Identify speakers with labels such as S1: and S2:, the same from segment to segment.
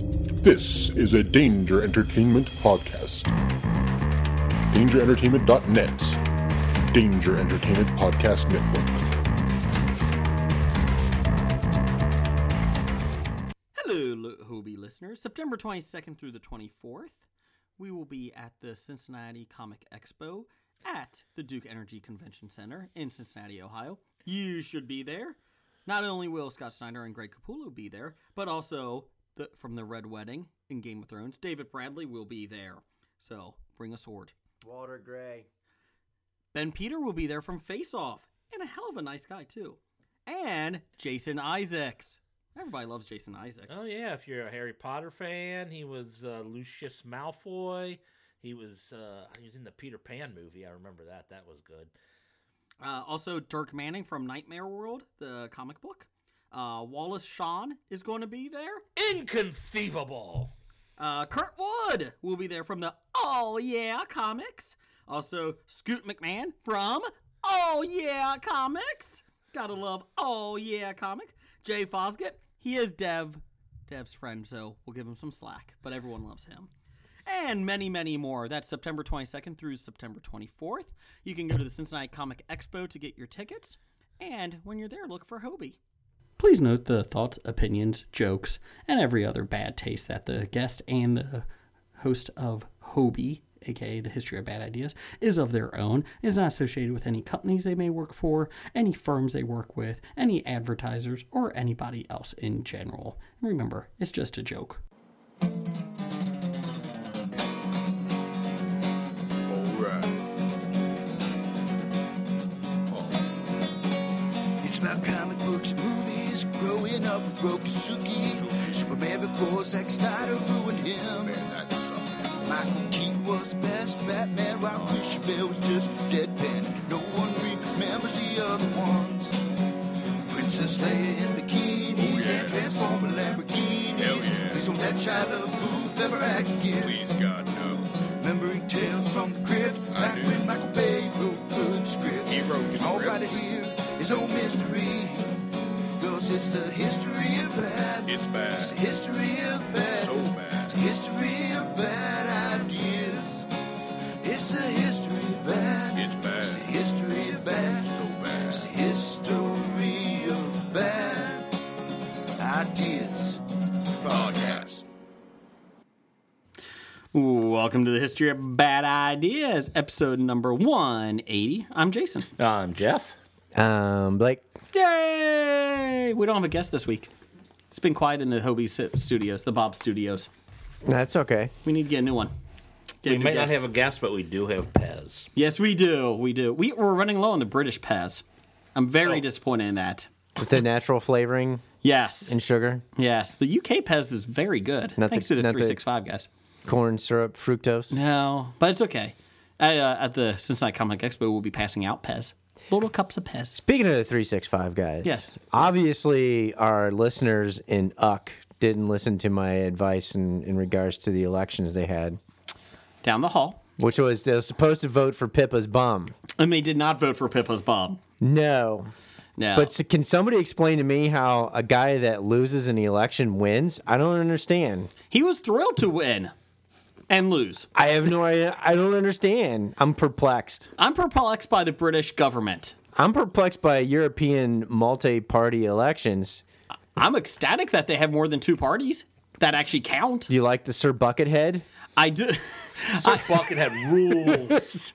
S1: This is a Danger Entertainment podcast. DangerEntertainment.net. Danger Entertainment Podcast Network.
S2: Hello, L- Hobie listeners. September 22nd through the 24th, we will be at the Cincinnati Comic Expo at the Duke Energy Convention Center in Cincinnati, Ohio. You should be there. Not only will Scott Snyder and Greg Capullo be there, but also the, from the Red Wedding in Game of Thrones, David Bradley will be there. So bring a sword.
S3: Walter Gray.
S2: Ben Peter will be there from Face Off, and a hell of a nice guy, too. And Jason Isaacs. Everybody loves Jason Isaacs.
S4: Oh yeah, if you're a Harry Potter fan, he was uh, Lucius Malfoy. He was uh, he was in the Peter Pan movie. I remember that. That was good.
S2: Uh, also, Dirk Manning from Nightmare World, the comic book. Uh, Wallace Shawn is going to be there.
S4: Inconceivable.
S2: Uh, Kurt Wood will be there from the Oh Yeah Comics. Also, Scoot McMahon from Oh Yeah Comics. Gotta love Oh Yeah Comic. Jay Fosgett, he is Dev, Dev's friend, so we'll give him some slack, but everyone loves him. And many, many more. That's September 22nd through September 24th. You can go to the Cincinnati Comic Expo to get your tickets. And when you're there, look for Hobie. Please note the thoughts, opinions, jokes, and every other bad taste that the guest and the host of Hobie, aka the History of Bad Ideas, is of their own, is not associated with any companies they may work for, any firms they work with, any advertisers, or anybody else in general. And remember, it's just a joke.
S5: Alright. Oh. It's about comic books and movies. Growing up with Rokusuki. Superman before Zack Snyder ruined him. Man, that sucked. Michael Keaton was the best Batman. Rob Christian was just deadpan. No one remembers the other ones. Princess Leia in bikinis and Transformer Lamborghinis. Please don't let Shia LaBeouf ever act again. Please, God, no. Remembering tales from the crypt. back when Michael Bay wrote good scripts. He wrote scripts. All right here is no mystery. Cause it's the history of bad. It's bad. It's the history of bad. So bad. It's the history of bad ideas. It's the history of bad. It's bad. It's the history of bad. So bad. It's the history of bad ideas. Podcast.
S2: Welcome to the History of Bad Ideas, episode number 180. I'm Jason.
S4: Um, Jeff.
S6: Um, Blake.
S2: Yay! We don't have a guest this week. It's been quiet in the Hobie Si- Studios, the Bob Studios.
S6: That's okay.
S2: We need to get a new one. Get a
S4: We
S2: new
S4: may not
S2: guest.
S4: have a guest, but we do have Pez.
S2: Yes, we do. We do. We, we're running low on the British Pez. I'm very
S4: Oh.
S2: disappointed in that.
S6: With the natural flavoring
S2: Yes.
S6: and sugar,
S2: yes. The UK Pez is very good.
S6: Not the-
S2: thanks to the
S6: not the-
S2: 365 guys.
S6: corn syrup, fructose.
S2: No, but it's okay. At, uh, at the Cincinnati Comic Expo, we'll be passing out Pez. Little cups of Pez.
S6: Speaking of the 365 guys,
S2: Yes.
S6: obviously our listeners in UCK didn't listen to my advice in, in regards to the elections they had,
S2: Down the hall.
S6: which was they were supposed to vote for Pippa's bum.
S2: And they did not vote for Pippa's bomb.
S6: No.
S2: No.
S6: But so can somebody explain to me how a guy that loses an election wins? I don't understand.
S2: he was thrilled to win and lose.
S6: I have no idea. I don't understand. I'm perplexed.
S2: I'm perplexed by the British government.
S6: I'm perplexed by European multi-party elections.
S2: I'm ecstatic that they have more than two parties that actually count.
S6: Do you like the Sir Buckethead?
S2: I do.
S4: I fucking had rules.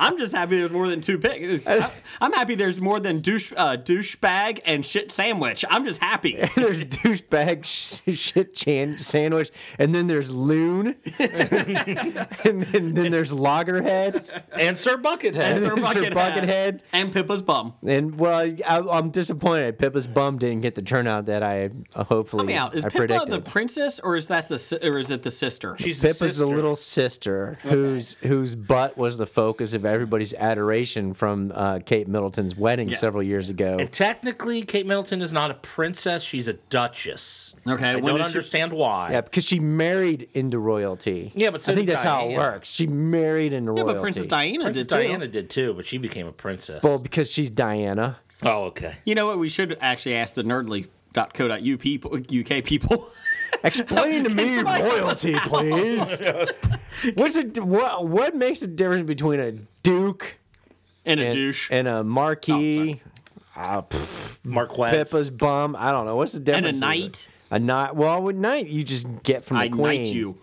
S2: I'm just happy there's more than two picks. I- I'm happy there's more than douche uh, douchebag and shit sandwich. I'm just happy.
S6: There's douchebag sh- shit chan- sandwich, and then there's loon, and then, then there's loggerhead,
S4: and Sir Buckethead.
S2: Sir
S6: Sir Buckethead.
S2: and Pippa's bum.
S6: and well, I, I'm disappointed. Pippa's bum didn't get the turnout that I uh, hopefully
S2: Help me out. Is
S6: I
S2: Pippa
S6: predicted.
S2: the princess, or is that the si- or is it the sister?
S4: She's
S6: Pippa's
S4: sister.
S6: the little sister whose whose butt was the focus of everybody's adoration from uh, Kate Middleton's wedding
S2: Yes.
S6: several years ago.
S4: And technically, Kate Middleton is not a princess. She's a duchess.
S2: Okay,
S4: I
S2: when
S4: don't
S2: did she-
S4: understand why.
S6: Yeah, because she married into royalty.
S4: Yeah, but so
S6: I think
S4: did
S6: that's how it
S4: Diana.
S6: works. She married into
S2: yeah,
S6: royalty.
S2: but Princess Diana
S4: Princess
S2: did too.
S4: Diana did too, but she became a princess.
S6: Well, because she's Diana.
S4: oh, okay.
S2: You know what? We should actually ask the nerdly .co.uk people, UK people.
S6: Explain to me royalty, please. What's it? What what makes the difference between a duke
S2: and a
S6: and,
S2: douche.
S6: and a marquis, uh, pff,
S4: Marquez.
S6: Pippa's bum? I don't know. What's the
S2: And
S6: difference?
S2: a
S6: in
S2: knight.
S6: it? A knight. Well, with knight you just get from the
S2: I
S6: queen.
S2: knight you.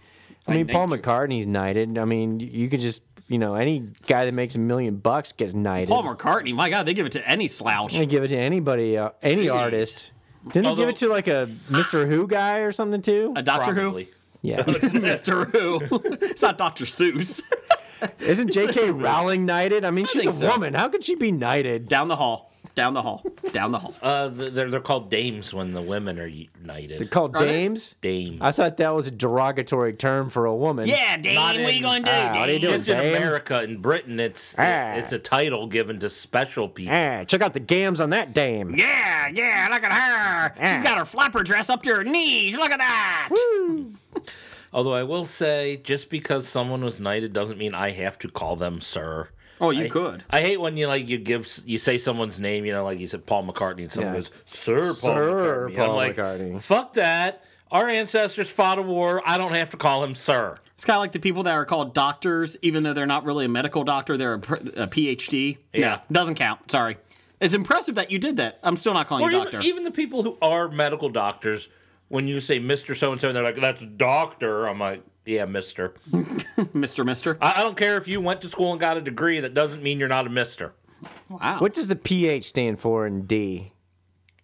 S6: I mean,
S2: knight
S6: Paul
S2: you.
S6: McCartney's knighted. I mean, you- you could just you know any guy that makes a million bucks gets knighted.
S2: Paul McCartney, my God, they give it to any slouch.
S6: They give it to anybody, uh, any
S2: Jeez.
S6: artist. Didn't they give
S4: Although-
S6: it to like a Mr. Who guy or something too?
S2: A Doctor
S4: probably.
S6: yeah.
S2: Who? Mr. Who. it's not Dr. Seuss.
S6: Isn't J.K. Rowling knighted? I mean, she's
S2: think
S6: a
S2: so.
S6: woman. How could she be knighted?
S2: Down the hall. Down the hall. Down the hall.
S4: Uh, th- they're they're called dames when the women are united.
S6: They're called
S2: Are they?
S6: dames.
S4: dames.
S6: I thought that was a derogatory term for a woman.
S2: yeah, Dane,
S4: not
S2: what are you
S4: in-
S2: going to do,
S6: Ah, what are you
S2: Dane?
S6: doing?
S4: it's in
S6: dame.
S4: America in Britain. It's
S6: Ah.
S4: it's a title given to special people.
S6: Ah, check out the gams on that dame.
S2: Yeah, yeah, look at her. She's got her flapper dress up to her knees. Look at that.
S4: Although I will say, just because someone was knighted doesn't mean I have to call them sir.
S2: Oh, you could.
S4: I hate when you like you give s- you say someone's name, you know, like you said Paul McCartney, and someone
S6: Yeah.
S4: goes Sir Paul
S6: Sir
S4: McCartney.
S6: Paul
S4: I'm like,
S6: McCartney.
S4: Fuck that. Our ancestors fought a war. I don't have to call him sir.
S2: It's kind of like the people that are called doctors, even though they're not really a medical doctor, they're a, pr- a PhD.
S4: Yeah.
S2: No, doesn't count. Sorry. It's impressive that you did that. I'm still not calling
S4: Or
S2: you
S4: even,
S2: doctor.
S4: even the people who are medical doctors, when you say Mister So and So, they're like, "That's doctor." I'm like, "Yeah, Mister."
S2: Mr. Mister.
S4: I, I don't care if you went to school and got a degree. That doesn't mean you're not a Mister.
S2: Wow.
S6: What does the PH stand for in D?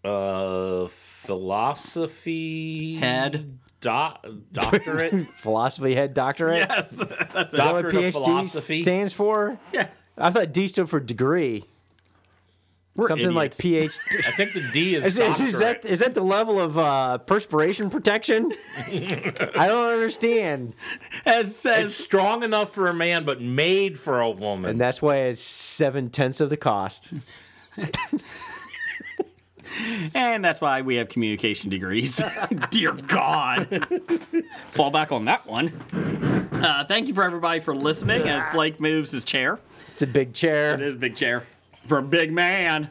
S4: Uh, philosophy
S2: Head.
S4: doc, doctorate.
S6: Philosophy head doctorate?
S2: Yes. That's it.
S6: Is that what
S4: Doctorate of
S6: PhD
S4: philosophy.
S6: stands for? Yeah. I thought D stood for degree.
S2: We're
S6: Something like
S2: idiots.
S6: PhD.
S4: I think the D
S6: Is,
S4: is.
S6: is, is
S4: doctorate.
S6: that is that the level of uh, perspiration protection? I don't understand,
S2: As says
S4: It's strong enough for a man, but made for a woman.
S6: and that's why it's seven tenths of the cost.
S2: And that's why we have communication degrees. Dear God. Fall back on that one. Uh, thank you for everybody for listening as Blake moves his chair.
S6: It's a big chair.
S2: It is a big chair for a big man.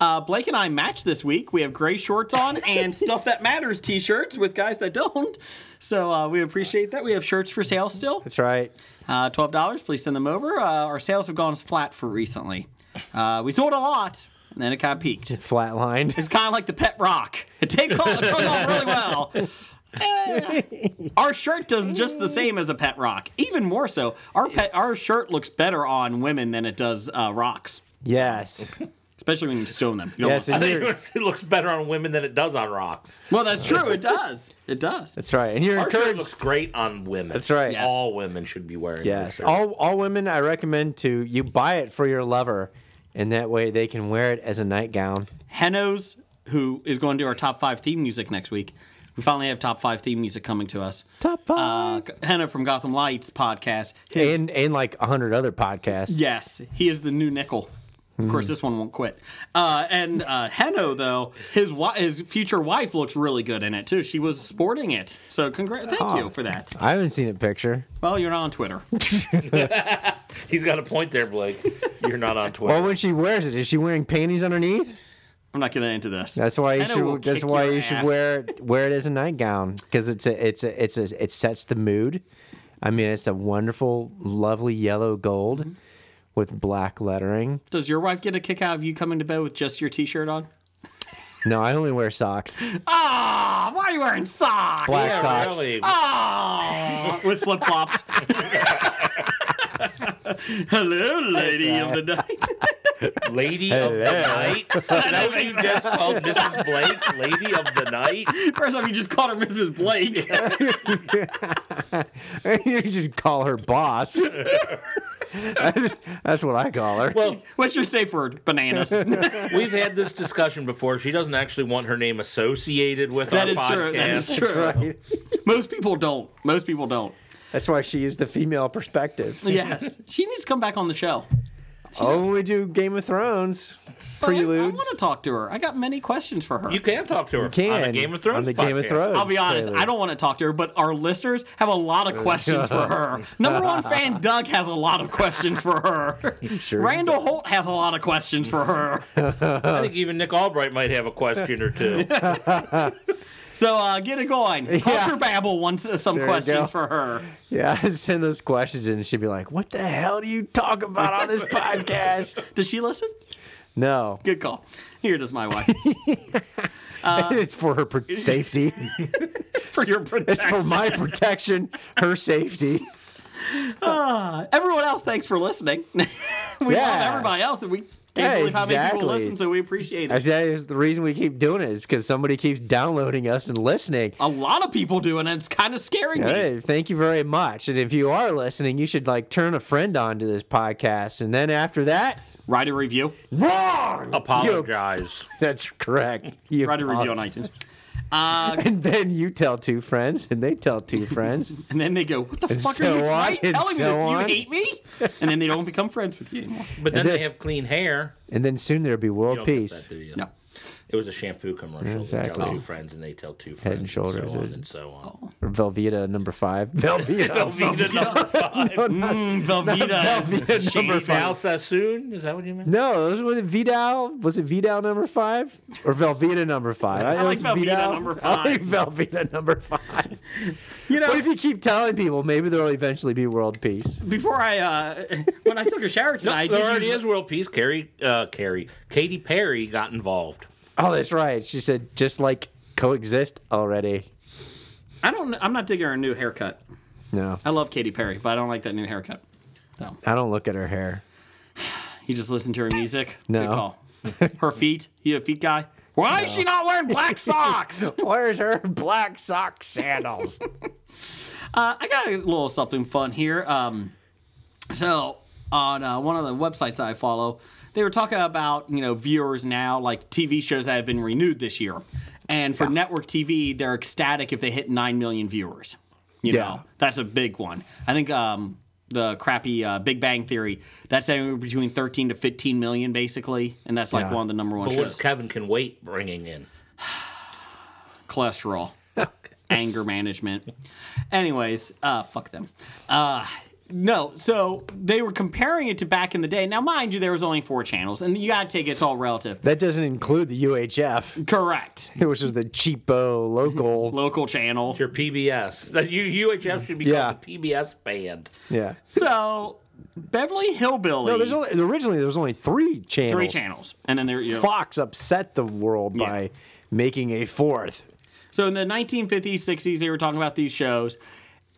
S2: Uh, Blake and I match this week. We have gray shorts on and Stuff That Matters t shirts with guys that don't. So uh, we appreciate that. We have shirts for sale still.
S6: That's right.
S2: Uh, $12. Please send them over. Uh, our sales have gone flat for recently. Uh, we sold a lot, and then it kind of peaked.
S6: Flatlined.
S2: It's kind of like the pet rock. It takes off, it turns off really well. Eh. our shirt does just the same as a pet rock, even more so. Our pet, our shirt looks better on women than it does uh, rocks,
S6: Yes.
S2: especially when you stone them. You don't
S6: Yes.
S2: want-
S6: And you're,
S4: it looks better on women than it does on rocks.
S2: well, that's true. It does. It does.
S6: that's right. And you're
S4: Our shirt
S6: encouraged.
S4: looks great on women.
S6: That's right.
S2: Yes.
S4: All women should be wearing.
S6: Yes.
S4: All-
S6: All all women, I recommend to you buy it for your lover, and that way they can wear it as a nightgown.
S2: Henos, who is going to do our top five theme music next week. We finally have top five theme music coming to us.
S6: Top
S2: Uh,
S6: five.
S2: Heno from Gotham Lights podcast. His
S6: and and like a hundred other podcasts.
S2: Yes, he is the new nickel. Of course,
S6: Mm-hmm.
S2: this one won't quit. Uh, and uh, Heno, though, his wi- his future wife looks really good in it too. She was sporting it, so congrats! Thank
S6: Ah.
S2: you for that.
S6: I haven't seen a picture.
S2: Well, you're not on Twitter.
S4: He's got a point there, Blake. You're not on Twitter.
S6: Well, when she wears it, is she wearing panties underneath?
S2: I'm not getting into this.
S6: That's why you
S2: Henna will
S6: should. That's
S2: kick
S6: why
S2: your
S6: you should
S2: ass.
S6: wear it- wear it as a nightgown because it's a it's a it's a it sets the mood. I mean, it's a wonderful, lovely yellow gold with black lettering.
S2: Does your wife get a kick out of you coming to bed with just your T-shirt on?
S6: No, I only wear socks,
S2: Ah, why are you wearing socks?
S6: black
S4: Yeah,
S6: socks.
S4: really.
S2: Ah, with flip flops. Hello, lady of the night.
S4: Lady of the night. Is that what you just called Mrs. Blake? Lady of the night.
S2: First time you just called her Mrs. Blake.
S6: you should call her boss. That's what I call her.
S4: Well,
S2: What's your safe word? Bananas.
S4: we've had this discussion before. She doesn't actually want her name associated with
S2: That
S4: our
S2: is
S4: podcast.
S2: true. That is true.
S6: Right.
S2: Most people don't. Most people don't.
S6: That's why she is the female perspective.
S2: Yes. she needs to come back on the show.
S6: oh, when we do Game of Thrones.
S2: I, I
S6: preludes.
S2: want to talk to her. I got many questions for her.
S4: You can talk to her.
S6: Can
S4: on the Game of Thrones.
S6: On the Game of
S4: podcast.
S6: Thrones.
S2: I'll be honest,
S6: trailer.
S2: I don't want to talk to her, but our listeners have a lot of questions for her. Number one fan Doug has a lot of questions for her. Randall Holt has a lot of questions for her.
S4: I think even Nick Albright might have a question or two.
S2: So uh, get it going. Culture Babble wants uh, some
S6: you go.
S2: questions for her.
S6: Yeah, I send those questions in, and she'd be like, "What the hell do you talk about on this podcast?"
S2: Does she listen?
S6: No,
S2: Good call. Here does my wife Uh,
S6: it's for her pro- safety.
S2: for your
S6: it's
S2: protection.
S6: for my protection, her safety.
S2: Everyone else, thanks for listening. we love
S6: Yeah.
S2: everybody else, and we can't
S6: Yeah,
S2: believe how many people
S6: exactly.
S2: listen, so we appreciate
S6: I
S2: it.
S6: said it's the reason we keep doing it is because somebody keeps downloading us and listening.
S2: A lot of people do, and it's kind of scaring me.
S6: Hey, thank you very much. And if you are listening, you should like turn a friend on to this podcast, and then after that,
S2: Write a review.
S6: wrong.
S4: Apologize.
S6: That's correct. You
S2: Write a review on
S6: apologize.
S2: iTunes. Uh,
S6: and then you tell two friends, and they tell two friends.
S2: And then they go, What the fuck
S6: so
S2: are you
S6: on,
S2: why are you
S6: and
S2: telling
S6: so
S2: me this? Do you
S6: on.
S2: hate me? And then they don't become friends with you anymore.
S4: But then they have clean hair.
S6: And then soon there'll be
S4: You
S6: world
S4: don't get
S6: peace.
S4: that, do you?
S2: No.
S4: It was a shampoo commercial. They
S6: Exactly.
S4: tell two friends and they tell two friends.
S6: and shoulders,
S4: And so on
S6: it-
S4: and so on.
S6: Or Velveeta number five.
S2: Oh,
S6: Velveeta.
S4: Velveeta number five.
S2: Mm, Velveeta. is
S4: Shane
S2: shady.
S4: Val Sassoon? Is that what you meant?
S6: no, was was it Vidal? Was it Vidal number five or Velveeta number five? I, it
S2: like
S6: was
S2: Velveeta number
S6: I like Velveeta number five. You know, but if you keep telling people, maybe there'll eventually be world peace.
S2: Before I, uh, when I took a shower
S4: No,
S2: tonight,
S4: there
S2: I did
S4: already
S2: use,
S4: is world peace. Carrie, uh, Carrie, Katy Perry got involved.
S6: Oh, that's right. She said, just like coexist already.
S2: I don't, I'm not digging her new haircut.
S6: No,
S2: I love Katy Perry, but I don't like that new haircut. So
S6: I don't look at her hair.
S2: you just listen to her music.
S6: No.
S2: Good call. Her feet. You a feet guy? Why is she not wearing black socks?
S6: Where's her black sock sandals?
S2: Uh, I got a little something fun here. Um, so on uh, one of the websites I follow, they were talking about you know viewers now like TV shows that have been renewed this year, and for network TV, they're ecstatic if they hit nine million viewers. You
S6: Yeah.
S2: know that's a big one. I think um, the crappy uh, Big Bang Theory that's anywhere between thirteen to fifteen million basically, and that's like
S6: Yeah.
S2: one of the number one
S4: But what is
S2: shows.
S4: Kevin Can Wait bringing in?
S2: cholesterol, anger management. Anyways, uh, fuck them. Uh, no, so they were comparing it to back in the day. Now, mind you, there was only four channels, and you gotta take it's all relative.
S6: That doesn't include the UHF,
S2: Correct.
S6: which is the cheapo local.
S2: Local channel.
S4: Your PBS. That you UHF should be
S6: Yeah.
S4: called the PBS band.
S6: Yeah.
S2: So, Beverly Hillbillies.
S6: No, there's only originally there was only three channels.
S2: three channels, and then there you know,
S6: Fox upset the world
S2: Yeah.
S6: by making a fourth.
S2: So in the 1950s, 60s, they were talking about these shows,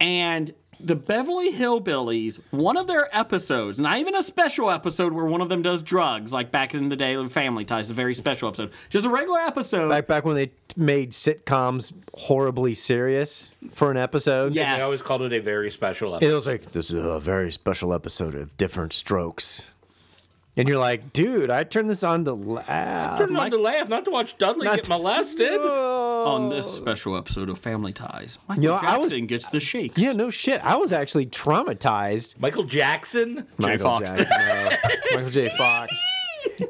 S2: and the Beverly Hillbillies, one of their episodes, not even a special episode where one of them does drugs, like back in the day, like Family Ties, a very special episode, just a regular episode.
S6: Back back when they t- made sitcoms horribly serious for an episode.
S2: Yes.
S4: I always called it a very special
S6: It
S4: episode.
S6: was like this is a very special episode of Different Strokes. And you're like, dude, I turned this on to laugh.
S4: Not to laugh, not to watch Dudley
S6: Not
S4: get
S6: to-
S4: molested.
S2: on this special episode of Family Ties, Michael
S6: oh. You know, I
S2: Jackson
S6: was-
S2: gets the shakes.
S6: Yeah, no shit. I was actually traumatized.
S4: Michael Jackson.
S6: Michael
S2: Fox.
S6: Jackson, no. Michael J. Fox.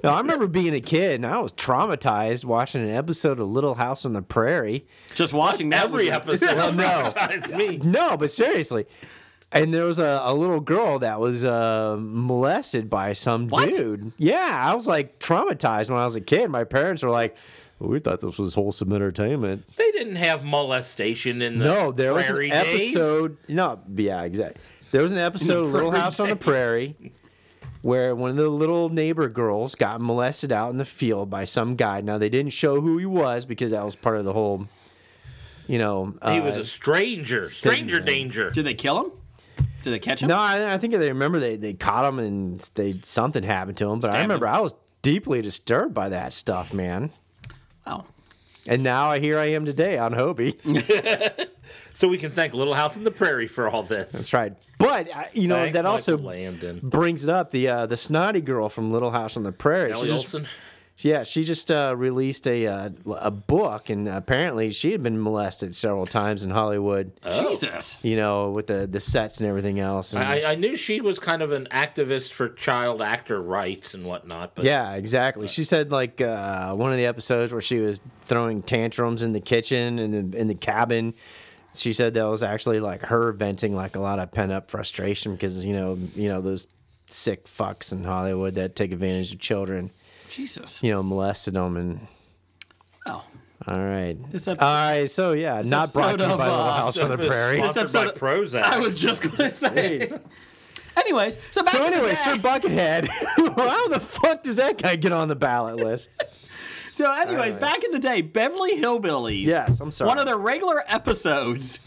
S6: No, I remember being a kid and I was traumatized watching an episode of Little House on the Prairie.
S2: Just watching that
S4: Every
S2: would-
S4: episode.
S6: Well, no.
S4: traumatized me.
S6: No, but seriously. And there was a, a little girl that was uh, molested by some
S2: What?
S6: dude. Yeah, I was like traumatized when I was a kid. My parents were like, well, we thought this was wholesome entertainment.
S4: They didn't have molestation in the
S6: No, there was
S4: prairie
S6: an
S4: days.
S6: episode. No, yeah, exactly. There was an episode of Little
S4: prairie
S6: House on the Prairie where one of the little neighbor girls got molested out in the field by some guy. Now they didn't show who he was because that was part of the whole, you know.
S4: He
S6: uh,
S4: was a stranger. Stranger
S6: man.
S4: danger.
S2: Did they kill him? Did they catch him?
S6: no, I, I think they remember they they caught him and they something happened to him. But I
S2: Stabbed
S6: remember
S2: him.
S6: I was deeply disturbed by that stuff, man.
S2: Oh.
S6: And now I here I am today on Hobie.
S4: So we can thank Little House on the Prairie for all this.
S6: That's right. But I- you know
S4: Thanks,
S6: that
S4: Michael
S6: also
S4: Landon.
S6: brings it up the uh, the snotty girl from Little House on the Prairie.
S4: Ellie
S6: She just
S4: Olsen.
S6: yeah, she just uh, released a uh, a book, and apparently she had been molested several times in Hollywood.
S2: Jesus.
S6: You know, with the the sets and everything else. And,
S4: I, I knew she was kind of an activist for child actor rights and whatnot. But
S6: yeah, exactly. She said like uh, one of the episodes where she was throwing tantrums in the kitchen and in, in the cabin. She said that was actually like her venting like a lot of pent up frustration because you know you know those sick fucks in Hollywood that take advantage of children.
S2: Jesus.
S6: You know, molested them and
S2: Oh.
S6: all right.
S2: This episode-
S6: all right, so yeah, not brought to you
S2: episode
S6: by
S2: of,
S6: Little
S2: uh,
S6: House on the Prairie.
S4: Sponsored by
S2: episode-
S4: Prozac.
S2: I was just going to say.
S6: Jeez.
S2: Anyways, so back
S6: So
S2: to the
S6: anyway,
S2: bag.
S6: Sir Buckethead, how the fuck does that guy get on the ballot list?
S2: So, anyways, back in the day, Beverly Hillbillies.
S6: Yes, I'm sorry.
S2: One of the regular episodes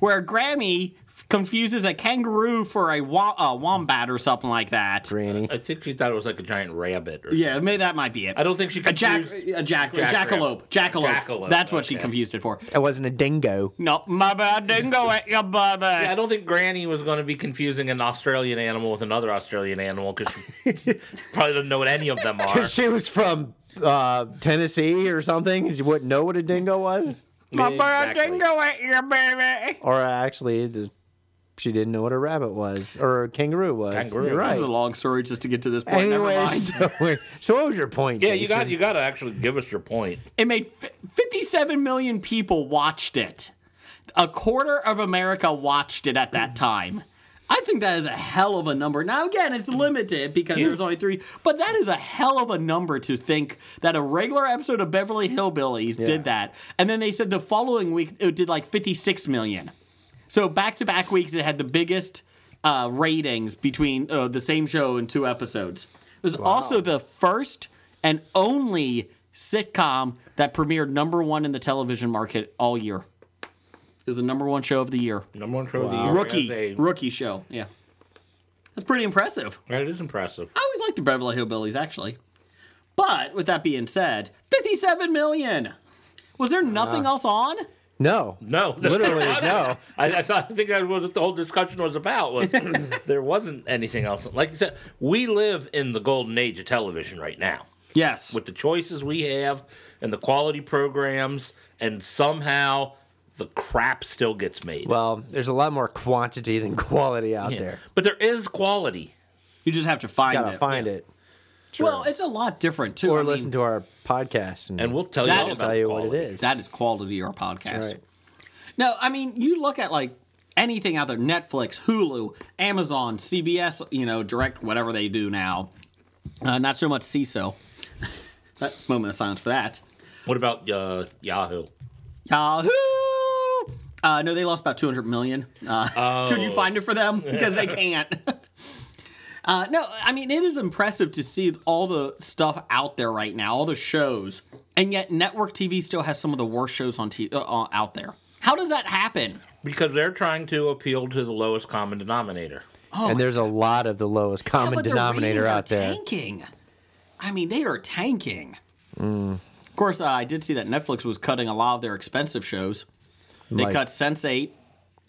S2: where Grammy f- confuses a kangaroo for a, wa- a wombat or something like that.
S6: Granny.
S4: I think she thought it was like a giant rabbit. Or
S2: Yeah, maybe that might be it.
S4: I don't think she
S2: a jack,
S4: confused.
S2: a jack,
S4: Jackrabbit.
S2: jackalope, jackalope.
S4: Jackalope,
S2: That's what she
S4: okay.
S2: confused it for.
S6: That wasn't a dingo.
S2: No, my bad. Didn't go at your bye
S4: Yeah, I don't think Granny was going to be confusing an Australian animal with another Australian animal because she probably doesn't know what any of them are.
S6: she was from uh, Tennessee or something, and she wouldn't know what a dingo was.
S4: My exactly.
S2: at your baby.
S6: Or actually, this, she didn't know what a rabbit was or a kangaroo was.
S4: Kangaroo.
S6: You're
S2: This is a
S6: right.
S2: long story just to get to this point. Never
S6: Anyway,
S2: mind.
S6: so, so what was your point?
S4: Yeah, you
S6: Jason?
S4: got you got to actually give us your point.
S2: It made fi- 57 million people watched it. A quarter of America watched it at that time. I think that is a hell of a number. Now, again, it's limited because there's only three, but that is a hell of a number to think that a regular episode of Beverly Hillbillies
S6: Yeah.
S2: did that. And then they said the following week it did like 56 million. So back to back weeks, it had the biggest uh, ratings between uh, the same show in two episodes. It was also the first and only sitcom that premiered number one in the television market all year. It was the number one show of the year.
S4: Number one crow of the year
S2: Rookie,
S4: as a-
S2: rookie show. Yeah, that's pretty impressive.
S4: That is impressive.
S2: I always liked the Beverly Hillbillies, actually. But with that being said, fifty-seven million. Was there nothing else on?
S6: no,
S4: No,
S6: literally no.
S4: I, I thought I think that was what the whole discussion was about. Was there wasn't anything else? Like you said, we live in the golden age of television right now,
S2: Yes.
S4: with the choices we have and the quality programs, and somehow the crap still gets made.
S6: Well, there's a lot more quantity than quality out
S4: Yeah.
S6: there.
S4: but there is quality.
S2: You just have to find
S6: Gotta
S2: it.
S6: find it,
S2: Well, it's a lot different too.
S6: or
S2: I mean,
S6: listen to our podcast, and,
S4: And we'll tell you
S2: That
S4: all
S2: is-
S4: about
S6: tell
S4: the
S6: you what it
S4: quality.
S6: is.
S2: that is quality or podcast.
S6: right.
S2: No, I mean you look at like anything out there: Netflix, Hulu, Amazon, CBS. You know, direct whatever they do now. Uh, not so much CISO. that moment of silence for that.
S4: What about uh, Yahoo?
S2: Yahoo. Uh, no, they lost about 200 million. Uh, Could you find it for them? Because they can't. Uh, no, I mean, it is impressive to see all the stuff out there right now, all the shows. And yet, network TV still has some of the worst shows on t- uh, uh, out there. How does that happen?
S4: Because they're trying to appeal to the lowest common denominator.
S6: and there's a lot of the lowest common
S2: but their
S6: denominator
S2: ratings
S6: out
S2: are
S6: there.
S2: Tanking. I mean, they are tanking.
S6: Mm.
S2: Of course, uh, I did see that Netflix was cutting a lot of their expensive shows. They
S6: Like-
S2: cut Sense Eight,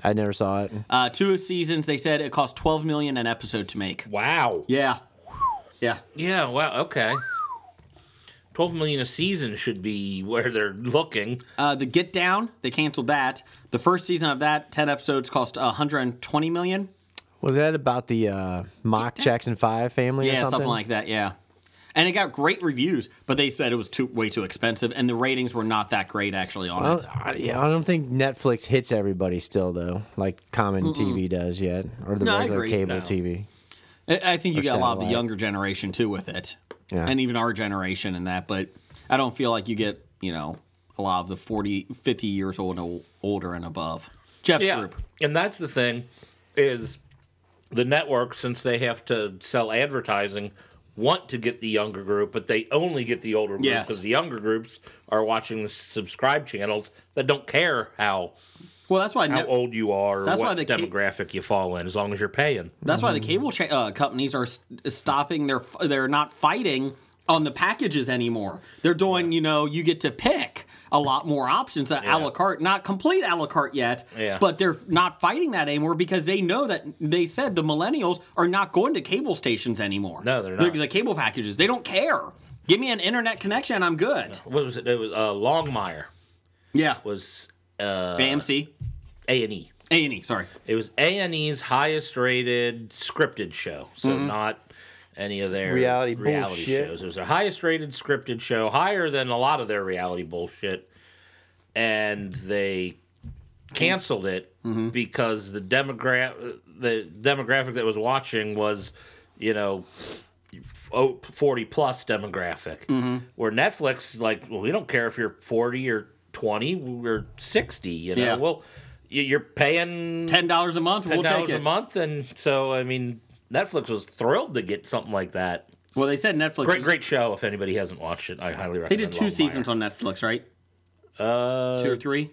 S6: I never saw it.
S2: Uh, two seasons. They said it cost twelve million an episode to make.
S4: Wow.
S2: Yeah, yeah.
S4: Yeah, wow, okay. 12 million a season should be where they're looking.
S2: Uh, the Get Down. They canceled that. The first season of that, ten episodes, cost hundred and twenty million.
S6: Was that about the uh, Mock Jackson Five family?
S2: Yeah,
S6: or
S2: something.
S6: something?
S2: like that. Yeah. And it got great reviews, but they said it was too way too expensive, and the ratings were not that great actually on
S6: I
S2: it.
S6: don't, I, yeah, I don't think Netflix hits everybody still though, like common TV does yet, or the
S2: No, I
S6: regular
S2: agree.
S6: cable
S4: No.
S6: TV.
S2: I I think you got a lot of the
S6: satellite.
S2: younger generation too with it,
S6: Yeah.
S2: and even our generation and that. But I don't feel like you get you know a lot of the 40, 50 years old and o- older and above. Jeff's
S4: Yeah.
S2: group.
S4: And that's the thing is the network since they have to sell advertising want to get the younger group, but they only get the older group
S2: Yes.
S4: because the younger groups are watching the subscribe channels that don't care how
S2: Well, that's why
S4: how
S2: Net-
S4: old you are or
S2: That's why
S4: what
S2: the ca-
S4: demographic you fall in as long as you're paying.
S2: That's why the cable cha- uh, companies are st- stopping their f- they're not fighting on the packages anymore. They're doing, you know, you get to pick a lot more options at a la carte, not complete a la carte yet,
S4: Yeah.
S2: but they're not fighting that anymore because they know that they said the millennials are not going to cable stations anymore.
S4: No, they're
S2: The-
S4: not.
S2: The, cable packages, they don't care. Give me an internet connection. I'm good.
S4: What was it? It was uh, Longmire
S2: Yeah.
S4: was uh,
S2: AMC.
S4: A and E.
S2: A&E, sorry.
S4: It was A and E's highest rated scripted show, so not any of their
S6: Mm-hmm. Reality bullshit.
S4: shows. It was their highest rated scripted show, higher than a lot of their reality bullshit, and they canceled it
S6: Mm-hmm.
S4: because the demograph the demographic that was watching was, you know. oh, 40 plus demographic
S6: Mm-hmm.
S4: where netflix like well, we don't care if you're 40 or 20 we're 60 you know
S2: Yeah.
S4: well you- you're paying
S2: $10 a month, we'll take
S4: dollars
S2: it.
S4: a month, and so I mean, Netflix was thrilled to get something like that.
S2: Well, they said Netflix.
S4: Great, great show. If anybody hasn't watched it, I highly recommend.
S2: They did two
S4: Longmire.
S2: seasons on Netflix, right?
S4: Uh,
S2: Two or three?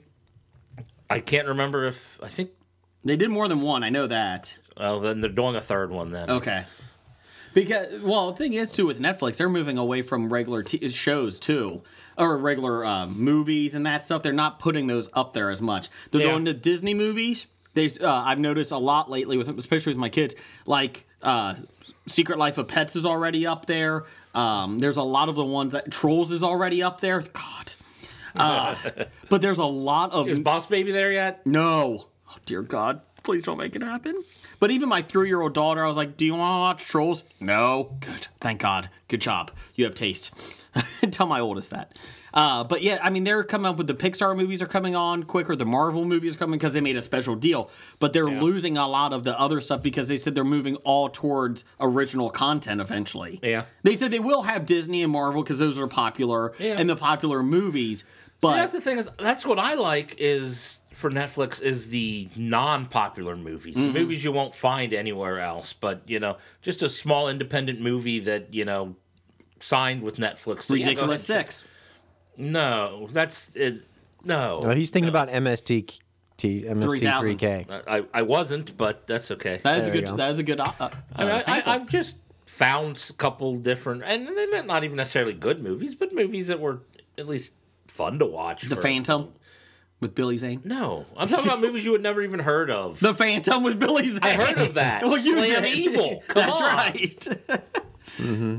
S4: I can't remember if I think.
S2: They did more than one. I know that.
S4: Oh, then they're doing a third one. Then
S2: Okay. Because well, the thing is too with Netflix, they're moving away from regular t- shows too, or regular um, movies and that stuff. They're not putting those up there as much. They're
S4: Yeah.
S2: going to Disney movies. They uh, I've noticed a lot lately with especially with my kids. Like uh, Secret Life of Pets is already up there. Um, there's a lot of the ones that Trolls is already up there. God. Uh, but there's a lot of
S4: is Boss Baby there yet?
S2: no. Oh, dear God. Please don't make it happen. But even my three year old daughter, I was like, Do you want to watch Trolls? No. Good. Thank God. Good job. You have taste. Tell my oldest that. Uh, but yeah, I mean, they're coming up with the Pixar movies are coming on quicker. The Marvel movies are coming because they made a special deal. But they're losing a lot of the other stuff because they said they're moving all towards original content eventually.
S4: Yeah.
S2: They said they will have Disney and Marvel because those are popular
S4: Yeah.
S2: and the popular movies. But
S4: that's the thing is that's what I like is for Netflix is the non-popular movies,
S2: Mm-hmm.
S4: the movies you won't find anywhere else. But you know, just a small independent movie that you know signed with Netflix. So, yeah, go
S2: Ridiculous
S4: ahead.
S2: Six.
S4: No, that's it. No,
S6: Oh, he's thinking about MST, T, MST3K.
S4: I, I wasn't, but that's okay.
S2: That is a
S6: There you
S2: good.
S6: go.
S2: That is a good. Uh, uh,
S4: I mean,
S2: uh,
S4: I,
S2: sample.
S4: have just found a couple different, and they're not- not even necessarily good movies, but movies that were at least fun to watch.
S2: the
S4: for-
S2: Phantom with Billy Zane.
S4: No, I'm talking about movies you would never even heard of.
S2: The Phantom with Billy Zane.
S4: I heard of that.
S2: well, you
S4: Slam
S2: did.
S4: Evil. Come
S2: That's
S4: on.
S2: right.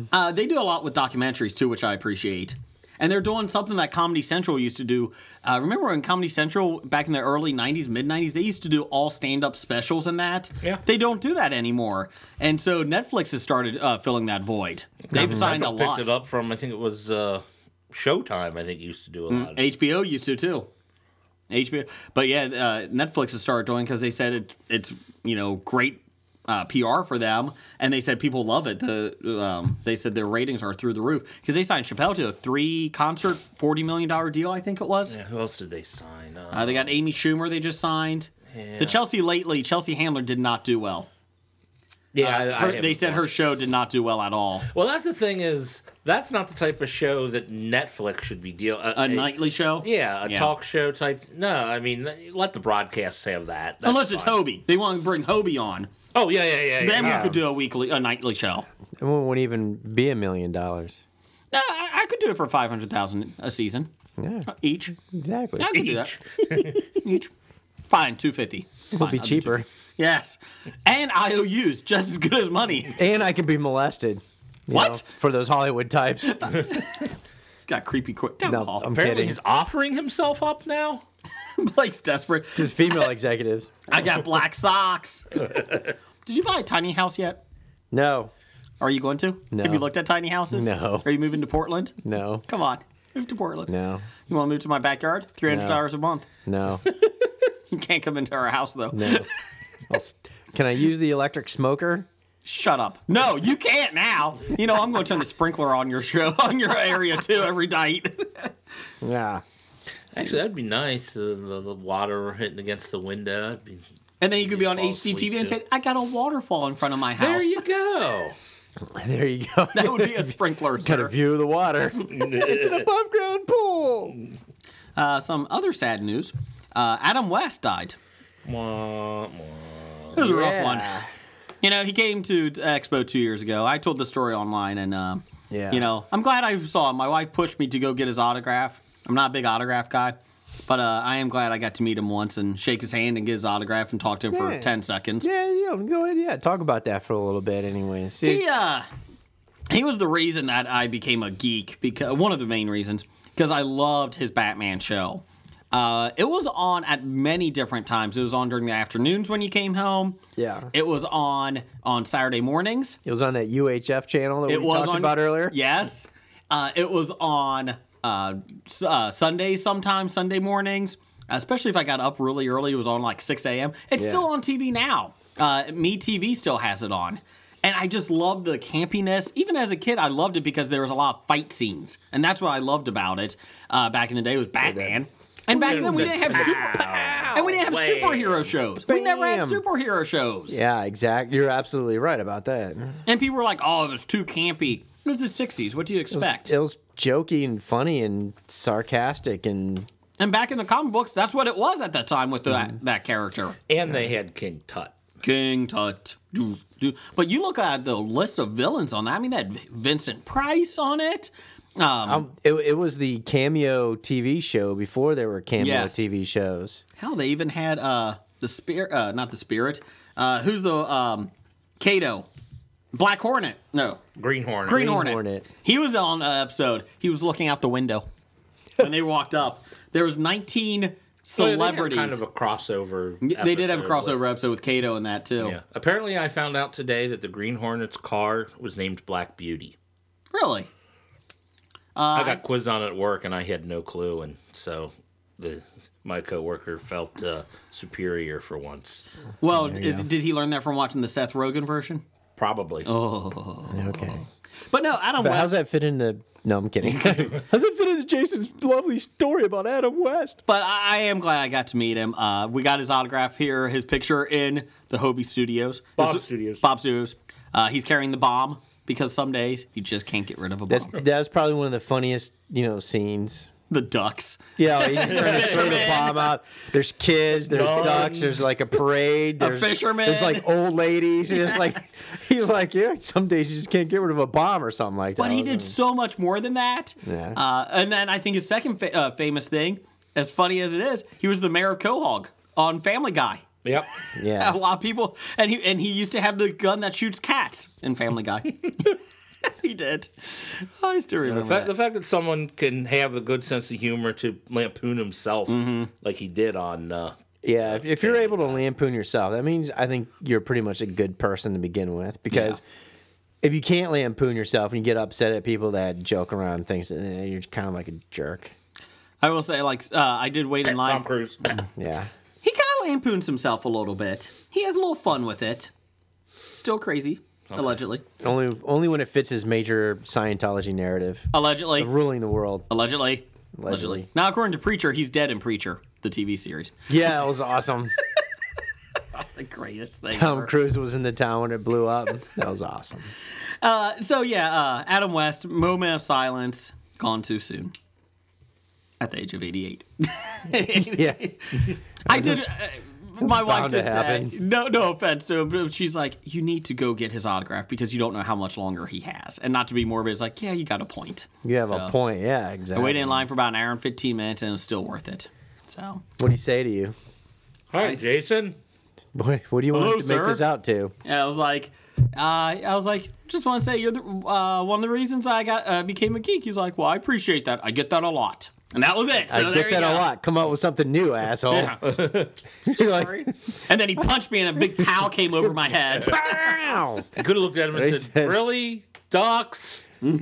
S2: uh, they do a lot with documentaries too, which I appreciate. And they're doing something that Comedy Central used to do. Uh, remember when Comedy Central back in the early '90s, mid '90s, they used to do all stand-up specials and that.
S4: Yeah.
S2: They don't do that anymore, and so Netflix has started uh, filling that void. They've signed a
S4: Picked
S2: lot.
S4: it up from I think it was uh, Showtime. I think used to do a
S2: Mm,
S4: lot. of
S2: HBO used to too. HBO, but yeah, uh, Netflix has started doing because they said it, it's you know great uh, PR for them, and they said people love it. The um, they said their ratings are through the roof because they signed Chappelle to a three concert forty million dollar deal, I think it was.
S4: Yeah, who else did they sign? Uh,
S2: Uh, they got Amy Schumer they just signed. The Chelsea lately, Chelsea Handler did not do well.
S4: yeah, I- I
S2: Her- they
S4: haven't
S2: said her
S4: watched-
S2: show did not do well at all.
S4: Well, that's the thing is that's not the type of show that Netflix should be deal. uh,
S2: A
S4: uh,
S2: nightly show,
S4: Yeah, a
S2: Yeah.
S4: talk show type. No, I mean, let the broadcasts have that. That's
S2: Unless it's
S4: fine.
S2: Hobie, they want to bring Hobie on.
S4: Oh yeah, yeah, yeah.
S2: Then
S4: yeah.
S2: we could do a weekly, a nightly show.
S6: It won't won't even be a million dollars.
S2: No, Uh, I, I could do it for five hundred thousand a season uh,
S6: Yeah,
S2: each.
S6: exactly.
S2: I could do that each. Fine, two fifty.
S6: It'll be cheaper,
S2: Yes, and IOUs just as good as money.
S6: and I can be molested. you
S2: What?
S6: for those Hollywood types?
S2: It's got creepy quick down the
S6: No,
S2: hall.
S6: I'm
S4: Apparently,
S6: kidding.
S4: he's offering himself up now.
S2: Blake's desperate.
S6: It's female executives.
S2: I got black socks. Did you buy a tiny house yet?
S6: No,
S2: Are you going to?
S6: No.
S2: Have you looked at tiny houses?
S6: No.
S2: Are you moving to Portland?
S6: no,
S2: Come on, move to Portland.
S6: no,
S2: You want to move to my backyard? Three hundred dollars a month.
S6: no,
S2: You can't come into our house though.
S6: no. I'll s- can I use the electric smoker?
S2: Shut up. No, you can't now. You know I'm going to turn the sprinkler on your show on your area too every night.
S6: Yeah.
S4: Actually, that'd be nice. Uh, the, the water hitting against the window. That'd be-
S2: And then you could be on
S4: fall
S2: HGTV
S4: asleep
S2: and
S4: to.
S2: say, I got a waterfall in front of my house.
S4: There you go.
S6: There you go.
S2: That would be a sprinkler.
S6: Got a
S2: sir.
S6: view of the water. it's an above ground pool.
S2: Uh, some other sad news uh, Adam West died.
S4: Wah, wah.
S2: It was a rough one.
S6: Yeah.
S2: You know, he came to Expo two years ago. I told the story online, and, uh,
S6: Yeah.
S2: you know, I'm glad I saw him. My wife pushed me to go get his autograph. I'm not a big autograph guy, but uh, I am glad I got to meet him once and shake his hand and get his autograph and talk to him for
S6: Yeah.
S2: 10 seconds.
S6: Yeah, you know, go ahead. Yeah, talk about that for a little bit, anyways. He's-
S2: He, uh, he was the reason that I became a geek because one of the main reasons because I loved his Batman show. Uh, it was on at many different times. It was on during the afternoons when you came home.
S6: Yeah.
S2: It was on on Saturday mornings.
S6: It was on that UHF channel that
S2: It
S6: we
S2: was
S6: talked
S2: on,
S6: about earlier.
S2: Yes. Uh, it was on uh, s- uh, Sundays sometimes, Sunday mornings, especially if I got up really early. It was on like 6 a.m. It's
S6: Yeah.
S2: still on TV now. Uh, Me TV still has it on. And I just loved the campiness. Even as a kid, I loved it because there was a lot of fight scenes. And that's what I loved about it uh, back in the day was Batman. And back then, we didn't have super, and we didn't have
S4: Wham.
S2: superhero shows. We never had
S6: Bam.
S2: superhero shows.
S6: Yeah, exact. You're absolutely right about that.
S2: And people were like, "Oh, it was too campy." It was the '60s. What do you expect?
S6: It was jokey and funny and sarcastic and
S2: And back in the comic books, that's what it was at that time with that, that character.
S4: And they had King Tut.
S2: Mm-hmm. King Tut. Do, do. But you look at the list of villains on that. I mean, that Vincent Price on it. Um,
S6: um, it, it was the cameo TV show before there were cameo
S2: Yes.
S6: TV shows.
S2: hell, they even had uh, the spirit, uh, not the spirit. Uh, who's the um, Kato? Black Hornet. No,
S4: Green Hornet.
S2: Green, Hornet.
S6: Hornet.
S2: He was on an episode. He was looking out the window when they walked up. There was 19
S4: Well, they had
S2: celebrities.
S4: Kind of a crossover.
S2: They did have a
S4: episode
S2: crossover episode with Kato in that too.
S4: with- yeah. Apparently, I found out today that the Green Hornet's car was named Black Beauty.
S2: Really? Uh,
S4: I got quizzed on it at work, and I had no clue, and so the my coworker felt uh, superior for once.
S2: Well, is, did he learn that from watching the Seth Rogen version?
S4: Probably.
S2: Oh.
S6: Okay.
S2: But no, Adam
S6: But
S2: West.
S6: how's that fit into? No, I'm kidding. how's that fit into Jason's lovely story about Adam West?
S2: but I, I am glad I got to meet him. Uh, we got his autograph here, his picture in the Hobie Studios.
S4: Bob
S2: It's-
S4: Studios.
S2: Bob Studios. Uh, he's carrying the bomb because some days you just can't get rid of a bomb.
S6: That's that's probably one of the funniest you know scenes.
S2: the ducks.
S6: Yeah, he's just trying to throw the bomb out. There's kids, there's ducks, there's like a parade, there's
S2: fisherman.
S6: there's like old ladies, and it's like he's like, yeah, some days you just can't get rid of a bomb or something like that.
S2: But he did so much more than that.
S6: Yeah.
S2: Uh, and then I think his second fa- uh, famous thing, as funny as it is, he was the mayor of Quahog on Family Guy.
S4: Yep.
S2: A
S6: Yeah,
S2: lot of people, and he and he used to have the gun that shoots cats in Family Guy. he did. I still
S4: The
S2: remember
S4: fact,
S2: that.
S4: the fact that someone can have a good sense of humor to lampoon himself
S2: Mm-hmm.
S4: like he did on uh,
S6: yeah. If, if you're able to lampoon yourself, that means I think you're pretty much a good person to begin with. Because if you can't lampoon yourself and you get upset at people that joke around and things, then you're kind of like a jerk.
S2: I will say, like, uh, I did wait in line.
S4: Tom Cruise.
S6: Yeah.
S2: He kind of lampoons himself a little bit. He has a little fun with it. Still crazy, allegedly.
S6: Only only when it fits his major Scientology narrative,
S2: Allegedly.
S6: ruling the world.
S2: Allegedly. Allegedly.
S6: Allegedly.
S2: Now, according to Preacher, he's dead in Preacher, the TV series.
S6: Yeah, that was awesome.
S2: The greatest thing.
S6: Tom
S2: ever.
S6: Cruise was in the town when it blew up. That was awesome.
S2: Uh, so, yeah, uh, Adam West, moment of silence, gone too soon. At the age of 88.
S6: Yeah.
S2: I did. Uh, my wife
S6: bound to
S2: did say,
S6: happen.
S2: no, no offense to him, but she's like, you need to go get his autograph because you don't know how much longer he has. And not to be morbid, it's like, yeah, you got a point.
S6: You have
S2: So-
S6: a point. Yeah,
S2: I
S6: exactly.
S2: waited in line for about an hour and 15 minutes and it was still worth it. So,
S6: What do you say to you?
S4: Hi, Jason.
S6: Boy, what do you want
S2: Hello,
S6: to make
S2: sir.
S6: this out to?
S2: and I was like, uh, I was like, just want to say you're the, uh, one of the reasons I got uh, became a geek. He's like, well, I appreciate that. I get that a lot. And that was it. So
S6: I
S2: there
S6: get that
S2: you
S6: a
S2: go.
S6: lot. Come up with something new, asshole. You're like,
S2: And then he punched me and a big pow came over my head.
S6: ow.
S4: I could have looked at him and
S6: They
S4: said,
S6: said-
S4: "Really, ducks?"
S6: I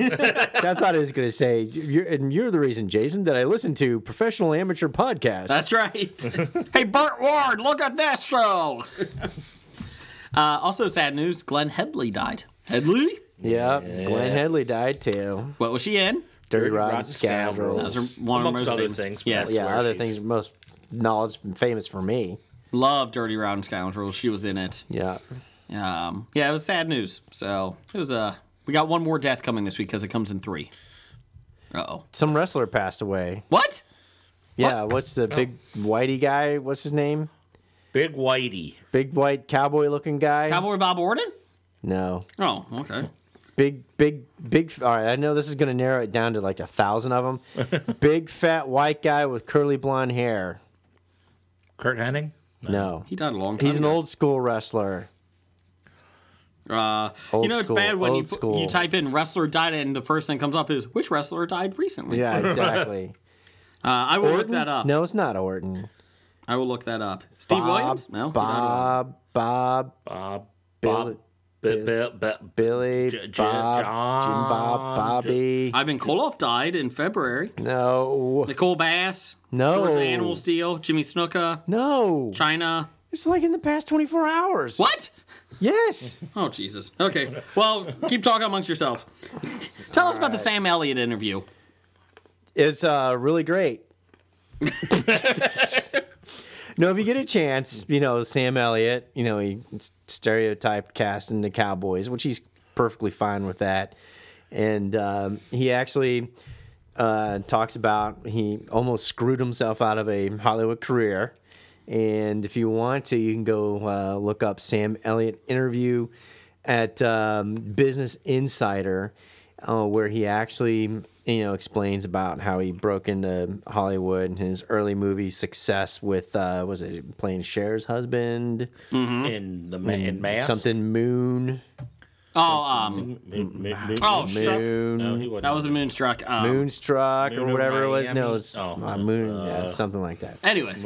S6: thought I was going to say, you're, and you're the reason, Jason, that I listen to professional amateur podcasts.
S2: That's right. hey, Burt Ward, look at this show. uh, also, sad news Glenn Headley died. Headley?
S6: yep. Glenn Headley died too.
S2: What was she in?
S6: Dirty, Rotten,
S4: Rotten
S6: Scoundrels.
S2: Those are one of
S4: Amongst
S2: her most
S4: other
S2: famous-
S4: things, but
S2: Yes.
S6: Yeah,
S4: Swear
S6: other
S4: she's-
S6: things most knowledge and famous for me.
S2: Love Dirty Round Scoundrels. She was in it.
S6: Yeah.
S2: Um, yeah, it was sad news. So it was Uh, we got one more death coming this week because it comes in three. Uh oh.
S6: Some wrestler passed away.
S2: What?
S6: Yeah, what's
S2: Oh.
S6: the big whitey guy? What's his name?
S4: Big Whitey.
S6: Big white cowboy looking guy?
S2: Cowboy Bob Orton?
S6: No.
S2: Oh, okay.
S6: Big, big, big. All right, I know this is going to narrow it down to like a thousand of them. big fat white guy with curly blonde hair.
S4: Kurt Hennig.
S6: No.
S2: He died a long time
S6: He's an
S2: ago.
S6: old school wrestler.
S2: Uh, you
S6: Old
S2: know it's
S6: school,
S2: bad when you
S6: old
S2: put- you
S6: school.
S2: type in wrestler died and the first thing comes up is which wrestler died recently.
S6: Yeah, exactly.
S2: Uh, I will look that up.
S6: No, it's not Orton.
S2: I will look that up. Steve
S6: Bob,
S2: Williams? No. he died a while
S6: Bob, Bob,
S4: Bob,
S6: Bill-
S4: Bob, Bill, Bill, Bill,
S6: Billy,
S4: J- J-
S6: Bob,
S4: John,
S6: Jim, Bob, Bobby.
S2: Ivan Koloff died in February.
S6: no,
S2: Nicole Bass.
S6: No.
S2: George Animal Steel. Jimmy Snuka.
S6: no.
S2: China.
S6: It's like in the past 24 hours.
S2: What?
S6: Yes.
S2: Oh, Jesus. Okay. Well, keep talking amongst yourself. Tell us about the Sam Elliott interview.
S6: It's uh, really great. no, if you get a chance, you know, Sam Elliott, you know, he stereotyped cast into Cowboys, which he's perfectly fine with that. And um, he actually uh, talks about he almost screwed himself out of a Hollywood career. And if you want to, you can go uh, look up Sam Elliott interview at um, Business Insider, uh, where he actually you know explains about how he broke into Hollywood and his early movie success with uh, was it playing Cher's husband
S2: Hmm?
S4: in the ma- in mass
S6: something Moon
S2: Oh, um,
S4: Moon, moon, moon,
S2: oh,
S4: moon.
S2: shit.
S6: Moon
S4: No, he wasn't.
S2: That was a Moonstruck. Um,
S6: Moonstruck
S4: Oh. Moon
S6: or
S4: of
S6: whatever it was. No,
S4: Miami?
S6: it's
S4: Oh,
S6: uh, Moon yeah,
S4: uh,
S6: something like that.
S2: Anyways.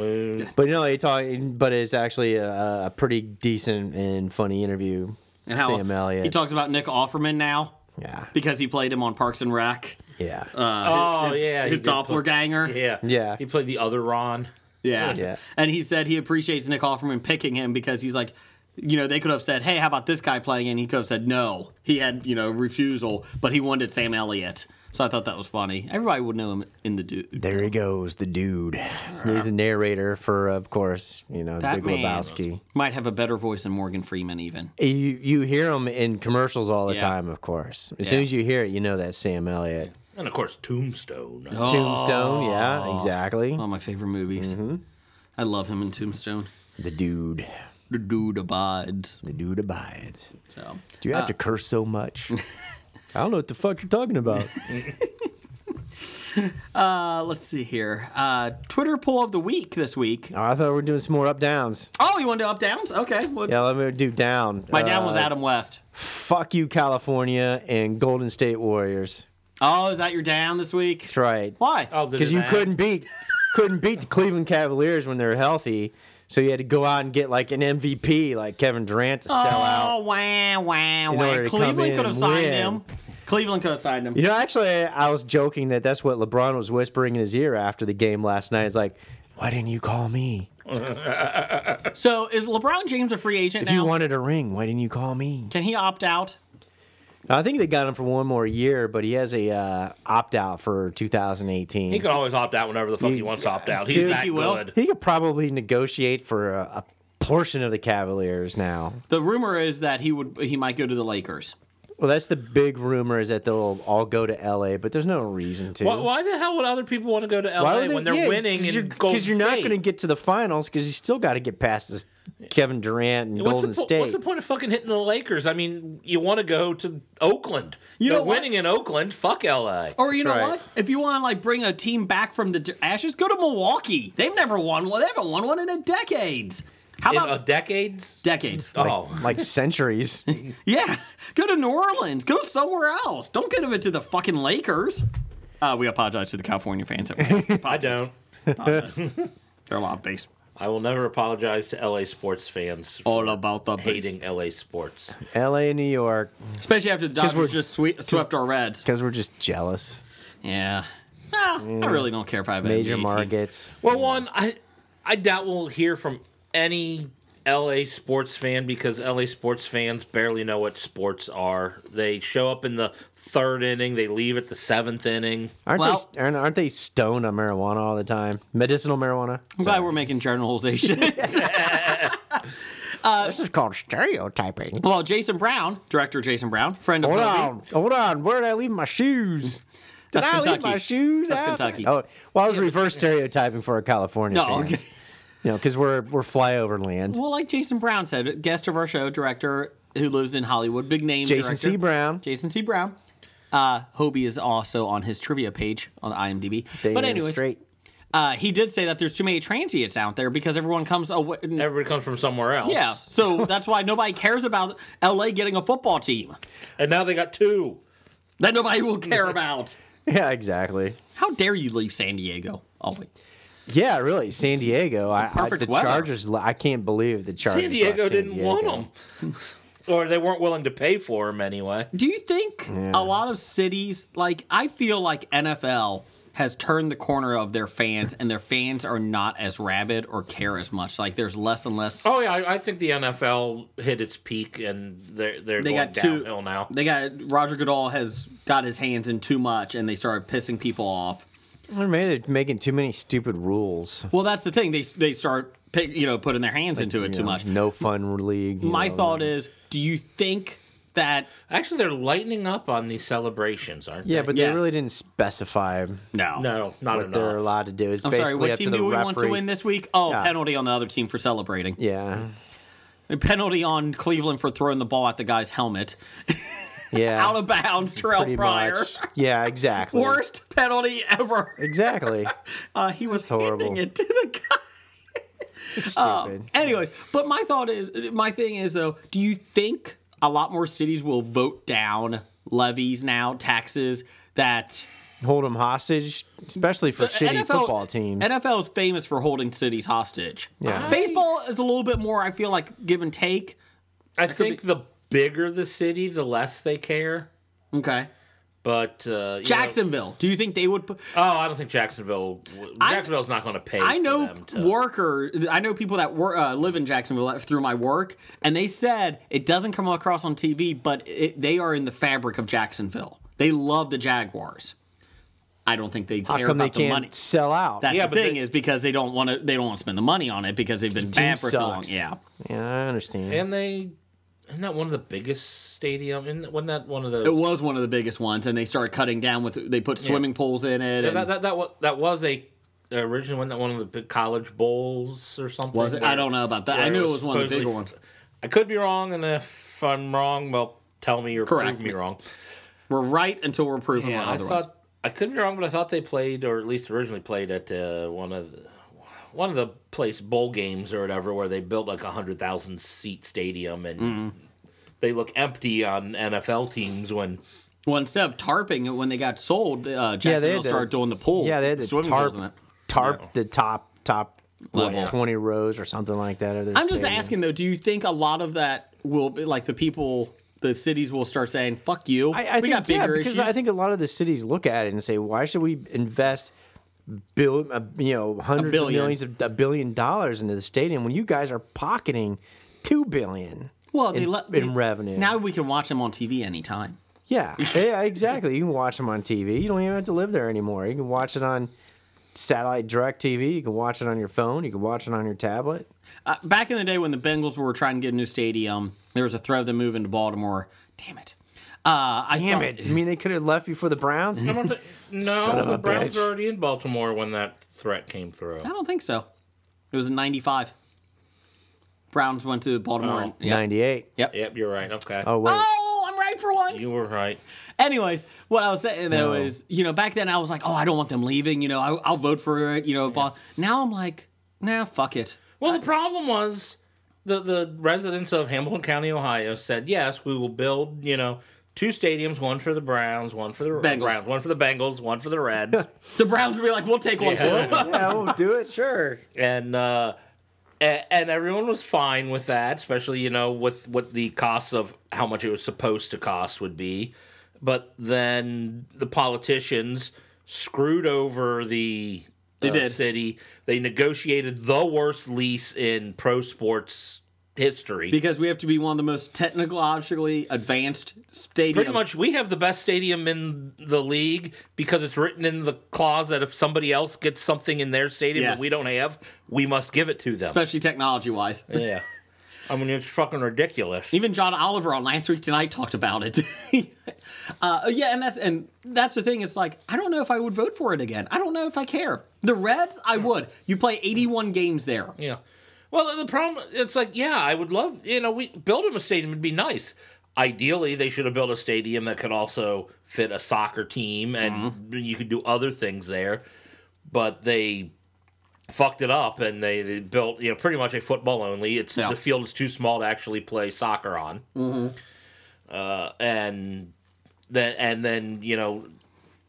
S6: But no, he talk, but it's actually a, a pretty decent and funny interview.
S2: And how
S6: Sam Elliott.
S2: he talks about Nick Offerman now
S6: yeah,
S2: because he played him on Parks and Rec.
S6: yeah,
S2: uh,
S4: Oh, yeah. he
S2: his
S4: did play-
S2: doppelganger.
S4: Yeah.
S6: Yeah.
S4: He played the other Ron.
S2: Yes.
S6: Yeah.
S2: And he said he appreciates Nick Offerman picking him because he's like, you know, they could have said, hey, how about this guy playing? And he could have said no. He had, you know, refusal, but he wanted Sam Elliott. So I thought that was funny. Everybody would know him in the dude.
S6: there he goes, the dude. He's the narrator for, of course, you know,
S2: That
S6: Big
S2: man.
S6: Lebowski.
S2: Might have a better voice than Morgan Freeman, even.
S6: You you hear him in commercials all the
S2: Yeah.
S6: time, of course. As soon as you hear it, you know that's Sam Elliott.
S4: And of course, Tombstone.
S2: Oh.
S6: Tombstone, yeah, exactly.
S2: One of my favorite movies.
S6: Mm-hmm.
S2: I love him in Tombstone.
S6: The dude,
S2: The dude abides.
S6: the dude abides.
S2: So.
S6: Do you have to curse so much? I don't know what the fuck you're talking about.
S2: Uh, let's see here. Uh, Twitter poll of the week this week.
S6: I thought we were doing some more up downs.
S2: Oh, you want to do up downs? Okay. Well,
S6: Yeah, let me do down.
S2: My down was
S6: Uh,
S2: Adam West.
S6: Fuck you, California and Golden State Warriors.
S2: Oh, is that your down this week?
S6: That's right.
S2: Why?
S4: Oh, did
S6: Because
S4: it
S6: you
S4: matter?
S6: couldn't beat couldn't beat the Cleveland Cavaliers when they were healthy, so you had to go out and get like an MVP like Kevin Durant to sell out.
S2: Oh, wow, wow,
S6: in order
S2: wow.
S6: to come
S2: Cleveland
S6: in
S2: could have
S6: and
S2: signed
S6: win.
S2: him. Cleveland could have signed him.
S6: You know, actually, I was joking that that's what LeBron was whispering in his ear after the game last night. It's like, why didn't you call me?
S2: So is LeBron James a free agent
S6: If you
S2: now?
S6: wanted a ring, why didn't you call me?
S2: Can he opt out?
S6: I think they got him for one more year, but he has a uh, opt out for 2018.
S4: He can always opt out whenever the fuck he wants to opt out. He's
S6: Dude,
S4: that
S2: he will.
S4: good.
S6: He could probably negotiate for a, a portion of the Cavaliers now.
S2: The rumor is that he would he might go to the Lakers.
S6: Well, that's the big rumor is that they'll all go to LA, but there's no reason to.
S4: Why, why the hell would other people want to go to LA
S6: Why would
S4: when they're
S6: yeah,
S4: winning?
S6: Because
S4: in
S6: you're,
S4: Golden
S6: 'cause you're not
S4: State?
S6: going to get to the finals because you still got to get past this Kevin Durant and
S4: What's
S6: Golden
S4: the po-
S6: State.
S4: What's the point of fucking hitting the Lakers? I mean, you want to go to Oakland. You
S2: know
S4: know,
S2: what?
S4: winning in Oakland. Fuck LA.
S2: Or you
S6: That's
S2: know
S6: right.
S2: what? If you want to like bring a team back from the d- ashes, go to Milwaukee. They've never won one. They haven't won one in a decade. How
S4: in
S2: about
S4: a uh, decades.
S2: decades?
S4: Oh,
S6: like centuries.
S2: Yeah, go to New Orleans. Go somewhere else. Don't give it to the fucking Lakers. Uh, we apologize to the California fans.
S4: I don't.
S2: They're a lot of base.
S4: I will never apologize to LA sports fans for
S2: All about the
S4: hating LA sports.
S6: LA and New York
S2: Especially after the Dodgers just swe- swept our Reds.
S6: because we're just jealous.
S2: Yeah. Ah, I really don't care if I have an
S6: Major
S2: NBA team.
S6: markets.
S4: Well, one, I I doubt we'll hear from any LA sports fan because LA sports fans barely know what sports are. They show up in the third inning, they leave at the seventh inning.
S6: Aren't,
S2: Well-
S6: they, aren't, aren't they stoned on marijuana all the time? Medicinal marijuana?
S2: I'm glad we're making generalizations.
S6: this is called stereotyping.
S2: well, Jason Brown, director Jason Brown, friend of
S6: Hold
S2: Kobe.
S6: on, hold on. Where did I leave my shoes? Did
S2: That's
S6: I leave
S2: Kentucky.
S6: my shoes?
S2: That's
S6: outside?
S2: Kentucky.
S6: Oh, well, I was reverse stereotyping for a California
S2: No,
S6: fans.
S2: okay.
S6: You know, because we're we're flyover land.
S2: Well, like Jason Brown said, guest of our show, director who lives in Hollywood, big name
S6: Jason
S2: director.
S6: C. Brown.
S2: Jason C. Brown. Uh, Hobie is also on his trivia page on IMDb.
S6: Damn
S2: but anyways,
S6: straight.
S2: Uh, he did say that there's too many transients out there because everyone comes away.
S4: Everybody comes from somewhere else.
S2: Yeah, so that's why nobody cares about LA getting a football team
S4: And now they got two.
S2: that nobody will care about.
S6: Yeah, exactly.
S2: How dare you leave San Diego? Oh, wait.
S6: Yeah, really, San Diego. I, I,
S2: perfect
S6: the
S2: weather.
S6: Chargers. le- I can't believe the Chargers.
S4: San Diego
S6: left
S4: didn't want
S6: Diego.
S4: them. or they weren't willing to pay for them anyway.
S2: Do you think
S6: Yeah.
S2: a lot of cities, like, I feel like NFL has turned the corner of their fans, and their fans are not as rabid or care as much. Like, there's less and less.
S4: Oh yeah, I, I think the NFL hit its peak and they're they're
S2: They
S4: going
S2: got two-
S4: downhill now.
S2: They got Roger Goodall has got his hands in too much, and they started pissing people off.
S6: Or maybe they're making too many stupid rules.
S2: Well, that's the thing. They they start pick, you know putting their hands into it
S6: You
S2: too
S6: know,
S2: much.
S6: No fun league. you
S2: My
S6: know.
S2: thought is, do you think that
S4: Actually, they're lightening up on these celebrations, aren't
S6: Yeah,
S4: they?
S6: but
S2: Yes.
S6: they really didn't specify
S2: no?
S4: no, not
S6: what they're
S4: enough.
S6: allowed to do. It's
S2: I'm
S6: basically
S2: sorry. What
S6: up
S2: team
S6: to the
S2: do we
S6: referee.
S2: want to win this week? Oh,
S6: Yeah.
S2: penalty on the other team for celebrating.
S6: Yeah,
S2: A penalty on Cleveland for throwing the ball at the guy's helmet.
S6: yeah.
S2: Out of bounds, Terrell
S6: pretty
S2: Pryor.
S6: much. Yeah, exactly.
S2: Worst penalty ever.
S6: Exactly.
S2: Uh, he was
S6: horrible.
S2: handing it to the guy.
S6: Stupid.
S2: Um, Anyways, but my thought is, my thing is though, do you think a lot more cities will vote down levies now, taxes that
S6: Hold them hostage, especially for shitty football teams.
S2: NFL is famous for holding cities hostage.
S6: Yeah.
S2: Baseball is a little bit more, I feel like, give and take.
S4: I think the bigger the city, the less they care.
S2: Okay.
S4: But uh, you know-
S2: Jacksonville. Do you think they would? Put,
S4: oh, I don't think Jacksonville. Jacksonville's not going to pay.
S2: I know
S4: For them to,
S2: worker. I know people that wor uh, live in Jacksonville through my work, and they said it doesn't come across on TV, but it, they are in the fabric of Jacksonville. They love the Jaguars. I don't think they
S6: How
S2: care
S6: come they
S2: about the
S6: can't
S2: money.
S6: sell out?
S2: That's
S4: Yeah,
S2: the
S4: but
S2: thing
S4: they-
S2: is because they don't want to. They don't want to spend the money on it because they've been
S6: team
S2: bad for so long.
S6: sucks.
S2: Yeah.
S6: yeah, I understand.
S4: and they isn't that one of the biggest stadium? Isn't wasn't that one of the
S2: It was one of the biggest ones, and they started cutting down with. They put swimming pools in it.
S4: Yeah,
S2: and-
S4: that, that, that, was, that was a originally wasn't that one of the big college bowls or something?
S2: Was it? I don't know about that.
S4: where
S2: I knew it was one of the
S4: supposedly-
S2: bigger ones.
S4: I could be wrong, and if I'm wrong, well, tell me or
S2: Correct
S4: prove me
S2: me.
S4: wrong.
S2: We're right until we're proven
S4: Yeah,
S2: wrong
S4: I
S2: otherwise.
S4: thought I could be wrong, but I thought they played, or at least originally played at uh, one of the, one of the place bowl games or whatever, where they built like a hundred thousand seat stadium, and
S6: Mm-hmm.
S4: they look empty on NFL teams when
S2: Well, instead of tarping it when they got sold, uh,
S6: Yeah, they
S2: Jacksonville
S6: had to-
S2: started doing the pool.
S6: Yeah, they had to
S2: swimming
S6: tarp,
S2: pools in it.
S6: tarp the top top what,
S2: Level.
S6: twenty rows or something like that. of their
S2: I'm just
S6: stadium.
S2: asking though. Do you think a lot of that will be like the people, the cities will start saying "fuck you"?
S6: I, I
S2: we
S6: think,
S2: got bigger
S6: yeah, because
S2: issues.
S6: I think a lot of the cities look at it and say, why should we invest? Bill, uh, you know, hundreds of
S2: billion.
S6: millions of a billion dollars into the stadium when you guys are pocketing two billion.
S2: well, they
S6: in-
S2: let
S6: in
S2: they-
S6: revenue.
S2: Now we can watch them on TV anytime.
S6: Yeah, yeah, exactly. You can watch them on TV. You don't even have to live there anymore. You can watch it on satellite direct TV. You can watch it on your phone. You can watch it on your tablet.
S2: Uh, back in the day when the Bengals were trying to get a new stadium, there was a threat of them moving to Baltimore. Damn it! Uh, I
S6: Damn
S2: thought-
S6: it! I mean, they could have left before the Browns. Son
S4: no,
S6: of
S4: the
S6: a
S4: Browns
S6: bitch.
S4: were already in Baltimore when that threat came through.
S2: I don't think so. It was in '95. Browns went to Baltimore. Yeah.
S6: Ninety-eight.
S4: Yep, you're right. Okay.
S6: Oh wait,
S2: Oh, I'm right for once.
S4: You were right.
S2: Anyways, what I was saying though
S6: No.
S2: is, you know, back then I was like, oh, I don't want them leaving. You know, I, I'll vote for it. You know, blah. now I'm like, nah, fuck it.
S4: Well, the problem was the the residents of Hamilton County, Ohio, said yes, we will build. You know, two stadiums: one for the Browns, one for the
S2: Bengals.
S4: Browns, one for the Bengals, one for the Reds.
S2: The Browns would be like, we'll take one too.
S6: yeah, we'll do it. Sure.
S4: and uh, a- and everyone was fine with that, especially you know with what the cost of how much it was supposed to cost would be. But then the politicians screwed over the
S2: They did.
S4: city. They negotiated the worst lease in pro sports history.
S2: because we have to be one of the most technologically advanced stadiums.
S4: Pretty much, we have the best stadium in the league because it's written in the clause that if somebody else gets something in their stadium
S2: Yes.
S4: that we don't have, we must give it to them.
S2: especially technology wise.
S4: Yeah. I mean, it's fucking ridiculous.
S2: Even John Oliver on last week tonight talked about it. uh, yeah, and that's and that's the thing. It's like I don't know if I would vote for it again. I don't know if I care. The Reds, I would. You play 81 games there.
S4: Yeah. Well, the problem, it's like, yeah, I would love, you know, we building a stadium would be nice. Ideally, they should have built a stadium that could also fit a soccer team, and you could do other things there. But they fucked it up and they, they built you know pretty much a football only. It's
S2: Yeah.
S4: the field is too small to actually play soccer on. Uh, and then and then you know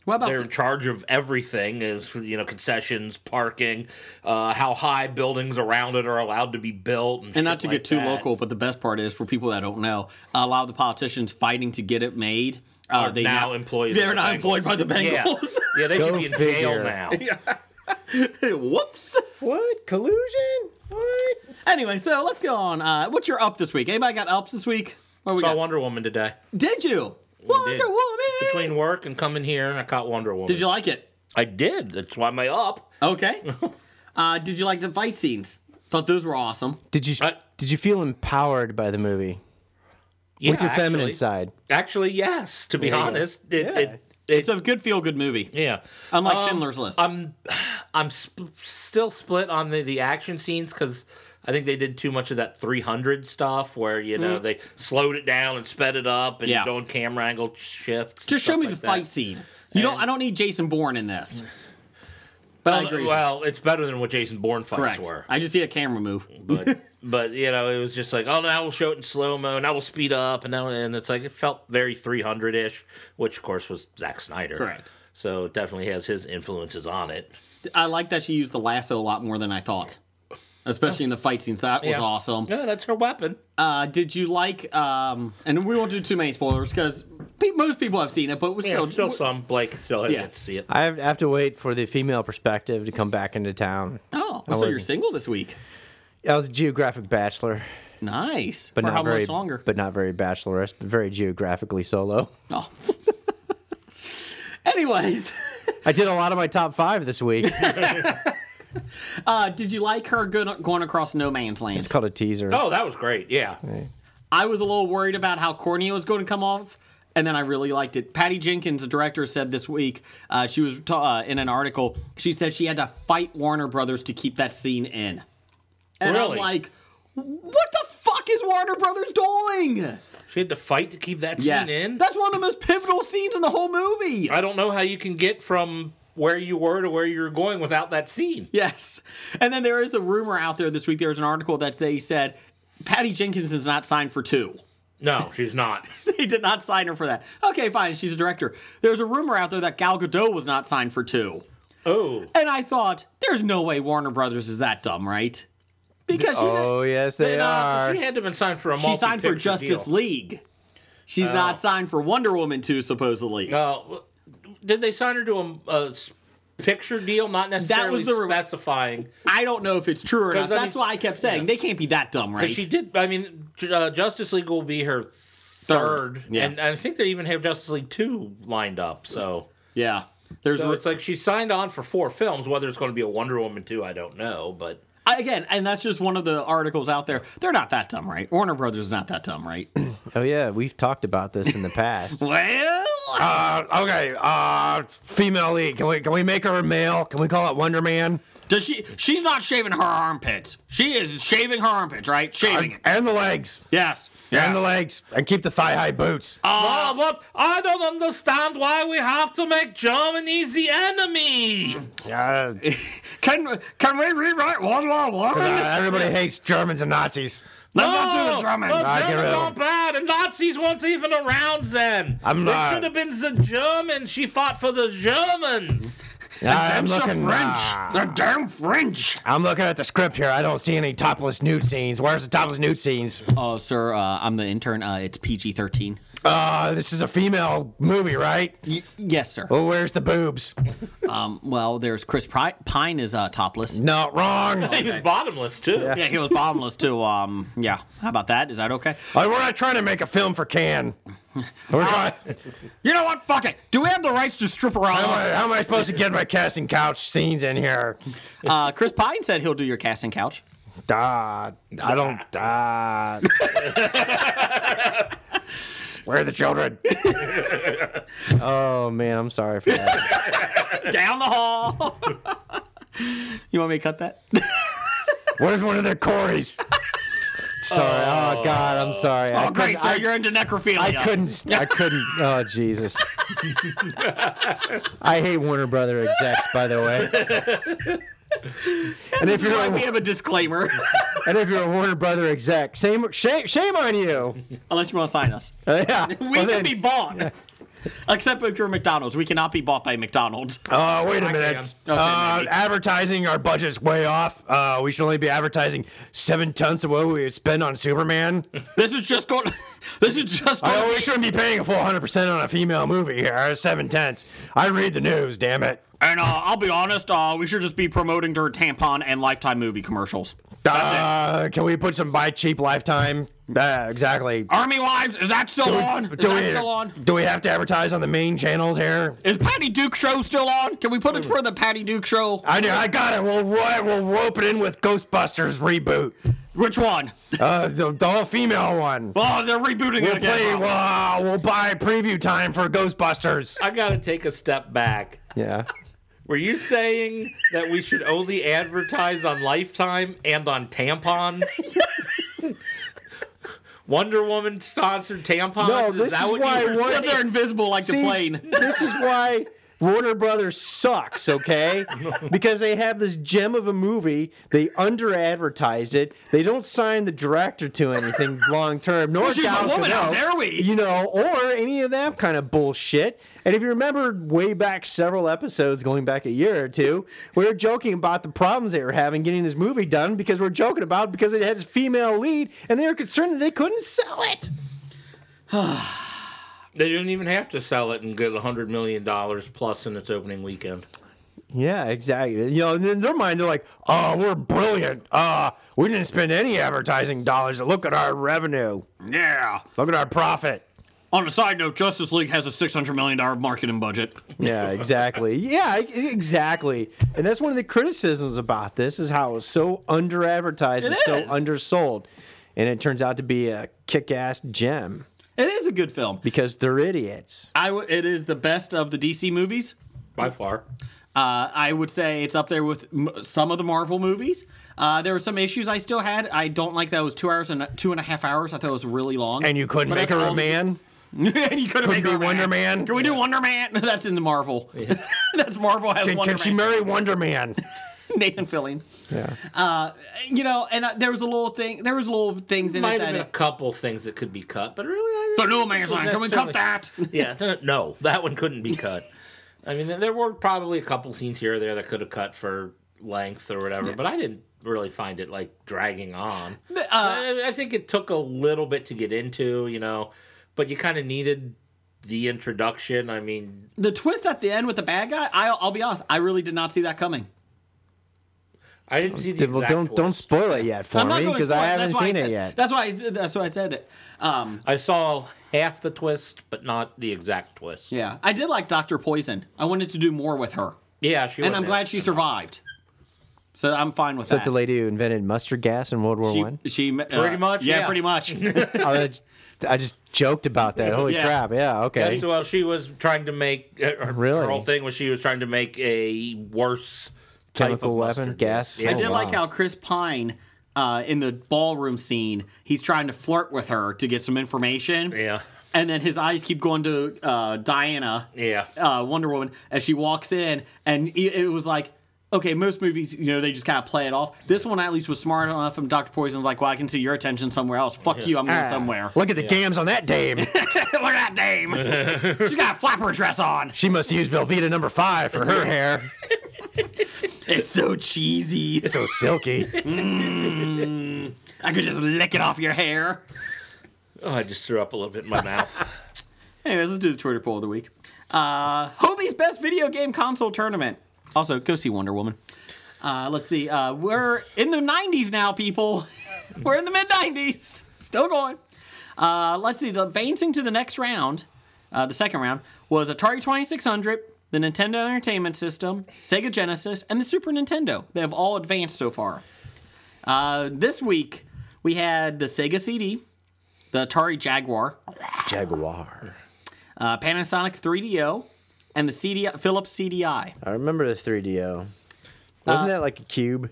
S2: What about
S4: they're in charge of everything is you know concessions parking uh, how high buildings around it are allowed to be built and,
S2: And
S4: shit
S2: not to
S4: like
S2: get too
S4: that.
S2: local, but the best part is for people that don't know, a lot of the politicians fighting to get it made. Uh,
S4: are
S2: they
S4: now
S2: now-
S4: employees of
S2: They're
S4: the
S2: not
S4: Bengals.
S2: employed by the
S4: Yeah.
S2: Bengals.
S4: yeah, they should
S6: Go
S4: be in
S6: figure.
S4: jail now
S2: Whoops.
S6: What collusion? What?
S2: Anyway, so let's go on. Uh, what's your up this week? Anybody got ups this week? What we
S4: saw
S2: got?
S4: Wonder Woman today
S2: Did you? Wonder
S4: did.
S2: Woman.
S4: between work and coming here I caught Wonder Woman
S2: Did you like it?
S4: I did that's why my up
S2: Okay. uh, did you like the fight scenes? Thought those were awesome.
S6: Did you
S4: Uh,
S6: did you feel empowered by the movie
S4: yeah,
S6: with your feminine
S4: actually.
S6: side?
S4: actually yes to be
S6: you go.
S4: honest it,
S6: Yeah.
S4: it, it,
S2: It's a good feel good movie,
S4: yeah Um,
S2: unlike Schindler's List.
S4: I'm I'm sp- still split on the, the action scenes because I think they did too much of that 300 stuff where you know they slowed it down and sped it up
S2: Mm-hmm.
S4: and
S2: Yeah.
S4: doing camera angle shifts. and
S2: Just show
S4: stuff
S2: me
S4: like
S2: the
S4: that.
S2: fight scene. You don't. I don't need Jason Bourne in this. But I
S4: Well,
S2: agree. with you.
S4: Well, it's better than what Jason Bourne fights
S2: Correct.
S4: were.
S2: I just see a camera move.
S4: But but you know it was just like oh now we'll show it in slow mo now we'll speed up and now and it's like it felt very 300 ish which of course was Zack Snyder.
S2: Correct.
S4: So it definitely has his influences on it.
S2: I like that she used the lasso a lot more than I thought, especially in the fight scenes. That was
S4: Yeah.
S2: awesome.
S4: Yeah, that's her weapon.
S2: Uh, did you like? Um, and we won't do too many spoilers because pe- most people have seen it, but we
S4: Yeah,
S2: still,
S4: still some Blake still hasn't
S2: Yeah.
S4: yet to see it.
S6: I have, I have to wait for the female perspective to come back into town.
S2: Oh, so you're single this week?
S6: I was a geographic bachelor,
S2: Nice.
S6: but
S2: For
S6: not
S2: how
S6: very
S2: much longer?
S6: but not very bachelorist, but very geographically solo.
S2: Oh. Anyways,
S6: I did a lot of my top five this week.
S2: uh, did you like her good, going across no man's land?
S6: It's called a teaser.
S4: Oh, that was great. Yeah.
S2: I was a little worried about how corny it was going to come off, and then I really liked it. Patty Jenkins, the director, said this week uh, she was ta- uh, in an article. She said she had to fight Warner Brothers to keep that scene in, and I'm
S4: Really?
S2: like, what the fuck is Warner Brothers doing?
S4: She had to fight to keep that scene
S2: Yes,
S4: in.
S2: that's one of the most pivotal scenes in the whole movie.
S4: I don't know how you can get from where you were to where you were going without that scene.
S2: Yes. And then there is a rumor out there this week. There was an article that they said Patty Jenkins is not signed for two.
S4: No, she's not.
S2: They did not sign her for that. Okay, fine. She's a director. There's a rumor out there that Gal Gadot was not signed for two.
S4: Oh,
S2: And I thought, there's no way Warner Brothers is that dumb, right? Because she's
S6: Oh, yes, they
S4: And, uh,
S6: are.
S4: she had to have been signed for a.
S2: she signed for
S4: multi-picture
S2: Justice
S4: deal. Oh.
S2: League. She's not signed for Wonder Woman 2, supposedly.
S4: Uh, did they sign her to a, a s- picture deal? Not necessarily
S2: was the rumor.
S4: specifying.
S2: I don't know if it's true or not.
S4: Because, I mean-
S2: That's why I kept saying they can't be that dumb, right?
S4: But she did. I mean, J- uh, Justice League will be her third,
S2: Yeah.
S4: and, and I think they even have Justice League two lined up. So.
S2: yeah. There's
S4: So
S2: ru-
S4: it's like she signed on for four films. Whether it's going to be a Wonder Woman two, I don't know. But
S2: I- again, and that's just one of the articles out there. They're not that dumb, right? Warner Brothers is not that dumb, right?
S6: Oh yeah, we've talked about this in the past.
S2: well,
S6: uh, okay, uh, female lead. Can we can we make her a male? Can we call it Wonder Man?
S2: does she? She's not shaving her armpits. She is shaving her armpits, right? Shaving. it.
S6: and the legs.
S2: Yes. yes.
S6: legs. And keep the thigh high boots.
S4: Ah, but I don't understand why we have to make Germany the enemy.
S6: Uh,
S2: Can can we rewrite one law one?
S6: everybody hates Germans and Nazis.
S2: Let's not do the German.
S4: Well,
S6: Ah, get rid
S4: Germans
S6: of
S4: are bad, and Nazis weren't even around then.
S6: I'm not-
S4: It should have been the Germans. She fought for the Germans.
S6: I'm looking. uh,
S2: the damn French.
S6: I'm looking at the script here. I don't see any topless nude scenes. Where's the topless nude scenes?
S2: Oh, sir, uh, I'm the intern. Uh, it's PG thirteen.
S6: Uh, this is a female movie, right?
S2: yes, sir.
S6: Well, where's the boobs?
S2: Um, well, there's Chris Pri- Pine is uh, topless.
S6: No, wrong.
S4: He was bottomless too.
S2: Yeah, he was bottomless too. Um, yeah. How about that? Is that okay?
S6: Like, Oh, we're not trying to make a film for Can. We're trying.
S2: You know what? Fuck it. Do we have the rights to strip around?
S6: How am, I, how am I supposed to get my casting couch scenes in here?
S2: Uh, Chris Pine said he'll do your casting couch.
S6: Duh. I don't. Duh. Where are the children? oh man, I'm sorry for that.
S2: Down the hall. you want me to cut that?
S6: Where's one of their Corys? Sorry. Oh, God, I'm sorry. I
S2: Oh, great.
S6: couldn't-
S2: So
S6: I,
S2: you're into necrophilia.
S6: I couldn't. I couldn't. Oh Jesus. I hate Warner Brother execs. By the way. and if you're
S2: Why we
S6: a,
S2: have a disclaimer,
S6: and if you're a Warner Brother exec, same shame, shame on you.
S2: unless you want to sign us.
S6: Uh, yeah,
S2: We
S6: Well,
S2: can
S6: then-
S2: be bought. Except if you're McDonald's, we cannot be bought by McDonald's.
S6: Oh, wait a minute.
S4: can. Okay,
S6: uh,
S4: maybe.
S6: advertising, our budget's way off. Uh, we should only be advertising seven tenths of what we would spend on Superman.
S2: This is just going. This is just going.
S6: oh, we shouldn't be paying a full 100% on a female movie here. Seven tenths. I read the news, damn it.
S2: and uh, I'll be honest, uh, we should just be promoting their tampon and Lifetime movie commercials.
S6: uh, Can we put some buy cheap lifetime? Uh, exactly.
S2: Army Wives, is that still on? Is that
S6: we,
S2: still on?
S6: do we have to advertise on the main channels here?
S2: Is Patty Duke show still on? Can we put it for the Patty Duke show?
S6: I know, I got it. We'll, ro- we'll rope it in with Ghostbusters reboot.
S2: Which one?
S6: Uh, the, the all female one.
S2: Oh, they're rebooting
S6: We'll
S2: it again.
S6: play.
S2: Rob.
S6: We'll, we'll buy preview time for Ghostbusters.
S4: I gotta take a step back.
S6: Yeah.
S4: Were you saying that we should only advertise on Lifetime and on tampons? Wonder Woman sponsored tampons?
S6: No, this
S4: that
S6: is
S4: what
S6: why
S4: you were
S6: Warner-
S4: saying?
S2: But they're invisible like the plane.
S6: this is why Warner Brothers sucks. Okay, because they have this gem of a movie, they under advertise it. They don't sign the director to anything long term. Nor
S2: she's a
S6: Gal
S2: woman, how
S6: Gadot,
S2: dare we?
S6: You know, or any of that kind of bullshit. And if you remember way back several episodes, going back a year or two, we were joking about the problems they were having getting this movie done because we're joking about it because it has a female lead, and they were concerned that they couldn't sell it.
S4: They didn't even have to sell it and get $100 million plus in its opening weekend.
S6: Yeah, exactly. You know, and in their mind, they're like, "Oh, we're brilliant. Uh, we didn't spend any advertising dollars. Look at our revenue.
S2: Yeah.
S6: Look at our profit."
S2: On a side note, Justice League has a six hundred million dollar marketing budget.
S6: Yeah, exactly. yeah, e- exactly. And that's one of the criticisms about this is how it's so under advertised and
S2: It
S6: so
S2: is.
S6: undersold, and it turns out to be a kick-ass gem
S2: It is a good film.
S6: because they're idiots.
S2: I w- it is the best of the DC movies. Mm.
S4: By far.
S2: Uh, I would say it's up there with m- some of the Marvel movies. Uh, there were some issues I still had. I don't like that it was two hours and two and a half hours. I thought it was really long.
S6: And you couldn't
S2: But
S6: make
S2: that's
S6: her a
S2: all the-
S6: man.
S2: and you couldn't
S6: Couldn't
S2: make
S6: be
S2: her a
S6: Wonder Man.
S2: Can we do Wonder Man? That's in the Marvel. That's Marvel has
S6: Can,
S2: Wonder
S6: can she
S2: Man.
S6: marry Wonder Man?
S2: Nathan Fillion.
S6: Yeah.
S2: You know, and uh, there was a little thing. There was little things in it
S4: Might have
S2: that.
S4: been a
S2: It,
S4: couple things that could be cut, but really, I
S2: the No Man's Land. Can we cut that?
S4: Yeah, th- no, that one couldn't be cut. I mean, there were probably a couple scenes here or there that could have cut for length or whatever, but I didn't really find it like dragging on.
S2: uh,
S4: I, I think it took a little bit to get into, you know, but you kind of needed the introduction. I mean,
S2: The twist at the end with the bad guy. I'll, I'll be honest. I really did not see that coming.
S4: I didn't see the
S6: Well,
S4: exact
S6: don't don't
S4: twist.
S6: spoil it yet for
S2: I'm not
S6: me
S2: going to
S6: because
S2: spoil
S6: I
S2: it, that's
S6: haven't
S2: why
S6: seen
S2: I
S6: it
S2: said-
S6: yet.
S2: That's why. I, that's why I said it. Um,
S4: I saw half the twist, but not the exact twist. Yeah,
S2: yeah, I did like Doctor Poison. I wanted to do more with her,
S4: she
S2: and
S4: wasn't
S2: I'm
S4: in
S2: glad
S4: it.
S2: she survived. So I'm fine with
S6: Is that
S2: that.
S6: the lady who invented mustard gas in World War
S2: she,
S6: One? Oh,
S2: she uh,
S4: Pretty much,
S2: Yeah,
S4: yeah.
S2: pretty much.
S6: I, I just joked about that. Holy
S2: Yeah.
S6: crap! Yeah, okay.
S4: That's well, she was trying to make uh, her, her
S6: Really?
S4: whole thing was she was trying to make a worse type
S6: Chemical
S4: of
S6: weapon,
S4: mustard.
S6: gas?
S4: Yeah.
S2: I did
S6: Oh,
S2: like
S6: wow.
S2: how Chris Pine, uh, in the ballroom scene, he's trying to flirt with her to get some information.
S4: yeah,
S2: And then his eyes keep going to uh, Diana,
S4: yeah.
S2: uh, Wonder Woman, as she walks in, and it, it was like. Okay, most movies, you know, they just kind of play it off. This one at least was smart enough, and Dr. Poison's like, well, I can see your attention somewhere else. Fuck you, I'm going
S6: Ah,
S2: somewhere.
S6: Look at the dams on that dam.
S2: Look at that dame. She's got a flapper dress on.
S6: she must use Velveeta number five for her hair.
S2: It's so cheesy.
S6: So silky.
S2: I could just lick it off your hair.
S4: Oh, I just threw up a little bit in my mouth.
S2: Anyways, let's do the Twitter poll of the week. Uh, Hobie's best video game console tournament. Also, go see Wonder Woman. Uh, let's see. Uh, we're in the 90s now, people. we're in the mid 90s. Still going. Uh, let's see. The advancing to the next round, uh, the second round, was Atari 2600, the Nintendo Entertainment System, Sega Genesis, and the Super Nintendo. They have all advanced so far. Uh, this week, we had the Sega CD, the Atari Jaguar,
S6: Jaguar.
S2: uh, Panasonic 3DO, and the CD Philips CDI.
S7: Uh,
S6: I remember the 3DO. Wasn't that like a cube?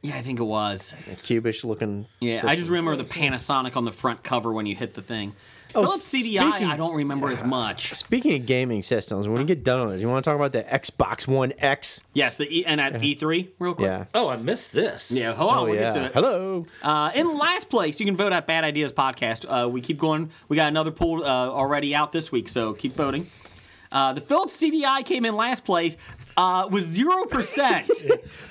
S7: Yeah, I think it was.
S6: cubish looking.
S7: Yeah, I just
S6: system.
S7: remember the Panasonic on the front cover when you hit the thing.
S6: Oh,
S7: Philips CDI,
S6: speaking-
S7: I don't remember as much.
S6: Speaking of gaming systems, when you get done with this, you want to talk about the Xbox One X?
S7: Yes, the e- and at E3, real quick.
S6: Yeah.
S4: Oh, I missed this.
S7: Yeah, hold on,
S6: Oh,
S7: we'll
S6: yeah.
S7: get to it.
S6: Hello.
S7: Uh, in last place, you can vote at Bad Ideas Podcast. Uh, we keep going. We got another poll uh, already out this week, so keep voting. Uh, the Philips CDI came in last place. Uh, was zero percent.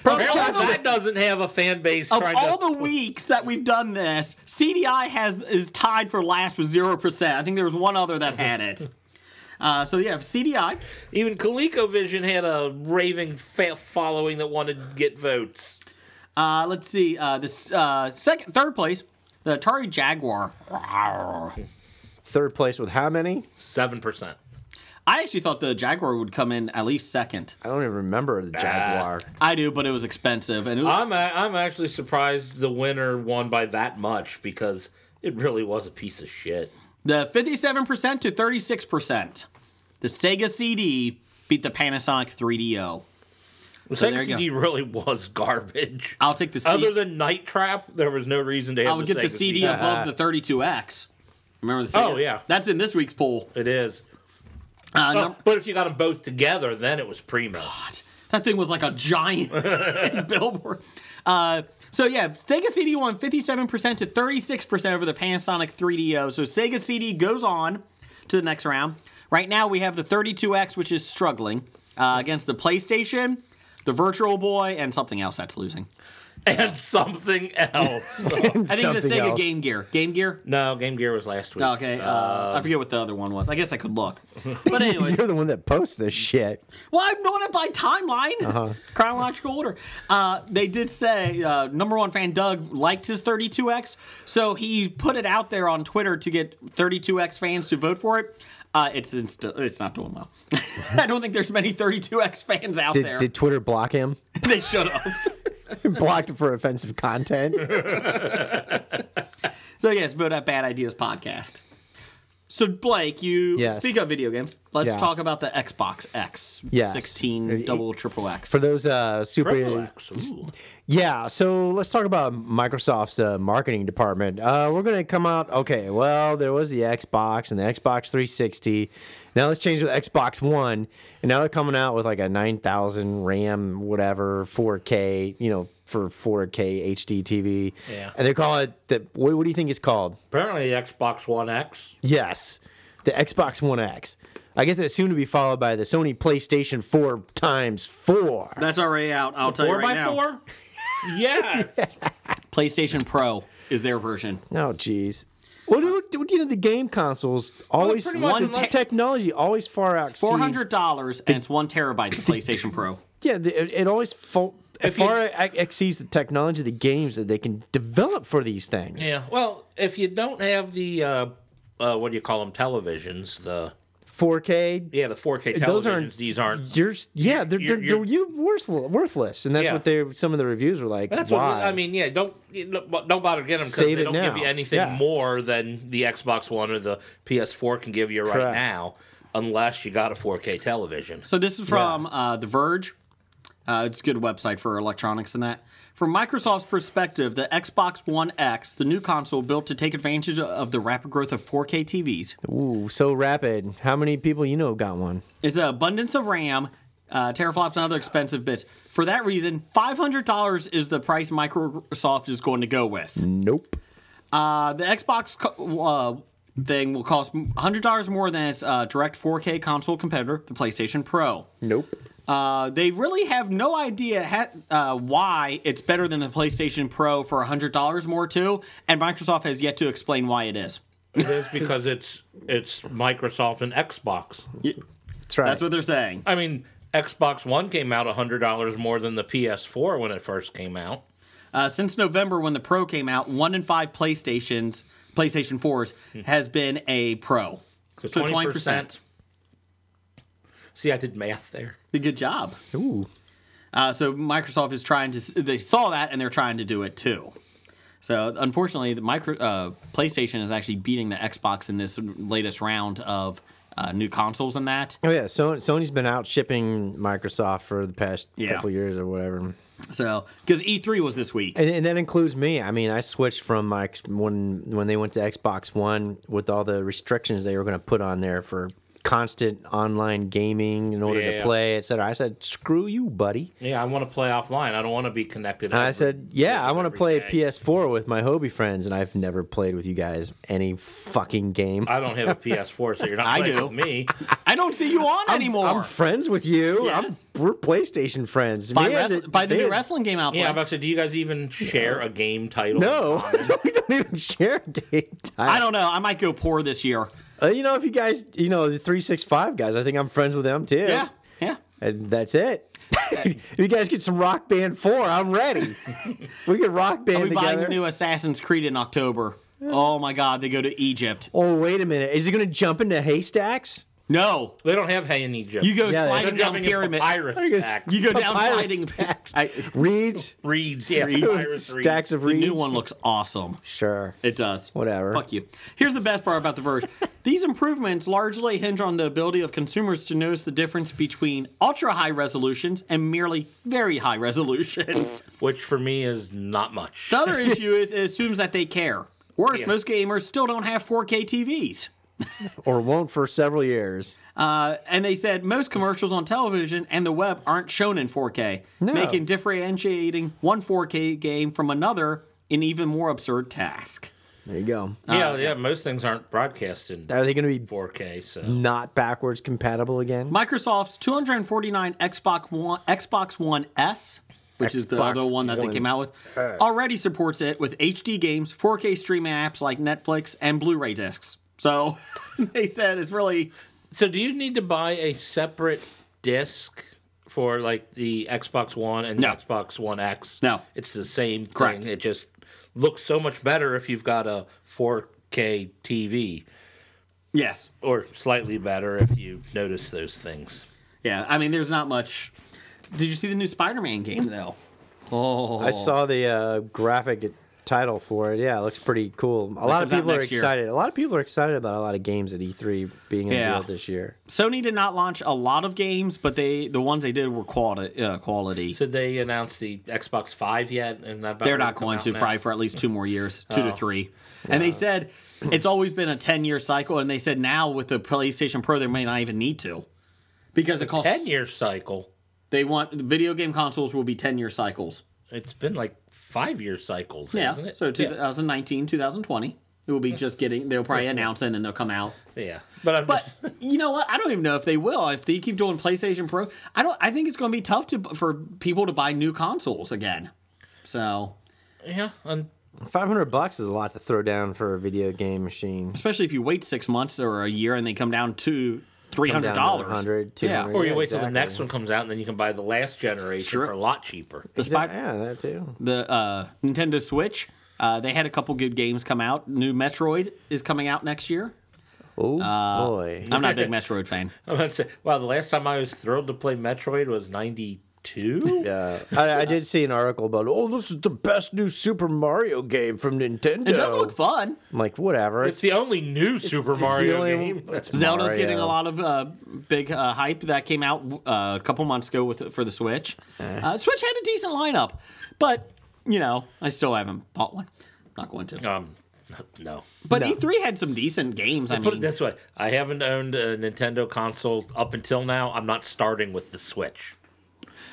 S4: Apparently that doesn't have a fan base
S7: Of
S4: trying
S7: all
S4: to.
S7: the weeks that we've done this, CDI has is tied for last with zero percent. I think there was one other that had it. Uh, so yeah, CDI.
S4: Even ColecoVision had a raving fa- following that wanted to get votes.
S7: Uh, let's see. Uh, this uh, second, third place, the Atari Jaguar.
S6: Third place with how many?
S4: Seven percent.
S7: I actually thought the Jaguar would come in at least second.
S6: I don't even remember the Jaguar.
S7: I do, but it was expensive, and it was,
S4: I'm a- I'm actually surprised the winner won by that much because it really was a piece of shit.
S7: the fifty-seven percent to thirty-six percent. The Sega CD beat the Panasonic 3DO.
S4: The
S7: So there you
S4: CD really was garbage.
S7: I'll take the. C-
S4: Other than Night Trap, there was no reason to have.
S7: I would get the
S4: Sega
S7: CD above the 32X. Remember the
S4: Oh,
S7: Sega?
S4: yeah.
S7: That's in this week's poll.
S4: It is.
S7: Uh,
S4: Oh,
S7: num-
S4: but if you got them both together, then it was primo.
S7: God, that thing was like a giant billboard. Uh, so yeah, Sega CD won 57% to 36% over the Panasonic 3DO. So Sega CD goes on to the next round. Right now we have the 32X, which is struggling uh, against the PlayStation, the Virtual Boy, and something else that's losing.
S4: And something else.
S7: I think the Sega Game Gear. Game Gear?
S4: no, Game Gear was last week.
S7: Okay, uh, I forget what the other one was. I guess I could look. But anyways,
S6: You're the one that posts this shit.
S7: Well, I'm doing it by timeline,
S6: Uh-huh.
S7: chronological order. Uh, they did say uh, number one fan Doug liked his 32X, so he put it out there on Twitter to get 32X fans to vote for it. Uh, it's inst- it's not doing well. I don't think there's many 32X fans out
S6: Did,
S7: there.
S6: did Twitter block him?
S7: they should have.
S6: Blocked him for offensive content.
S7: So yes, vote at Bad Ideas Podcast. So Blake, you
S6: Yes.
S7: speak of video games. Let's
S6: Yeah.
S7: talk about the Xbox X
S6: Yes.
S7: 16 double triple X.
S6: For those uh, super
S4: Triple X, ooh.
S6: Yeah, so let's talk about Microsoft's uh, marketing department. Uh, we're going to come out, okay, well, there was the Xbox and the Xbox 360. Now let's change to the Xbox One. And now they're coming out with like a 9,000 RAM, whatever, 4K, you know, for 4K HD TV.
S4: Yeah.
S6: And they call it, the, what, what do you think it's called?
S4: Apparently, the Xbox One X.
S6: Yes, the Xbox One X. I guess it's soon to be followed by the Sony PlayStation 4 times 4.
S7: That's already out. I'll tell you
S4: Four
S7: right
S4: by
S7: now.
S4: four. yeah.
S7: PlayStation Pro is their version.
S6: Oh, jeez. Well, do, do, you know the game consoles always
S4: pretty much
S6: one
S7: unless-
S6: te- technology always far out
S7: Four hundred dollars and it's one terabyte. The PlayStation Pro.
S6: Yeah, the, it, it always fo-
S4: If you-
S6: far ex- exceeds the technology of the games that they can develop for these things.
S4: Yeah. Well, if you don't have the uh, uh, what do you call them? Televisions. The
S6: 4K.
S4: yeah, the 4K televisions.
S6: Those aren't-
S4: these aren't.
S6: You're s- yeah, they're
S4: You're-
S6: they're,
S4: you're-
S6: they're, worth, worthless, and that's
S4: Yeah.
S6: what they some of the reviews were like.
S4: That's
S6: why?
S4: what I mean. Yeah, don't you know, don't bother getting them because
S6: Save
S4: they
S6: it
S4: don't give
S6: now.
S4: you anything
S6: Yeah.
S4: more than the Xbox One or the PS4 can give you right
S6: Correct.
S4: now, unless you got a 4K television.
S7: So this is from uh, The Verge. Uh, it's a good website for electronics and that. From Microsoft's perspective, the Xbox One X, the new console built to take advantage of the rapid growth of 4K TVs,
S6: Ooh, so rapid. How many people you know got one?
S7: is an abundance of RAM, uh, teraflops, and other expensive bits. For that reason, $500 is the price Microsoft is going to go with.
S6: Nope.
S7: Uh, the Xbox co- uh, thing will cost $100 more than its uh, direct 4K console competitor, the PlayStation Pro.
S6: Nope.
S7: Uh, they really have no idea ha- uh, why it's better than the PlayStation Pro for $100 more, too, and Microsoft has yet to explain why it is.
S4: It is because it's it's Microsoft and Xbox.
S6: That's right.
S7: That's what they're saying.
S4: I mean, Xbox One came out hundred dollars more than the PS4 when it first came out.
S7: Uh, since November, when the Pro came out, one in five PlayStations, PlayStation 4s, has been a Pro. So 20%.
S4: See, I did math there.
S7: Good job.
S6: Ooh.
S7: Uh, so Microsoft is trying to. They saw that and they're trying to do it too. So unfortunately, the micro uh, PlayStation is actually beating the Xbox in this latest round of uh, new consoles and that.
S6: Oh yeah, so Sony's been out shipping Microsoft for the past
S7: Yeah.
S6: couple years or whatever,
S7: So because E3 was this week.
S6: and, and that includes me. I mean, I switched from my when when they went to Xbox One with all the restrictions they were going to put on there for constant online gaming in order to
S4: Yeah.
S6: play, etc. I said, "Screw you, buddy."
S4: Yeah, I want to play offline. I don't want to be connected.
S6: And I
S4: every-
S6: said, "Yeah, I want to
S4: every
S6: play
S4: day.
S6: PS4 with my Hobie friends, and I've never played with you guys any fucking game.
S4: I don't have a PS4, so you're not
S7: I
S4: playing
S7: do.
S4: with me.
S7: I don't see you on anymore.
S6: I'm friends with you.
S7: Yes.
S6: I'm, we're PlayStation friends.
S7: by
S6: Me and
S7: wrest- by the
S6: me
S7: new
S6: and-
S7: wrestling game out.
S4: Yeah, I'm
S7: Blake.
S4: about to say, do you guys even share a game title?
S6: No, we don't even share game time.
S7: I don't know. I might go poor this year.
S6: Uh, you know, if you guys, you know, the three six five guys, I think I'm friends with them too.
S7: Yeah, yeah.
S6: and that's it. if you guys get some Rock Band Four, I'm ready. we can Rock Band
S7: Are we buying
S6: together.
S7: the new Assassin's Creed in October? Oh my God, they go to Egypt.
S6: oh wait a minute, is he gonna jump into haystacks?
S7: No,
S4: They don't have E hay in Egypt.
S7: you
S6: Yeah,
S7: go
S6: they-
S4: They're
S7: sliding down
S4: jumping in
S7: pyramid.
S4: papyrus
S6: I guess-
S4: stacks.
S7: You go down
S6: Papyrus
S7: sliding
S6: stacks.
S7: I-
S6: Reeds,
S4: reeds. Yeah,
S7: Reeds.
S4: papyrus reeds.
S6: stacks of
S7: the
S6: reeds.
S7: new one looks awesome.
S6: Sure.
S7: It does.
S6: Whatever.
S7: Fuck you. Here's the best part about The Verge. These improvements largely hinge on the ability of consumers to notice the difference between ultra high resolutions and merely very high resolutions.
S4: which for me is not much.
S7: the other issue is it assumes that they care. Worse, most gamers still don't have 4K TVs.
S6: Or won't for several years.
S7: Uh, and they said most commercials on television and the web aren't shown in 4K, making differentiating one 4K game from another an even more absurd task.
S6: There you go.
S7: Ah,
S4: yeah, yeah, most things aren't broadcast in
S6: Are they gonna be
S4: 4K, so
S7: Mm.
S6: not backwards compatible again?
S7: Microsoft's 249 Xbox One Xbox One S, which is the
S6: Xbox
S7: other one that they
S6: One
S7: came out with, already supports it with HD games, 4K streaming apps like Netflix, and Blu-ray discs. So they said it's really
S4: So do you need to buy a separate disc for like the Xbox One and
S7: No.
S4: the Xbox One X?
S7: No.
S4: It's the same thing.
S7: Correct.
S4: It just looks so much better if you've got a 4K TV
S7: yes,
S4: or slightly better if you notice those things.
S7: yeah. I mean, there's not much. Did you see the new Spider-Man game though? Oh,
S6: I saw the uh, graphic title for it. Yeah, it looks pretty cool. A lot of
S7: comes out
S6: people are
S7: next year.
S6: excited. A lot of people are excited about a lot of games at E3 being
S7: Yeah.
S6: unveiled this year.
S7: Sony did not launch a lot of games, but they the ones they did were quality. Uh, quality.
S4: Did they announce the Xbox Five yet? And that about
S7: They're
S4: ready
S7: not
S4: come
S7: going
S4: out
S7: to
S4: now? Oh.
S7: probably for at least two more years, two to three. And they said it's always been a ten year cycle, and they said now with the PlayStation Pro, they may not even need to because it costs.
S4: ten year cycle.
S7: They want video game consoles will be ten year cycles.
S4: It's been like five year cycles,
S7: Yeah.
S4: isn't it?
S7: So
S4: yeah.
S7: 2019, 2020, it will be just getting. They'll probably announce it and then they'll come out.
S4: yeah. But I'm
S7: But
S4: just,
S7: you know what? I don't even know if they will. If they keep doing PlayStation Pro, I don't. I think it's going to be tough to for people to buy new consoles again. So
S4: yeah, and
S6: Five hundred bucks is a lot to throw down for a video game machine.
S7: especially if you wait six months or a year and they come down to three
S6: Come down
S7: hundred
S6: to
S7: dollars.
S6: 100, 200.
S4: or you
S6: Yeah,
S4: wait till the
S6: exactly.
S4: next one comes out, and then you can buy the last generation
S7: Sure.
S4: for a lot cheaper.
S7: The
S6: Exa-
S7: Spider,
S6: Yeah, that too.
S7: the uh, Nintendo Switch, uh, they had a couple good games come out. New Metroid is coming out next year.
S6: Oh boy,
S7: uh, I'm not a big Metroid fan.
S4: I'm about to say, wow, the last time I was thrilled to play Metroid was 92?
S6: yeah. I, I did see an article about oh, this is the best new Super Mario game from Nintendo.
S7: It does look fun.
S6: I'm like whatever.
S4: It's the only new Super Mario
S6: only-
S4: game.
S6: it's
S7: Zelda's
S6: Mario.
S7: getting a lot of uh, big uh, hype that came out uh, a couple months ago with for the Switch. Uh, Switch had a decent lineup, but you know I still haven't bought one. Not going to.
S4: Um, no.
S7: But E3 had some decent games. I
S4: Put it
S7: mean,
S4: this way I haven't owned a Nintendo console up until now. I'm not starting with the Switch.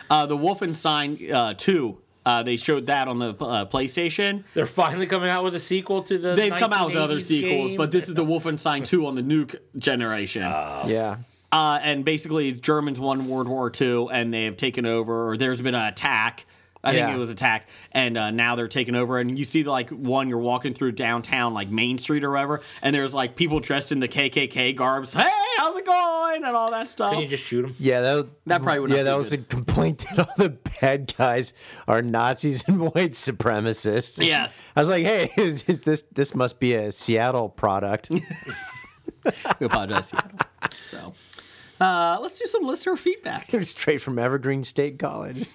S7: uh, the Wolfenstein uh, 2. Uh, they showed that on the uh, PlayStation.
S4: They're finally coming out with a sequel to the.
S7: They've come out with other
S4: 1980s
S7: sequels,
S4: game.
S7: but this is the Wolfenstein 2 on the nuke generation.
S6: Yeah.
S7: Uh, and basically, Germans won World War II, and they have taken over. Or there's been an attack. I think
S6: Yeah.
S7: it was attack, and uh, now they're taking over. And you see, like one, you're walking through downtown, like Main Street or whatever, and there's like people dressed in the KKK garbs. Hey, how's it going? And all that stuff.
S4: Can you just shoot them?
S6: Yeah, that,
S7: That probably would not
S6: yeah,
S7: be
S6: that was
S7: good.
S6: a complaint that all the bad guys are Nazis and white supremacists.
S7: Yes.
S6: I was like, hey, is, is this this must be a Seattle product.
S7: we apologize, Seattle. So, uh, let's do some listener feedback.
S6: They're straight from Evergreen State College.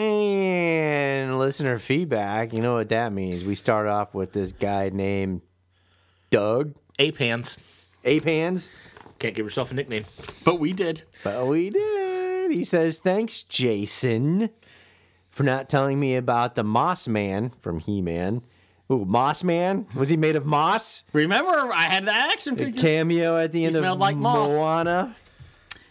S6: And listener feedback, you know what that means. We start off with this guy named Doug.
S4: Ape hands.
S6: ape hands.
S4: Can't give yourself a nickname.
S2: But we did.
S6: But we did. He says, Thanks, Jason, for not telling me about the Moss Man from He Man. Ooh, Moss Man? Was he made of moss?
S2: Remember, I had that action
S6: The
S2: figure.
S6: cameo at the end of
S2: smelled like moss.
S6: Moana.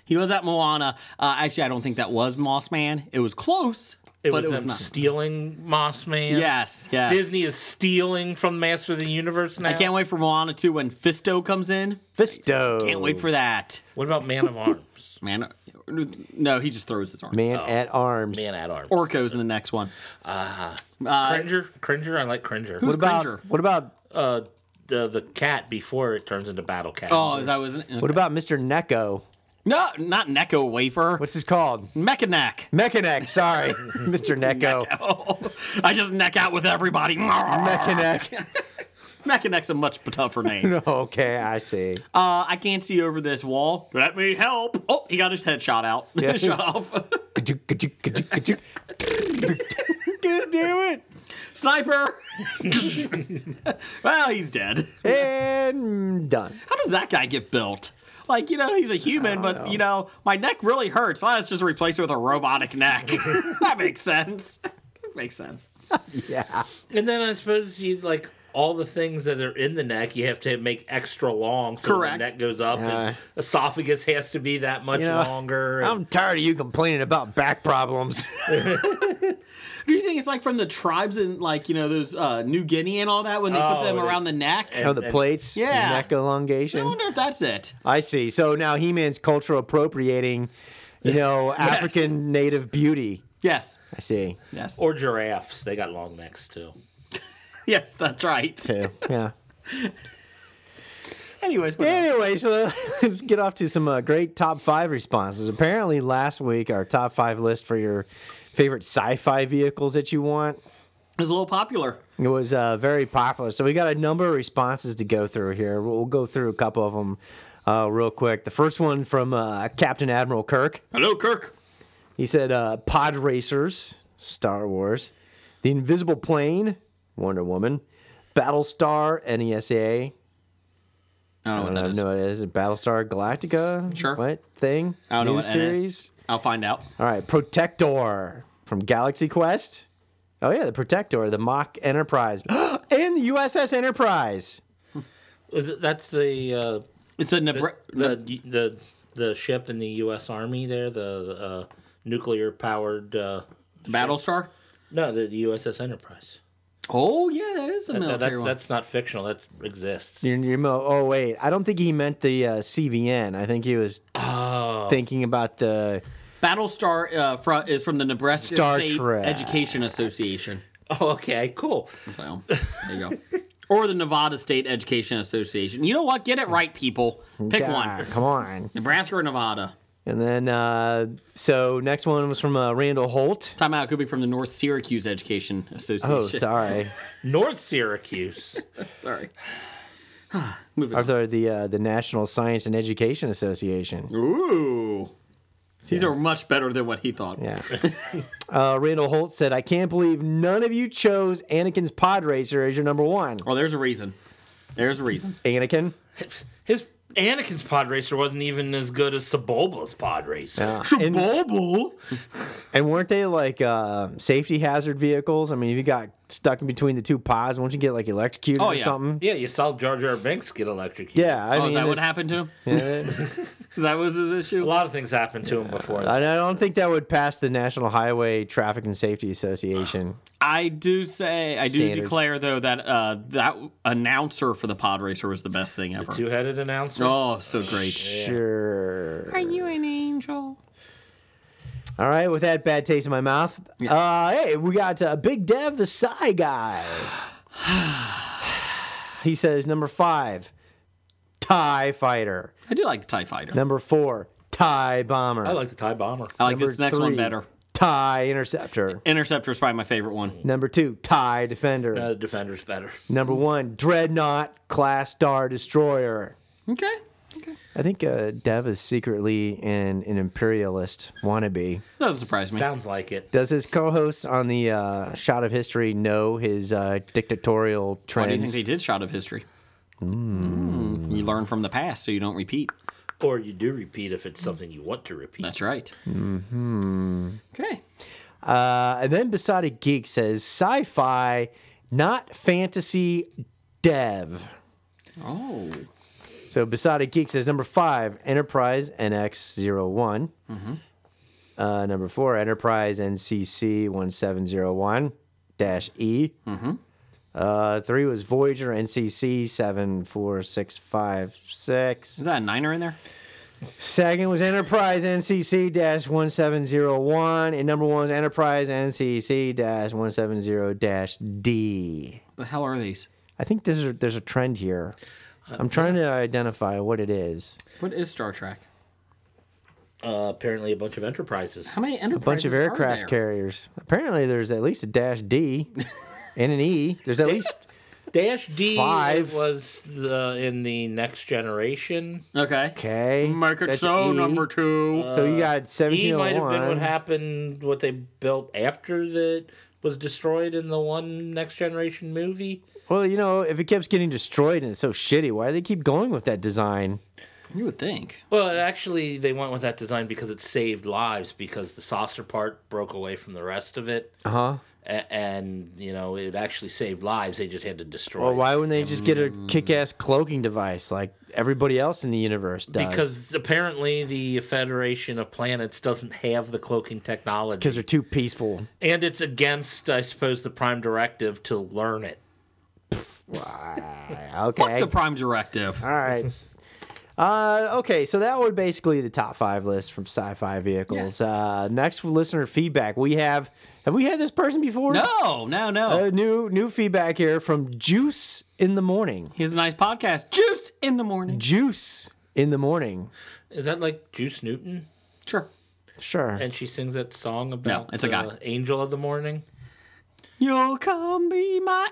S2: He was at Moana. Uh, actually, I don't think that was Moss Man. It was close,
S4: It
S2: but
S4: was
S2: it was
S4: them
S2: not.
S4: stealing Moss Man.
S2: Yes, yes.
S4: Disney is stealing from Master of the Universe now.
S2: I can't wait for Moana 2 when Fisto comes in.
S6: Fisto.
S2: Can't wait for that.
S4: What about Man of Arms?
S2: Man, no, he just throws his arm.
S6: Man at Arms.
S4: Man at Arms. Or
S2: Orko's in the next one. uh,
S4: Cringer. Cringer. I like Cringer.
S6: what about
S2: Cringer?
S6: what about
S4: Uh, the the cat before it turns into Battle Cat.
S2: Oh, is that was okay.
S6: what about Mr. Neko?
S2: no, not Neko Wafer.
S6: What's this called?
S2: Mechaneck.
S6: Mechanek, sorry. Mr. Neko.
S2: I just neck out with everybody.
S6: Mechanek.
S2: Mechanek's a much tougher name.
S6: okay, I see.
S2: Uh, I can't see over this
S7: Oh,
S2: wall. Let me help. Oh, he got his head shot out.
S6: Yeah.
S2: shot off.
S6: Ka-chuk, ka-chuk, ka-chuk, ka-chuk.
S2: Good damn it. Sniper. well, he's dead.
S6: and done.
S2: How does that guy get built? Like, you know, he's a human, but, you know, my neck really hurts. Let's just replace it with a robotic neck. that makes sense. makes sense.
S6: Yeah.
S4: And then I suppose you like all the things that are in the neck, you have to make extra long so
S2: Correct.
S4: the neck goes up.
S6: Yeah.
S4: His esophagus has to be that much
S6: You know,
S4: longer.
S6: I'm tired of you complaining about back problems.
S2: Do you think it's like from the tribes in, like, you know, those uh, New Guinea and all that when they put
S4: Oh,
S2: them
S4: they-
S2: around the neck?
S6: oh, the plates, the
S2: Yeah.
S6: neck
S2: I
S6: elongation.
S2: wonder if that's it.
S6: I see. So now He-Man's cultural appropriating, you know, African native beauty.
S2: Yes.
S6: I see.
S2: Yes.
S4: or giraffes, they got long necks too.
S2: yes, that's right.
S6: Too. Yeah.
S2: Anyways, uh, what else?
S6: Anyway, so let's get off to some uh, great top five responses. Apparently, last week our top five list for your favorite sci-fi vehicles that you want
S2: it was a little popular.
S6: It was uh, very popular. So we got a number of responses to go through here. We'll, we'll go through a couple of them uh, real quick. The first one from uh, Captain Admiral Kirk.
S2: Hello, Kirk.
S6: He said, uh, "Pod racers, Star Wars, the Invisible Plane, Wonder Woman, Battlestar, E NESA.
S2: I don't know
S6: I
S2: what that
S6: don't
S2: is.
S6: know what Uh, it is. Battlestar Galactica.
S2: Sure.
S6: What thing?
S2: I don't know
S6: New
S2: what E that is.
S6: series.
S2: I'll find out.
S6: All right, Protector from Galaxy Quest. Oh yeah, the Protector, the Mock Enterprise, and the USS Enterprise."
S4: Is it, that's the uh,
S2: It's a Nebra-
S4: the the the ship in the U.S. Army there, the, the uh, nuclear powered. Uh,
S2: Battlestar.
S4: no, the, the USS Enterprise.
S2: Oh yeah, that is a
S4: No,
S2: military
S4: that's
S2: one.
S4: that's not fictional. That exists.
S6: Your- your mo- oh wait, I don't think he meant the uh, CVN. I think he was
S2: Oh.
S6: thinking about the
S2: Battlestar uh, fro- is from the Nebraska
S6: Star
S2: State
S6: Trek.
S2: Education Association.
S4: Oh, okay, cool.
S2: So there you go. or the Nevada State Education Association. You know what? Get it right, people. Pick
S6: Yeah,
S2: one.
S6: Come on.
S2: Nebraska or Nevada?
S6: And then uh, so next one was from uh, Randall Holt.
S2: Time out. It could be from the North Syracuse Education Association.
S6: Oh, sorry,
S4: North Syracuse.
S2: sorry. Moving on.
S6: Arthur, the uh, the National Science and Education Association.
S2: Ooh. These are much better than what he thought.
S6: Yeah. Uh, Randall Holt said, "I can't believe none of you chose Anakin's Pod Racer as your number one."
S2: Oh, there's a reason. There's a reason.
S6: Anakin.
S4: His- His Anakin's pod racer wasn't even as good as Sebulba's pod racer.
S6: And-
S2: Bubble.
S6: And weren't they like uh, safety hazard vehicles? I mean, if you got stuck in between the two pods, won't you get like electrocuted
S2: Oh,
S6: or
S2: yeah.
S6: something?
S4: Yeah, you saw Jar Jar Binks get electrocuted.
S6: Yeah, I
S2: Oh,
S6: mean,
S2: is that what
S6: it's-
S2: happened to him?
S6: yeah.
S2: Is that was his issue?
S4: A lot of things happened to him before.
S6: And I don't think that would pass the National Highway Traffic and Safety Association.
S2: I do say, I
S6: Standards.
S2: do declare though that uh, that announcer for the pod racer was the best thing ever.
S4: Two headed announcer.
S2: Oh, so great.
S6: Sure.
S2: Are you an angel?
S6: All right, with that bad taste in my mouth, uh, hey, we got uh, Big Dev, the Psy guy. he says number five, Tie Fighter.
S2: I do like the Tie Fighter.
S6: Number four, Tie Bomber.
S4: I like the Thai bomber.
S2: I like
S6: Number
S2: this next one
S6: three,
S2: better.
S6: Tie Interceptor.
S2: Interceptor is probably my favorite one.
S6: Number two, TIE Defender.
S4: Uh, the defender's better.
S6: Number
S2: Mm.
S6: one, Dreadnought Class Star Destroyer.
S2: Okay.
S6: I think uh, Dev is secretly an, an imperialist wannabe.
S2: Doesn't surprise me.
S4: Sounds like it.
S6: Does his co-host on the uh, Shot of History know his uh, dictatorial
S2: Why
S6: trends?
S2: do
S6: Hmm.
S2: you think they did Shot of History? Mm. You learn from the past so you don't repeat.
S4: Or you do repeat if it's something you want to repeat.
S2: That's right. Mm-hmm. Okay.
S6: Uh, and then Besotted Geek says sci fi, not fantasy dev.
S2: Oh.
S6: So Besotted Geek says number five, Enterprise NX01. Uh, number four, Enterprise NCC 1701 E. Uh, three was Voyager NCC 74656.
S2: Is that a niner in there?
S6: Second was Enterprise NCC 1701. And number one was Enterprise NCC 170 D.
S2: The hell are these?
S6: I think there's a, there's a trend here.
S4: Uh,
S6: I'm trying to identify what it is.
S2: What is Star Trek?
S4: Uh, apparently, a bunch of enterprises.
S2: How many
S6: A bunch
S2: enterprises
S6: of
S2: are
S6: aircraft
S2: there?
S6: carriers. Apparently, there's at least a dash D and an E. There's at least
S4: Dash D
S6: Five.
S4: was the, in the next generation.
S2: Okay. Uh,
S6: K.
S2: Market
S6: That's
S2: so
S6: E.
S2: number two.
S6: So you got
S4: E might have been what
S6: 1701.
S4: happened, what they built after that was destroyed in the one next generation movie.
S6: Well, you know, if it keeps getting destroyed and it's so shitty, why do they keep going with that design?
S2: you would think.
S4: Well, actually, they went with that design because it saved lives because the saucer part broke away from the rest of it.
S6: Uh huh.
S4: A- and, you know, it actually saved lives. They just had to destroy
S6: Well,
S4: it.
S6: why wouldn't they just get a kick-ass cloaking device like everybody else in the universe does?
S4: Because apparently the Federation of Planets doesn't have the cloaking technology.
S6: because they're too peaceful.
S4: and it's against, I suppose, the Prime Directive to learn it.
S6: Okay.
S2: Fuck the Prime Directive.
S6: All right. Uh, okay, so that were basically the top five list from Sci-Fi Vehicles.
S2: Yes.
S6: Uh, next listener feedback, we have have we had this person before?
S2: No, Oh, no, no.
S6: Uh, new new feedback here from Juice in the morning.
S2: Here's a nice podcast. Juice in the morning.
S6: Juice in the morning.
S4: Is that like Juice Newton?
S2: Sure.
S6: Sure.
S4: And she sings that song about
S2: it's a
S4: the
S2: guy.
S4: Angel of the Morning.
S2: You'll come be my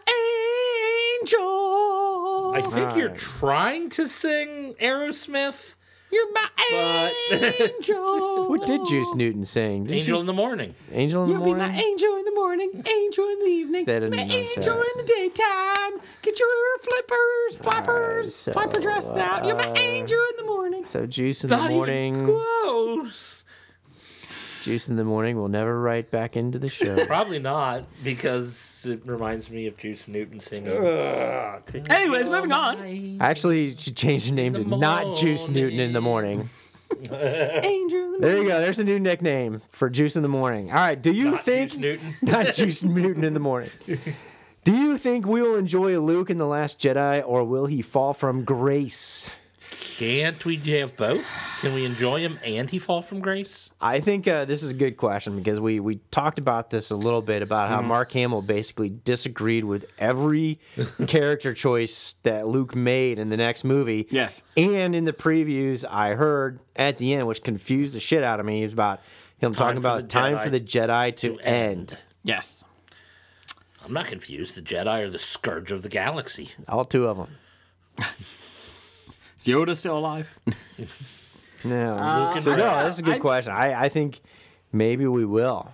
S2: angel.
S4: I think you're trying to sing Aerosmith.
S2: You're my
S4: But-
S2: angel.
S6: what did Juice Newton sing? Did
S4: Angel
S6: she
S4: in the
S6: s-
S4: Morning.
S6: Angel in the
S2: You'll be my
S6: morning.
S2: angel in the morning, angel in the evening,
S6: That didn't
S2: my
S6: make sense.
S2: angel in the daytime. Get your flippers, flappers,
S6: so, uh,
S2: flapper dresses out. You're my angel in the morning.
S6: So Juice in
S4: Not
S6: the
S4: even
S6: morning.
S4: close.
S6: Juice in the morning will never write back into the show.
S4: Probably not, because it reminds me of Juice Newton singing.
S2: Anyways, moving on.
S6: Actually, she changed her name to not Juice Newton in the morning.
S2: Angel in the
S6: There you go. There's a new nickname for Juice in the morning. All right. Do you
S4: Not
S6: think
S4: Juice Newton.
S6: not Juice Newton in the morning? Do you think we will enjoy Luke in the Last Jedi, or will he fall from grace?
S4: Can't we have both? Can we enjoy him and he fall from grace?
S6: I think uh, this is a good question because we we talked about this a little bit about how Mark Hamill basically disagreed with every character choice that Luke made in the next movie.
S2: Yes.
S6: and in the previews I heard at the end, which confused the shit out of me, was about him talking
S4: for
S6: about
S4: the
S6: time
S4: Jedi
S6: for the Jedi to,
S4: to
S6: end.
S4: end."
S2: Yes.
S4: I'm not confused. The Jedi are the scourge of the galaxy.
S6: All two of them.
S2: Is Yoda still alive?
S6: No,
S4: and
S6: so no,
S4: Leia.
S6: that's a good
S2: I-
S6: question. I I think maybe we will.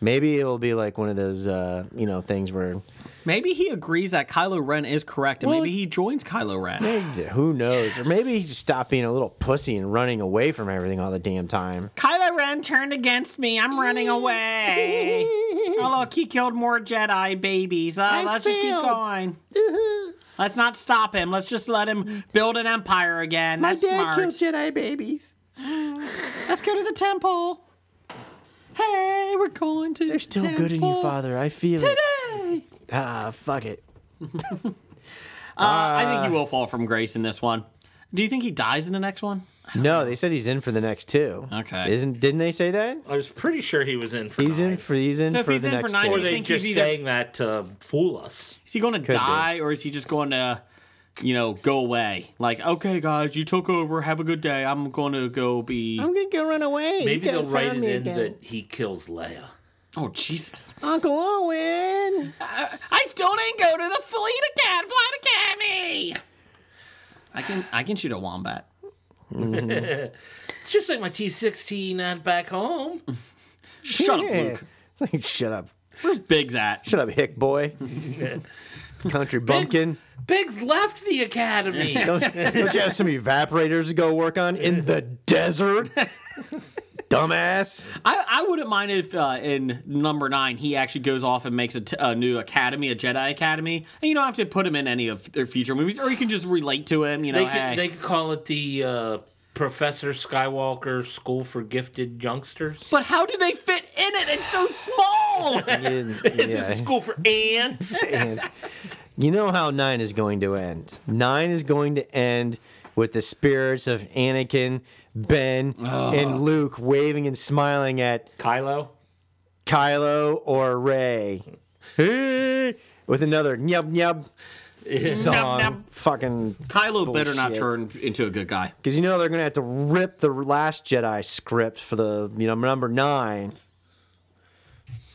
S6: Maybe it'll be like one of those uh, you know things where
S2: Maybe he agrees that Kylo Ren is correct, and
S6: Well,
S2: maybe he joins Kylo Ren.
S6: Who knows? Or maybe he just stopped being a little pussy and running away from everything all the damn time.
S2: Kylo Ren turned against me. I'm running away. oh, look, he killed more Jedi babies. Uh, let's just keep going.
S6: Uh-huh.
S2: let's not stop him. Let's just let him build an empire again. That's smart.
S6: Jedi babies.
S2: let's go to the temple. Hey, we're going to
S6: They're still good in you, Father. I feel it.
S2: Today.
S6: Ah, fuck it.
S2: I think he will fall from grace in this one. Do you think he dies in the next one?
S6: No, they said he's in for the next two.
S2: Okay.
S6: Isn't? Didn't they say that?
S4: I was pretty sure he was in for
S6: He's
S4: nine.
S6: in for. He's in
S2: So if
S6: for
S2: he's
S6: the
S2: in for
S6: next
S2: nine,
S4: Or
S6: two.
S4: are they
S2: think he's
S4: just
S2: either-
S4: saying that to fool us?
S2: Is he going to
S6: be.
S2: die or is he just going to, you know, go away? Like, okay, guys, you took over. Have a good day. I'm going to go be.
S6: I'm gonna go run away. You
S4: Maybe
S6: guys
S4: they'll write
S6: found
S4: it
S6: me
S4: in
S6: again.
S4: that he kills Leia.
S2: Oh, Jesus.
S6: Uncle Owen.
S2: I still didn't go to the Fleet Acad- Flight Academy. I can I can shoot a wombat.
S4: It's just like my T16 not back home.
S2: Shut
S6: Yeah.
S2: up, Luke.
S6: It's like shut up,
S2: Where's Biggs at?
S6: shut up, hick boy. Country bumpkin.
S4: Biggs left the academy.
S6: Don't, don't you have some evaporators to go work on in the desert? Dumbass.
S2: I, I wouldn't mind if uh, in number nine he actually goes off and makes a, t- a new academy, a Jedi academy, and you don't have to put him in any of their future movies, or you can just relate to him. You know,
S4: they,
S2: hey.
S4: could, they could call it the uh, Professor Skywalker School for Gifted Youngsters.
S2: but how do they fit in it? It's so small.
S4: Is this a
S6: Yeah.
S4: school for ants?
S6: And you know how nine is going to end. Nine is going to end with the spirits of Anakin, Ben, and Luke waving and smiling at
S4: Kylo?
S6: Kylo or Ray. with another nyub nyub song.
S2: nyub.
S6: Fucking
S2: Kylo better not
S6: Bullshit.
S2: turn into a good guy.
S6: because you know they're gonna have to rip the last Jedi script for the you know number nine.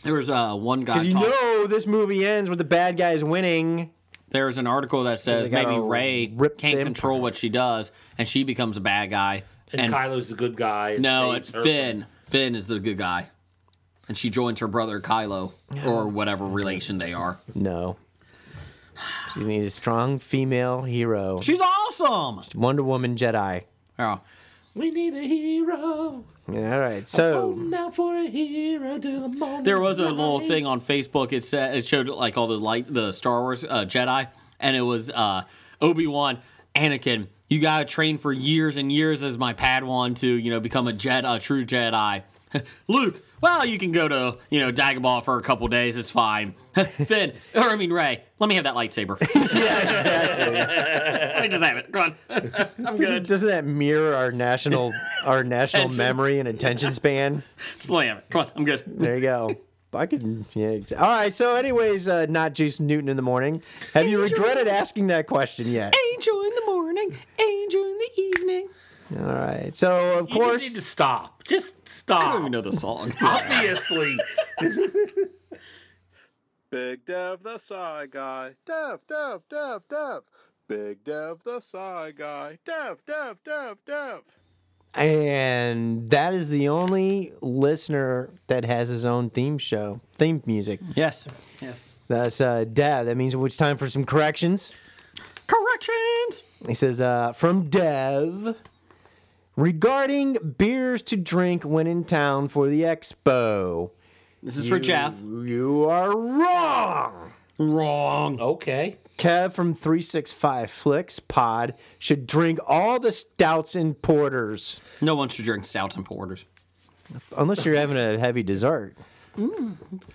S2: There was uh, one guy.
S6: Because you
S2: talk-
S6: know this movie ends with the bad guys winning.
S2: There is an article that says
S6: gotta
S2: maybe Ray
S6: rip
S2: can't
S6: the
S2: control what she does, and she becomes a bad guy.
S4: And, Kylo's the good guy. and
S2: no,
S4: saves
S2: it's
S4: her.
S2: Finn. Finn is the good guy, and she joins her brother Kylo or whatever relation they are.
S6: No, you need a strong female hero.
S2: She's awesome.
S6: Wonder Woman Jedi.
S2: Yeah.
S4: We need a hero.
S6: Yeah, All right, so
S4: Now for a hero to the moment.
S2: There was a
S4: of
S2: little
S4: light.
S2: thing on Facebook. It said it showed like all the light, the Star Wars uh, Jedi, and it was uh, Obi Wan, Anakin. You gotta train for years and years as my Padawan to you know become a Jedi, a true Jedi. Luke, well, you can go to you know Dagobah for a couple days. It's fine. Finn, or I mean Ray, let me have that lightsaber.
S6: yeah, exactly.
S2: let me just have it. Go on. I'm
S6: Doesn't,
S2: good.
S6: doesn't that mirror our national our national memory and attention span?
S2: Just let me have it. Come on. I'm good.
S6: There you go. I could, yeah. exa- All right. So, anyways, uh, not Juice Newton in the morning. Have you regretted asking that question yet?
S2: Angel in the morning, angel in the evening.
S6: All right. So, of
S4: You just need
S6: course,
S4: to stop. Just stop.
S2: I don't even know the song.
S4: Obviously.
S3: Big Dev the Psy Guy. Dev, Dev, Dev, Dev. Big Dev the Psy Guy. Dev, Dev, Dev, Dev.
S6: and that is the only listener that has his own theme show, theme music.
S2: yes. Yes.
S6: That's uh, Dev. That means it's time for some corrections.
S2: Corrections.
S6: He says, uh, from Dev, regarding beers to drink when in town for the expo.
S2: This is for Jeff.
S6: You are wrong.
S2: Wrong.
S4: okay.
S6: Kev from 365 Flicks Pod should drink all the stouts and porters.
S2: No one should drink stouts and porters.
S6: Unless you're having a heavy dessert. you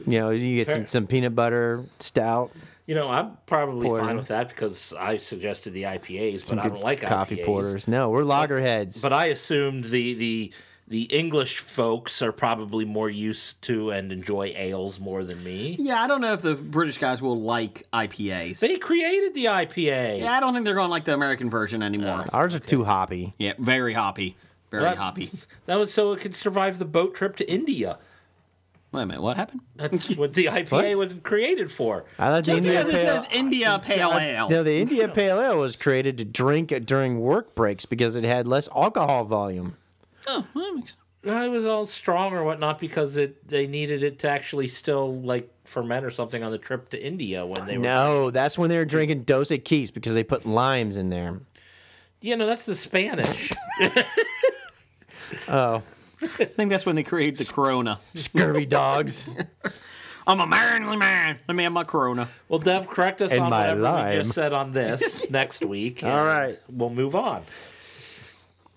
S6: know, you get some, some peanut butter stout,
S4: You know, I'm probably
S6: Porter.
S4: fine with that because I suggested the IPAs, but I
S6: good
S4: don't like
S6: coffee
S4: IPAs.
S6: porters. No, we're loggerheads.
S4: But I assumed the the the English folks are probably more used to and enjoy ales more than me.
S2: Yeah, I don't know if the British guys will like IPAs.
S4: They created the IPA.
S2: yeah, I don't think they're going to like the American version anymore.
S6: Ours are too hoppy.
S2: yeah, very hoppy. Very
S4: What?
S2: hoppy.
S4: That was so it could survive the boat trip to India.
S2: Wait a minute, what happened?
S4: That's what the IPA was created for.
S6: I thought the India
S2: Because it
S6: Pale
S2: says India Pale Ale.
S6: No, the India Pale Ale was created to drink it during work breaks because it had less alcohol volume.
S2: Oh, well, that makes
S4: It was all strong or whatnot because it they needed it to actually still like ferment or something on the trip to India when they were.
S6: No, that's when they were drinking Dos Equis because they put limes in there.
S4: You know that's the Spanish.
S2: I think that's when they created the Corona.
S6: Scurvy dogs.
S2: I'm a manly man. Let me have my Corona.
S4: Well, Dev, correct us
S6: And
S4: on
S6: my
S4: whatever we
S6: lime.
S4: just said on this next week.
S6: All
S4: and
S6: right.
S4: we'll move on.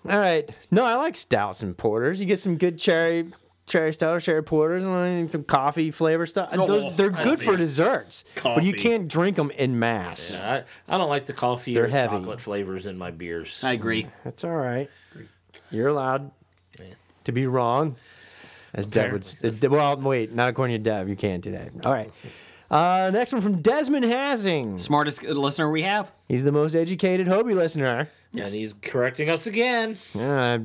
S6: All right. No, I like stouts and porters. You get some good cherry cherry stout or cherry porters and then some coffee flavor stuff. And Those, they're good for desserts, but
S2: Coffee.
S6: you can't drink them in mass.
S4: I, I don't like the coffee
S6: They're
S4: or
S6: heavy.
S4: chocolate flavors in my beers.
S2: I agree.
S6: That's all right. You're allowed to be wrong. As Dev
S4: Fair.
S6: would, s- uh, well, wait, not according to Dev, you can't do that. All right. Uh, next one from Desmond Hazing.
S2: Smartest listener we have.
S6: He's the most educated Hobie listener.
S4: And he's correcting us again.
S6: Uh,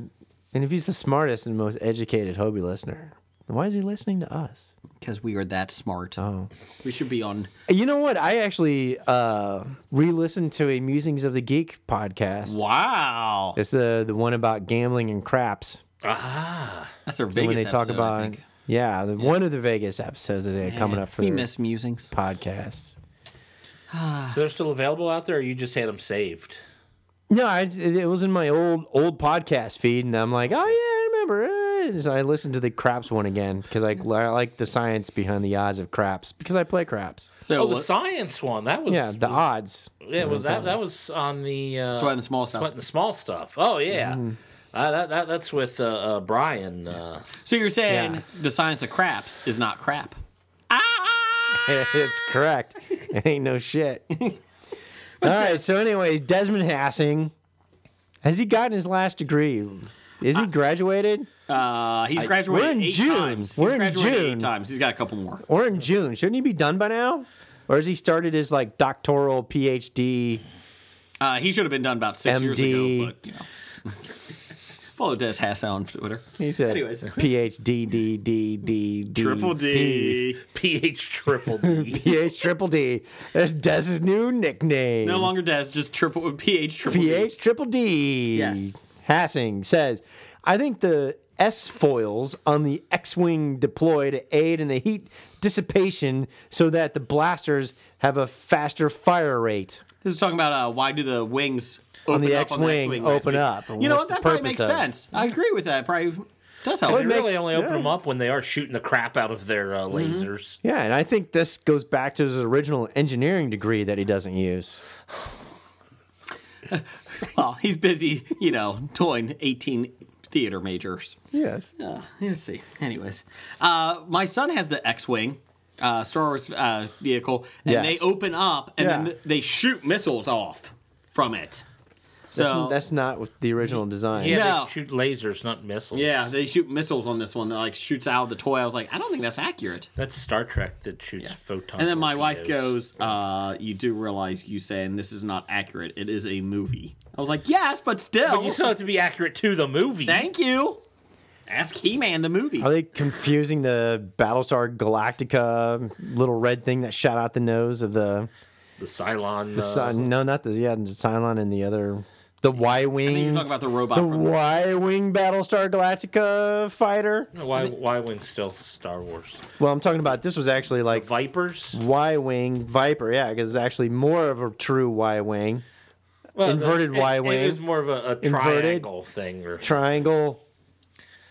S6: and if he's the smartest and most educated Hobie listener, why is he listening to us?
S2: Because we are that smart.
S6: Oh.
S2: We should be on.
S6: You know what? I actually uh, re-listened to a Musings of the Geek podcast.
S2: Wow.
S6: It's the the one about gambling and craps.
S2: That's their
S6: So
S2: biggest
S6: when they talk about yeah, the, one of the Vegas episodes that they had coming up for
S2: We
S6: their
S2: miss musings.
S6: podcast.
S4: So they're still available out there, or you just had them saved?
S6: No, I, it it was in my old old podcast feed, and I'm like, oh yeah, I remember. eh." And So I listened to the craps one again because I, I like the science behind the odds of craps because I play craps.
S7: So,
S4: Oh, the
S7: what-
S4: science one. That was
S6: Yeah, the odds.
S4: yeah. Well, that that was on the uh,
S7: Sweating the Small Stuff.
S4: Sweating the small stuff. Oh yeah.
S6: Mm-hmm.
S4: Uh, that, that that's with uh, uh, Brian. Uh,
S7: so you're saying
S6: Yeah.
S7: the science of craps is not crap?
S6: it's correct. It ain't no shit. All right. So, anyways, Desmond Hassing, has he gotten his last degree? Is he graduated?
S7: Uh, he's graduated
S6: we're in
S7: eight
S6: June.
S7: times.
S6: We're
S7: he's
S6: in
S7: graduated
S6: June.
S7: eight times. He's got a couple more.
S6: Or in June? Shouldn't he be done by now? Or has he started his like doctoral PhD?
S7: Uh, he should have been done about six years
S6: MD.
S7: ago, but you know. Follow Des Hassel on Twitter.
S6: He said
S7: Anyways.
S6: PhD D D D D
S7: Triple D.
S4: PH Triple D.
S6: PH Triple D. That's Des's new nickname.
S7: No longer Des, just triple PH triple D.
S6: PH Triple D.
S7: Yes.
S6: Hassing says, I think the S foils on the X Wing deploy to aid in the heat dissipation so that the blasters have a faster fire rate.
S7: This is talking about uh, why do the wings
S6: On the
S7: open up
S6: X-wing
S7: last
S6: open
S7: week.
S6: up, and
S7: You know what?
S6: what's
S7: That
S6: the
S7: probably
S6: purpose
S7: makes
S6: of it?
S7: sense. I agree with that. Probably does
S6: It
S7: help.
S4: They
S6: would
S4: really
S6: makes-
S4: only open
S6: yeah.
S4: them up when they are shooting the crap out of their uh,
S7: Mm-hmm.
S4: lasers.
S6: Yeah, and I think this goes back to his original engineering degree that he doesn't use.
S7: Well, he's busy, you know, toying 18 theater majors.
S6: Yes.
S7: Uh, let's see. Anyways, uh, my son has the X-wing, uh, Star Wars uh, vehicle, and
S6: Yes.
S7: they open up and then
S6: Yeah.
S7: th- they shoot missiles off from it.
S6: That's,
S7: So
S6: that's not with the original design.
S4: Yeah,
S7: No.
S4: they shoot lasers, not missiles.
S7: yeah, they shoot missiles on this one that like shoots out of the toy. I was like, I don't think that's accurate.
S4: That's Star Trek that shoots photons.
S7: And then my wife goes, uh, "You do realize you saying this is not accurate? It is a movie." I was like, "Yes, but still."
S4: But you still have to be accurate to the movie.
S7: Thank you. Ask He-Man the movie.
S6: Are they confusing the Battlestar Galactica little red thing that shot out the nose of the
S4: the Cylon. uh,
S6: Sun? No, not the yeah, the Cylon and the other the Y wing.
S7: You're talking about the robot.
S6: the
S7: from the-
S6: Y wing Battlestar Galactica fighter.
S4: Why? Why wing still Star Wars?
S6: Well, I'm talking about this was actually like
S4: Vipers.
S6: Y wing Viper. Yeah, because it's actually more of a true Y wing
S4: Well,
S6: Inverted
S4: it-
S6: Y-wing.
S4: It is more of a, a triangle thing. Or,
S6: triangle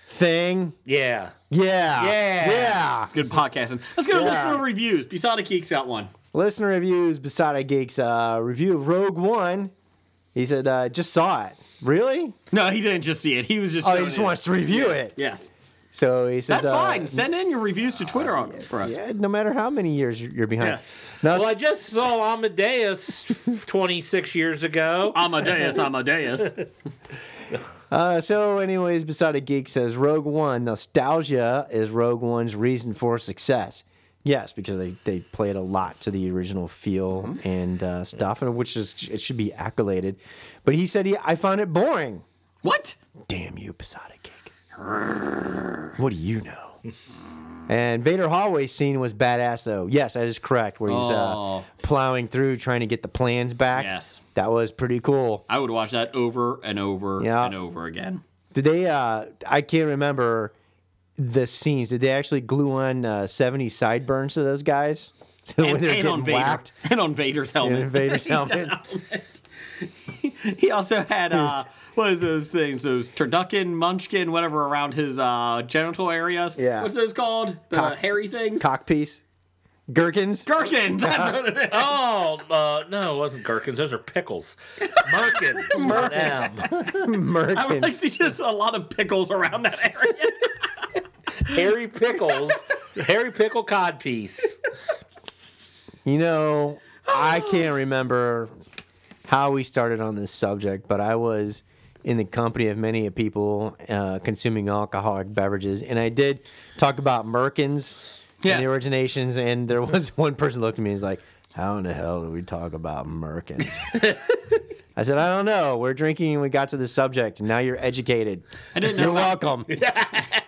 S6: thing.
S4: yeah.
S6: Yeah,
S4: Yeah.
S6: yeah.
S7: It's good podcasting. Let's go to
S6: Yeah.
S7: listener reviews. Besada Geek's got one.
S6: Listener reviews, Beside Geeks uh, review of Rogue One. He said, uh, "Just saw it. Really?
S7: No, he didn't just see it. He was just.
S6: Oh, he
S7: showing
S6: just
S7: it.
S6: wants to review it.
S7: Yes,
S6: So he says,
S7: that's
S6: uh,
S7: fine. Send in your reviews to Twitter on for us.
S6: Yeah, no matter how many years you're you're behind.
S7: Yes.
S6: Now,
S4: Well, I just saw Amadeus 26 years ago.
S7: Oh. Amadeus, Amadeus.
S6: uh, so, anyways, Beside Geek says, Rogue One nostalgia is Rogue One's reason for success. Yes, because they, they played a lot to the original feel
S7: Mm-hmm.
S6: and uh, stuff, and which is it should be accoladed. But he said he I found it boring.
S7: what?
S6: Damn you, Posada Cake. what do you know? And Vader hallway scene was badass though. Yes, that is correct. Where he's uh,
S7: Oh.
S6: plowing through trying to get the plans back.
S7: Yes.
S6: that was pretty cool.
S7: I would watch that over and over
S6: Yeah.
S7: and over again.
S6: Did they? Uh, I can't remember the scenes. Did they actually glue on uh, seventy sideburns to those guys? So
S7: And, and on Vader,
S6: whacked
S7: and on Vader's helmet.
S6: in Vader's helmet.
S7: He also had uh, what is those things? Those turducken, munchkin, whatever around his uh, genital areas.
S6: Yeah.
S7: What's those called? The
S6: Cock-
S7: hairy things.
S6: Cockpiece, gherkins.
S7: Gherkins. That's what it is.
S4: Oh, uh, no, it wasn't gherkins. Those are pickles. Merkins. Merkins.
S7: I would
S6: Merkins.
S7: like to see just a lot of pickles around that area.
S4: Harry Pickles. Harry Pickle codpiece.
S6: You know, I can't remember how we started on this subject, but I was in the company of many people uh, consuming alcoholic beverages, and I did talk about Merkins and the
S7: Yes.
S6: originations, and there was one person looked at me and was like, "How in the hell do we talk about Merkins?" I said, "I don't know. We're drinking, and we got to the subject, and now you're educated.
S7: I didn't know
S6: You're
S7: about-
S6: welcome."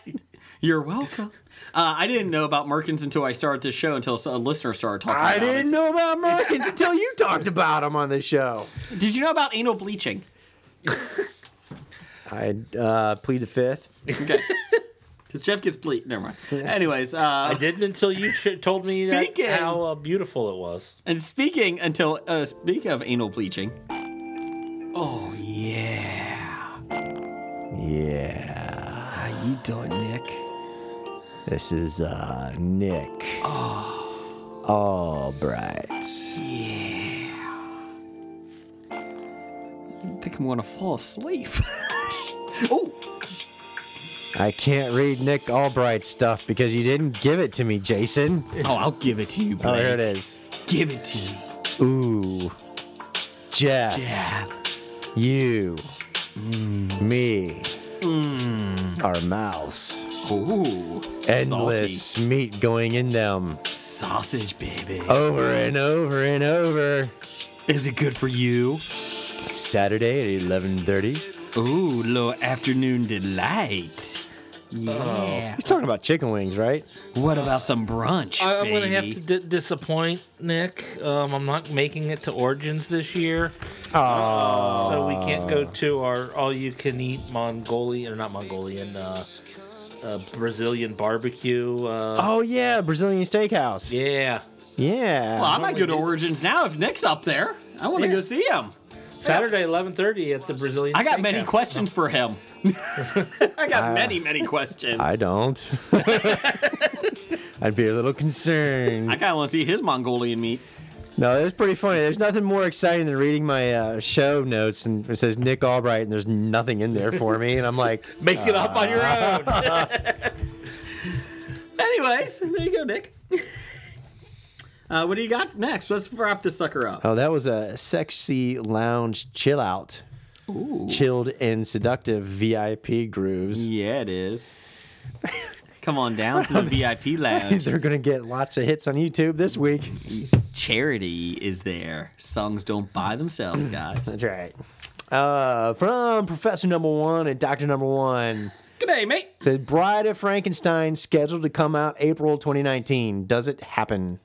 S7: You're welcome. Uh, I didn't know about Merkins until I started this show. Until a listener started talking.
S6: I
S7: about
S6: didn't
S7: it.
S6: know about Merkins until you talked about them on the show.
S7: Did you know about anal bleaching?
S6: I uh, plead the fifth.
S7: Okay.
S2: Because Jeff gets bleep. Never mind. Anyways, uh,
S4: I didn't until you sh- told me that,
S2: Speaking-
S4: how uh, beautiful it was.
S2: And speaking until uh, speak of anal bleaching. Oh yeah.
S6: Yeah.
S2: How you doing, Nick?
S6: This is uh Nick. Oh.
S2: Ah.
S6: Albright.
S2: I think I'm gonna fall asleep. oh,
S6: I can't read Nick Albright's stuff because you didn't give it to me, Jason.
S2: oh, I'll give it to you,
S6: Oh,
S2: Blake.
S6: here it is.
S2: Give it to me.
S6: Ooh. Jeff.
S2: Jeff. Mm.
S6: You. Me. Our mouths.
S2: Ooh.
S6: Endless meat going in them
S2: Salty. sausage, baby.
S6: over and over and over.
S2: Is it good for you?
S6: Saturday at 11:30.
S2: Ooh, little afternoon delight. Yeah.
S6: He's talking about chicken wings, right?
S2: What about some brunch,
S4: I, I'm
S2: baby?
S4: going to have to d- disappoint Nick. Um, I'm not making it to Origins this year. So we can't go to our all you can eat Mongolian, or not Mongolian, uh, uh, Brazilian barbecue. Uh,
S6: Oh yeah, Brazilian steakhouse.
S4: Yeah.
S6: Yeah.
S2: well, I might go to Origins now if Nick's up there. I want to
S4: Yeah.
S2: go see him.
S4: Saturday, 11.30 at the Brazilian
S2: I got many
S4: Steakhouse.
S2: questions for him. I got many, many questions. I,
S6: I don't. I'd be a little concerned.
S2: kind of want to see his Mongolian meat.
S6: No, it was pretty funny. There's nothing more exciting than reading my uh, show notes and it says Nick Albright and there's nothing in there for me. And I'm like,
S4: Make it up on your own.
S2: Anyways, there you go, Nick. uh, what do you got next? Let's wrap this sucker up.
S6: oh, that was a sexy lounge chill out. Chilled and seductive VIP grooves.
S2: Yeah, it is. Come on down to the VIP lounge.
S6: They're going to get lots of hits on YouTube this week.
S2: Charity is there. Songs don't buy themselves, guys.
S6: That's right. Uh, from Professor Number One and Doctor Number One.
S2: Good day, mate.
S6: Says Bride of Frankenstein scheduled to come out April 2019. Does it happen?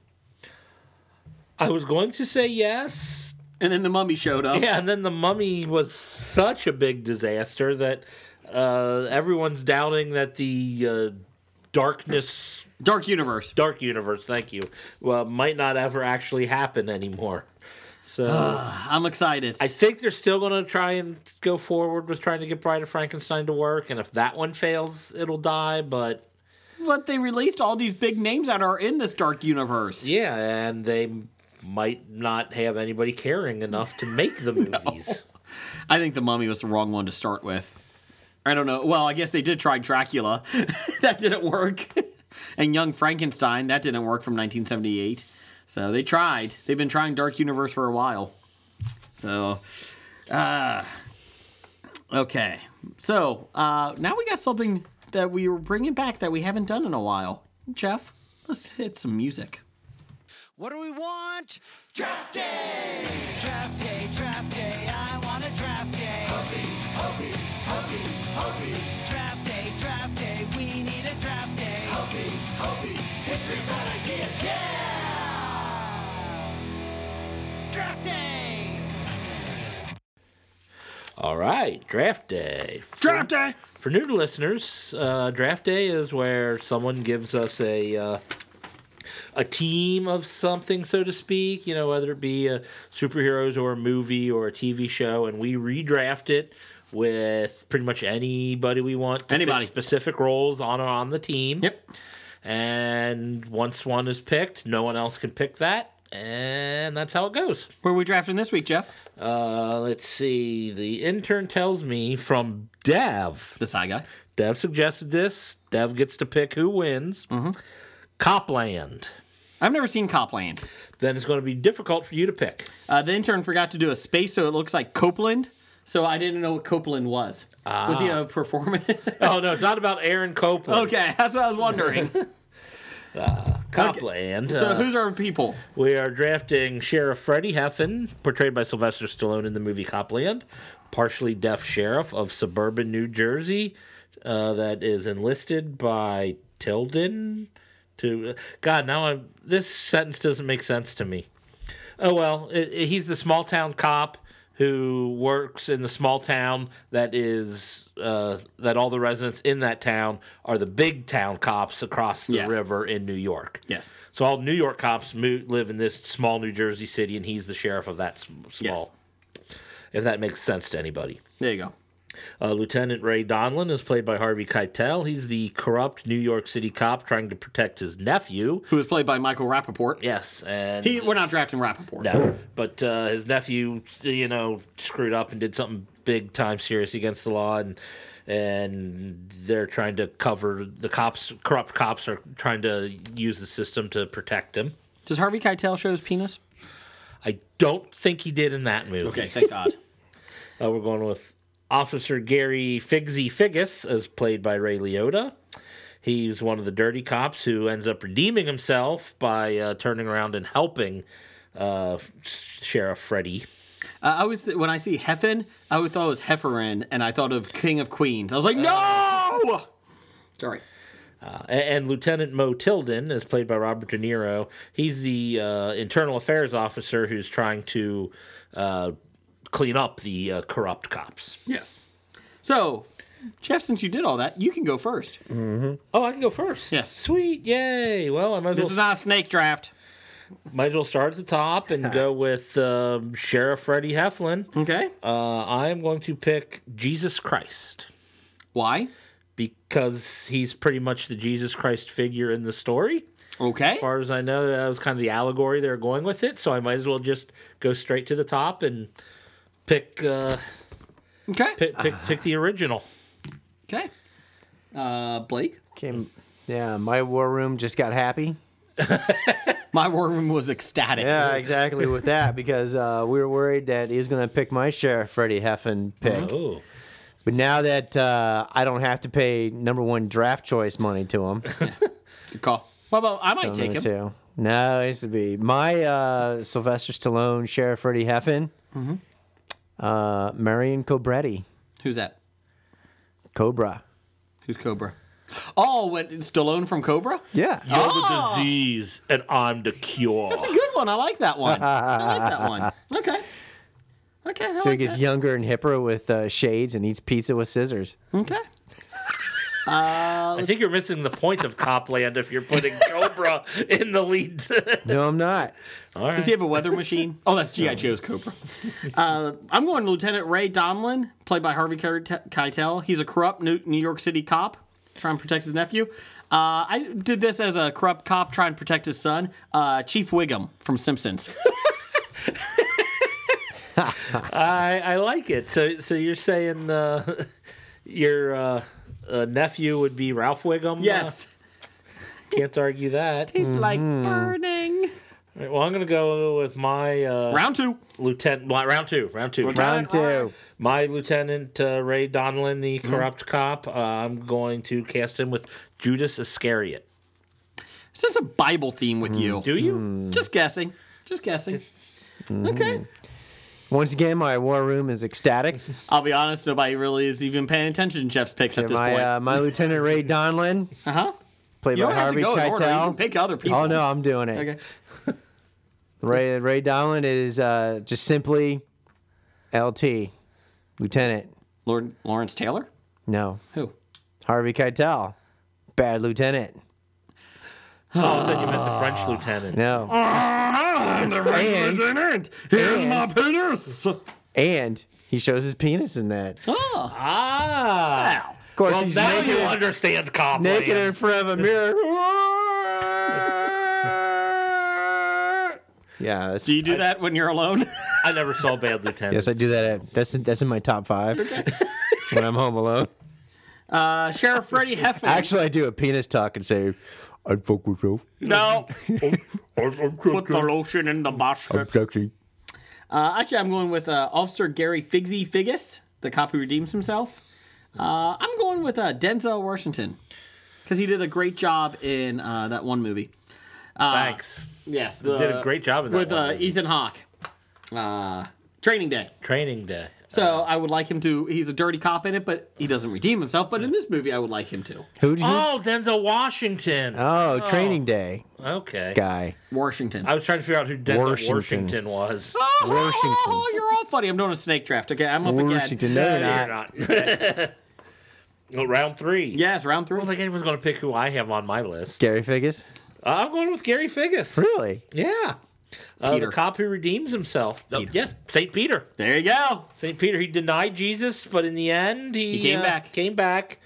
S4: I was going to say yes.
S2: And then the mummy showed up.
S4: Yeah, and then the mummy was such a big disaster that uh, everyone's doubting that the uh, darkness
S2: Dark universe.
S4: Dark Universe, thank you. Well, might not ever actually happen anymore. So
S2: I'm excited.
S4: I think they're still going to try and go forward with trying to get Bride of Frankenstein to work, and if that one fails, it'll die. But
S2: but they released all these big names that are in this dark universe.
S4: yeah, and they might not have anybody caring enough to make the movies.
S2: I think the mummy was the wrong one to start with. I don't know. Well, I guess they did try Dracula. that didn't work. and Young Frankenstein, that didn't work from 1978. So they tried. They've been trying Dark Universe for a while. So, uh, okay. So uh, now we got something that we were bringing back that we haven't done in a while. Jeff, let's hit some music.
S5: What do we want? Draft day! Draft day, draft day, I want a draft day. Hurry, hurry, hurry, hurry. Draft day, draft day, we need a draft day. Hurry, hurry, history about ideas, yeah! Draft day!
S4: All right, draft day.
S2: Draft day!
S4: For new to listeners, uh, draft day is where someone gives us a uh, a team of something, so to speak. You know, whether it be uh, superheroes or a movie or a TV show, and we redraft it with pretty much anybody we want to
S2: Anybody.
S4: fit specific roles on on the team.
S2: Yep.
S4: And once one is picked, no one else can pick that, and that's how it goes.
S2: Where are we drafting this week, Jeff?
S4: Uh, let's see. The intern tells me from Dev.
S2: The Sci Guy.
S4: Dev suggested this. Dev gets to pick who wins. Copland.
S2: I've never seen Copland.
S4: Then it's going to be difficult for you to pick.
S2: Uh, the intern forgot to do a space, so it looks like Copeland. So I didn't know what Copeland was. Was he a performer?
S4: Oh no, it's not about Aaron Copland.
S2: Ah. okay, that's what I was wondering.
S4: Copland.
S2: so
S4: uh,
S2: who's our people?
S4: we are drafting Sheriff Freddie Heffin, portrayed by Sylvester Stallone in the movie Copland, partially deaf sheriff of suburban New Jersey, uh, that is enlisted by Tilden. To God, now I'm, this sentence doesn't make sense to me. Oh well, i i- he's the small town cop who works in the small town that is uh, that all the residents in that town are the big town cops across the
S2: Yes.
S4: river in New York.
S2: Yes.
S4: So all New York cops move, live in this small New Jersey city, and he's the sheriff of that s- small. If that makes sense to anybody.
S2: There you go.
S4: Uh, Lieutenant Ray Donlin is played by Harvey Keitel. He's the corrupt New York City cop trying to protect his nephew.
S2: Who was played by Michael Rappaport.
S4: Yes, and
S2: He, we're not drafting Rappaport.
S4: no, but uh, his nephew, you know, screwed up and did something big time serious against the law, and and they're trying to cover the cops. Corrupt cops are trying to use the system to protect him.
S2: Does Harvey Keitel show his penis?
S4: I don't think he did in that movie.
S2: Okay, thank God.
S4: Uh, we're going with Officer Gary Figsy Figgis, as played by Ray Liotta. He's one of the dirty cops who ends up redeeming himself by uh, turning around and helping uh, Sheriff Freddy.
S2: Uh, I was when I see Heffin, I would thought it was Hefferin, and I thought of King of Queens. I was like, no. Sorry.
S4: A- and Lieutenant Mo Tilden is played by Robert De Niro. He's the uh, internal affairs officer who's trying to uh, clean up the uh, corrupt cops.
S2: Yes. So, Jeff, since you did all that, you can go first.
S4: Oh, I can go first.
S2: Yes.
S4: sweet, yay! Well, I might as well
S2: This is not a snake draft.
S4: might as well start at the top and go with um, Sheriff Freddie Heflin.
S2: Okay.
S4: Uh, I am going to pick Jesus Christ
S2: Why?
S4: because he's pretty much the Jesus Christ figure in the story.
S2: Okay.
S4: As far as I know, that was kind of the allegory they were going with it. So I might as well just go straight to the top and pick uh,
S2: Okay.
S4: pick pick, pick the original.
S2: Okay. Uh, Blake,
S6: Came, yeah, my war room just got happy.
S2: my war room was ecstatic.
S6: Yeah, exactly with that because uh, we were worried that he was going to pick my sheriff Freddie Heffin pick.
S4: Oh,
S6: But now that uh, I don't have to pay number one draft choice money to him,
S2: Good call. Well, well I might
S6: I'm
S2: take
S6: gonna
S2: him.
S6: too. No, it used to be my uh, Sylvester Stallone sheriff Freddie Heffin.
S2: Mm-hmm.
S6: Uh, Marion Cobretti,
S2: Who's that?
S6: Cobra.
S2: Who's Cobra? Oh, when Stallone from Cobra.
S6: Yeah.
S4: you're the disease and I'm the cure.
S2: That's a good one. I like that one. I like that one. Okay. Okay. I
S6: So he
S2: like
S6: gets
S2: that.
S6: younger and hipper with uh, shades and eats pizza with scissors.
S2: Okay.
S4: I think you're missing the point of Copland if you're putting Cobra in the lead.
S6: No, I'm not.
S4: All right.
S2: Does he have a weather machine? Oh, that's G.I. Joe's Cobra. Uh, I'm going Lieutenant Ray Domlin, played by Harvey Keite- Keitel. He's a corrupt New, New York City cop trying to protect his nephew. Uh, I did this as a corrupt cop trying to protect his son, uh, Chief Wiggum from Simpsons.
S4: I, I like it. So so you're saying uh, your uh, uh, nephew would be Ralph Wiggum? Uh,
S2: yes.
S4: can't argue that.
S2: He's like
S6: Mm-hmm.
S2: burning.
S4: All right, well, I'm going to go with my uh,
S2: Round two.
S4: lieutenant. well, round two. Round two.
S6: Round two.
S4: My lieutenant uh, Ray Donlin, the
S6: Mm-hmm.
S4: corrupt cop. Uh, I'm going to cast him with Judas Iscariot.
S2: Since a Bible theme with you.
S4: Do you?
S6: Hmm. Mm.
S2: Just guessing. Just guessing. Okay.
S6: Once again, my war room is ecstatic.
S2: I'll be honest, nobody really is even paying attention to Jeff's picks at this
S6: my
S2: point.
S6: uh, my Lieutenant Ray Donlin,
S2: Uh huh.
S6: played
S2: You
S6: by
S2: don't have to
S6: Harvey
S2: go in order. You
S6: Keitel.
S2: can pick other people.
S6: oh no, I'm doing it.
S2: Okay.
S6: Ray Ray Donlin is uh, just simply LT, Lieutenant.
S2: Lord Lawrence Taylor?
S6: No,
S2: Who?
S6: Harvey Keitel, bad Lieutenant.
S4: Oh, I thought you meant the French lieutenant.
S6: No, and
S2: Here's my penis.
S6: and he shows his penis in that. Of
S2: Oh.
S4: Ah.
S6: course,
S4: Well,
S6: he's
S4: now
S6: naked,
S4: you understand Copland.
S6: naked in front of a mirror. yeah, that's,
S2: Do you do that when you're alone?
S4: I never saw Bad Lieutenant.
S6: yes, I do that. At, that's that's in my top five when I'm home alone.
S2: Uh, Sheriff Freddie Heffernan.
S6: Actually, I do a penis talk and say, "I'd fuck myself.
S2: no.
S4: I'm- I'm
S2: Put the lotion in the
S6: I'm
S2: basket.
S6: sexy."
S2: Uh, actually, I'm going with uh, Officer Gary Figsy Figgis, the cop who redeems himself. Uh, I'm going with uh, Denzel Washington because he did a great job in uh, that one movie.
S4: Thanks.
S2: Yes, the,
S4: did a great job in that
S2: with
S4: one
S2: uh,
S4: movie.
S2: Ethan Hawke. Uh, Training Day.
S4: Training Day.
S2: So I would like him to. He's a dirty cop in it, but he doesn't redeem himself. But in this movie, I would like him to.
S6: Who did you?
S4: Oh, Denzel Washington.
S6: Oh, Training Day
S4: Okay.
S6: guy.
S2: Washington.
S4: I was trying to figure out who Denzel
S6: Washington.
S4: Washington, was.
S2: Oh, oh,
S6: Washington.
S2: oh, you're all funny. I'm doing a snake draft. Okay, I'm up
S6: Washington.
S2: again.
S6: No,
S4: No,
S6: you're
S4: you're
S6: not.
S4: not. Well, round three.
S2: Yes, round three.
S4: I don't think anyone's going to pick who I have on my list.
S6: Gary Figgis.
S4: Uh, I'm going with Gary Figgis.
S6: Really?
S4: Yeah. Uh,
S2: Peter.
S4: the cop who redeems himself. Uh, yes, St. Peter.
S2: There you go.
S4: St. Peter, he denied Jesus, but in the end, he,
S2: He came
S4: uh,
S2: back.
S4: Came back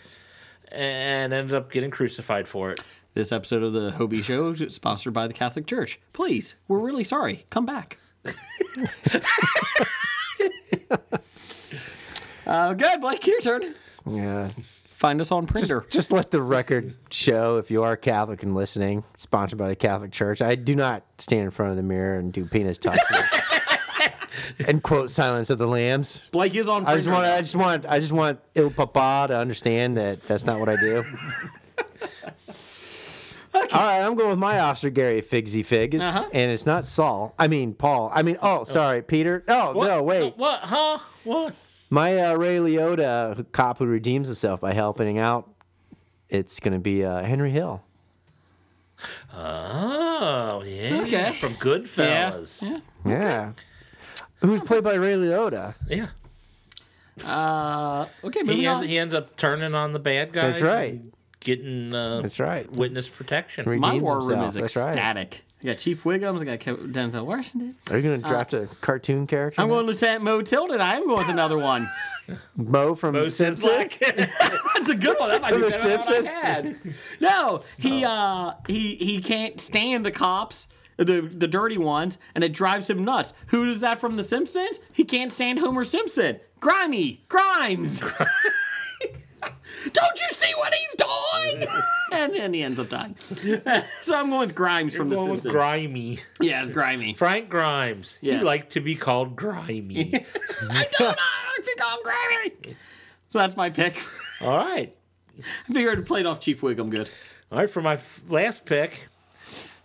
S4: and ended up getting crucified for it.
S2: This episode of the Hobie Show is sponsored by the Catholic Church. Please, we're really sorry. Come back. uh, good, Blake, your turn.
S6: Yeah.
S2: Find us on Printer.
S6: Just let the record show if you are Catholic and listening, sponsored by the Catholic Church. I do not stand in front of the mirror and do penis talk. and quote Silence of the Lambs.
S2: Blake is on Printer.
S6: I just want I just want I just want Il Papa to understand that that's not what I do. All right, I'm going with my officer Gary Figsy Figs,
S2: Uh-huh.
S6: and it's not Saul. I mean Paul. I mean, oh, sorry, Peter. Oh no, wait.
S4: Uh, What? Huh? What?
S6: My uh, Ray Liotta who- cop who redeems himself by helping out. It's going to be uh, Henry Hill.
S4: Oh, yeah.
S2: Okay.
S4: From Goodfellas. Yeah.
S6: Yeah. Who's played by Ray Liotta?
S2: Okay, moving
S4: He,
S2: on.
S4: end, he ends up turning on the bad guys.
S6: That's right.
S4: and Getting uh,
S6: That's right.
S4: witness protection.
S6: Re-
S2: My
S6: redeems
S2: war room
S6: himself.
S2: is
S6: That's right.
S2: ecstatic. I got Chief Wiggums. I got Kev- Denzel Washington.
S6: Are you going to draft a cartoon character?
S2: Uh, I'm going Lieutenant Mo Tilden. I am going with another one.
S6: Mo from The Simpsons.
S2: That's a good one. That might be
S6: The
S2: better than what I
S6: Simpsons?
S2: had. No, he
S6: Oh.
S2: uh, he he can't stand the cops, the the dirty ones, and it drives him nuts. Who is that from The Simpsons? He can't stand Homer Simpson. Grimy Grimes. Don't you see what he's doing? and then he ends up dying. so I'm going with Grimes from The
S4: Going with
S2: Simpsons.
S4: grimy.
S2: yeah, it's Grimy.
S4: Frank Grimes.
S2: Yes.
S4: He liked to be called grimy.
S2: I don't know. I think I'm Grimy. So that's my pick.
S4: All right.
S2: I figured I played off Chief Wiggum good.
S4: All right, for my f- last pick,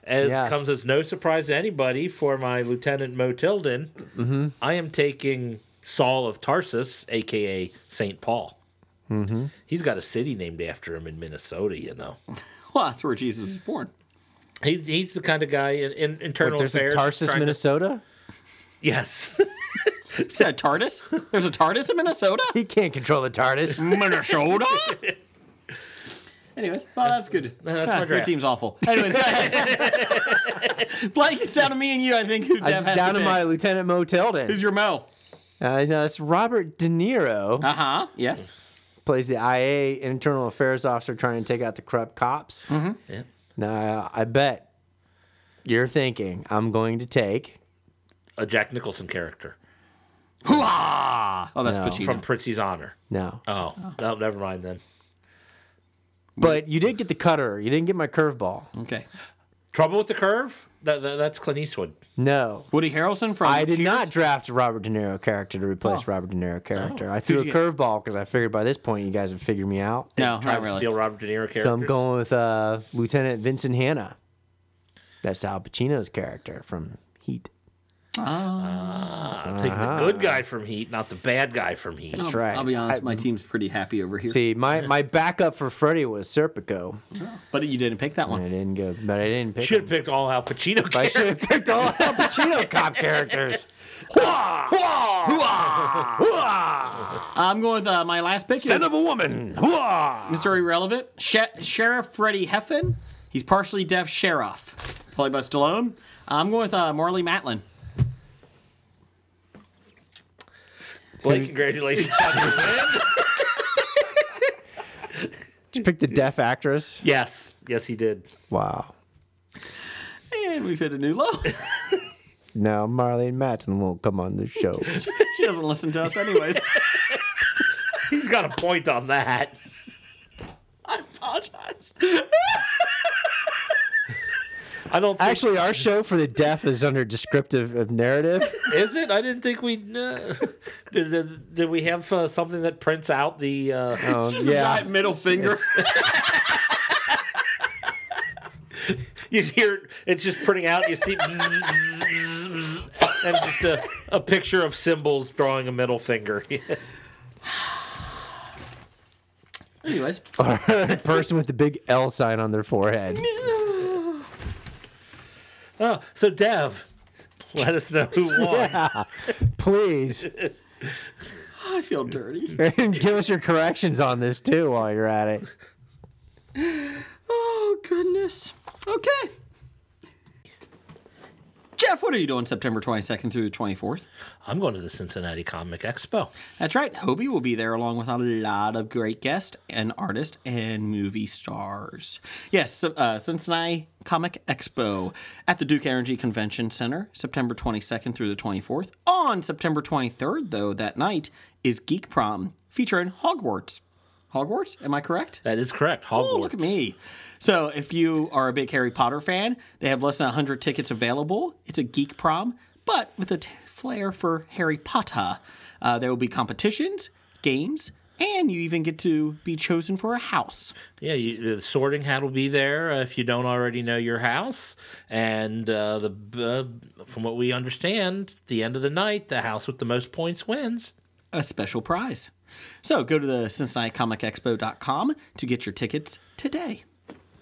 S4: as
S6: Yes.
S4: comes as no surprise to anybody, for my Lieutenant Mo Tilden,
S6: Mm-hmm.
S4: I am taking Saul of Tarsus, aka Saint Paul. Mm-hmm. He's got a city named after him in Minnesota. You know,
S2: Well, that's where Jesus was born.
S4: he's he's the kind of guy in, in
S6: Wait,
S4: internal
S6: There's a
S4: affairs.
S6: Tarsus,
S4: trying to-
S6: Minnesota.
S4: yes,
S2: Is that a TARDIS? There's a TARDIS in Minnesota?
S6: He can't control the TARDIS.
S2: Minnesota? Anyways, well, that's good.
S4: that's
S2: Ah,
S4: my
S2: Your
S4: draft.
S2: team's awful. Anyways, go ahead. Blake, it's down to me and you, I think, who
S6: I
S2: Dev
S6: just
S2: has
S6: down
S2: to
S6: to
S2: pick.
S6: my Lieutenant Mo Tilden.
S2: Who's your Mel?
S6: Uh, no, it's Robert De Niro
S2: Uh-huh, yes.
S6: plays the IA internal affairs officer trying to take out the corrupt cops.
S2: Mm-hmm.
S4: Yeah.
S6: Now I bet you're thinking I'm going to take
S4: a Jack Nicholson character
S2: Hoo-ah! Oh, that's
S6: No.
S2: Pacino.
S4: from Pritzi's Honor.
S6: no,
S4: Oh, no, never mind then.
S6: but you did get the cutter. You didn't get my curveball.
S2: okay.
S4: Trouble with the Curve. That, that, that's Clint Eastwood.
S6: No,
S2: Woody Harrelson from
S6: I did
S2: Cheers?
S6: not draft a Robert De Niro character to replace Robert De Niro character. I threw a
S2: Who'd you get?
S6: curveball because I figured by this point you guys have figured me out.
S2: No, not
S4: Trying to
S2: really.
S4: steal Robert De Niro character.
S6: So I'm going with uh, Lieutenant Vincent Hanna. That's Al Pacino's character from Heat.
S4: I'm taking the
S6: Ah.
S4: good guy from Heat, not the bad guy from Heat.
S6: That's right.
S2: I'll be honest, my team's pretty happy over here.
S6: See, my, my backup for Freddy was Serpico.
S2: But you didn't pick that
S6: And
S2: one.
S6: I didn't go, but I didn't pick.
S4: Should
S6: Him.
S4: have picked all Al Pacino.
S6: I
S4: characters.
S6: should have picked all Al Pacino cop characters.
S2: I'm going with uh, my last pick. is-
S6: a woman. Hooah!
S2: Missouri relevant. She- Sheriff Freddie Heffin. He's partially deaf sheriff, played by Stallone. I'm going with uh, Marley Matlin.
S4: Blake, congratulations.
S6: Did you pick the deaf actress?
S4: yes, yes, he did.
S6: Wow.
S2: And we've hit a new low.
S6: No, Marlene Matlin won't come on the show.
S2: she doesn't listen to us, anyways.
S4: He's got a point on that.
S2: I apologize.
S4: I don't think,
S6: Actually, our show for the deaf is under descriptive of narrative.
S4: is it. I didn't think we uh, did, did. Did we have uh, something that prints out the? Uh,
S6: Um,
S2: Just a giant middle finger.
S4: you hear it's just printing out. You see, bzz, bzz, bzz, bzz. and just a, a picture of symbols drawing a middle finger.
S2: Anyways,
S6: person with the big L sign on their forehead.
S4: oh, so Dev, let us know who won.
S6: Please.
S2: I feel dirty.
S6: And give us your corrections on this too while you're at it.
S2: Oh goodness. Okay. Jeff, what are you doing September 22nd through the 24th?
S4: I'm going to the Cincinnati Comic Expo.
S2: That's right. Hobie will be there along with a lot of great guests and artists and movie stars. Yes, so- uh, Cincinnati Comic Expo at the Duke Energy Convention Center, September 22nd through the 24th. On September 23rd, though, that night is Geek Prom featuring Hogwarts. Hogwarts? Am I correct?
S4: That is correct. Hogwarts.
S2: Oh, look at me. So, if you are a big Harry Potter fan, they have less than 100 tickets available. It's a geek prom, but with a t- flair for Harry Potter. Uh, there will be competitions, games, and you even get to be chosen for a house.
S4: Yeah, you, the sorting hat will be there uh, if you don't already know your house. And uh, the uh, from what we understand, the end of the night, the house with the most points wins.
S2: a special prize. So go to the CincinnatiComicExpo.com to get your tickets today.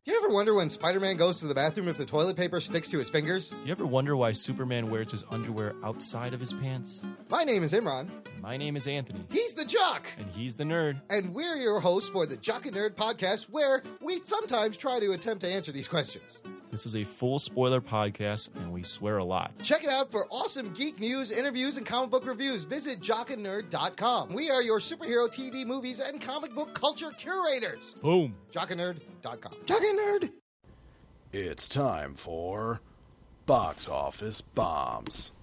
S8: Do you ever wonder when Spider Man goes to the bathroom if the toilet paper sticks to his fingers?
S9: You ever wonder why Superman wears his underwear outside of his pants?
S8: My name is Imran.
S9: My name is Anthony,
S8: He's the Jock!
S9: and he's the nerd.
S8: And we're your hosts for the Jock and Nerd podcast, where we sometimes try to attempt to answer these questions.
S9: This is a full spoiler podcast, and we swear a lot.
S8: Check it out for awesome geek news, interviews, and comic book reviews. Visit jockandnerd.com. We are your superhero TV, movies, and comic book culture curators.
S9: Boom.
S8: Jockandnerd.com. Jock and Nerd!
S10: It's time for Box Office Bombs.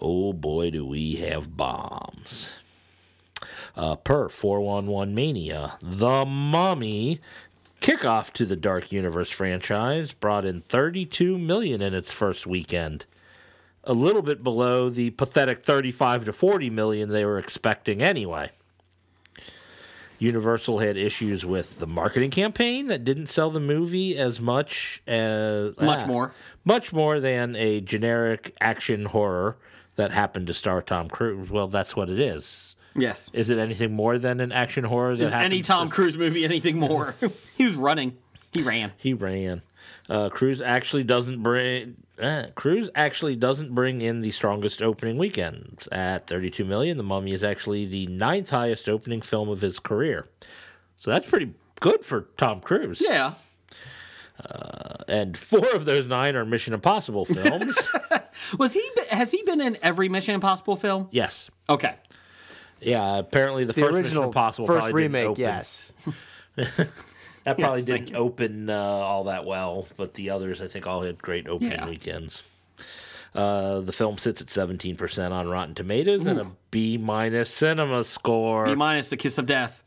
S4: Oh boy, do we have bombs. Uh, per 411 Mania, The Mummy kickoff to the Dark Universe franchise brought in 32 million in its first weekend. A little bit below the pathetic 35 to 40 million they were expecting anyway. Universal had issues with the marketing campaign that didn't sell the movie as much as
S2: Much more.
S4: much more than a generic action horror that happened to star Tom Cruise. Well, that's what it is.
S2: Yes.
S4: Is it anything more than an action horror that
S2: Is
S4: happened?
S2: any Tom Cruise movie anything more? he was running. He ran.
S4: he ran. Uh, Cruise actually doesn't bring eh, Cruise actually doesn't bring in the strongest opening weekend at 32 million. The Mummy is actually the ninth highest opening film of his career, so that's pretty good for Tom Cruise.
S2: Yeah.
S4: and four of those nine are Mission Impossible films.
S2: Was he has he been in every Mission Impossible film?
S4: yes,
S2: Okay.
S4: yeah. Apparently, the,
S6: The
S4: first Mission
S6: original
S4: Impossible
S6: first
S4: probably didn't
S6: remake,
S4: open.
S6: yes.
S4: That probably
S2: Yes, thank
S4: didn't open uh, all that well, but the others, I think, all had great opening
S2: Yeah.
S4: weekends. Uh, the film sits at 17% on Rotten Tomatoes and a B minus cinema score.
S2: B minus the kiss of death.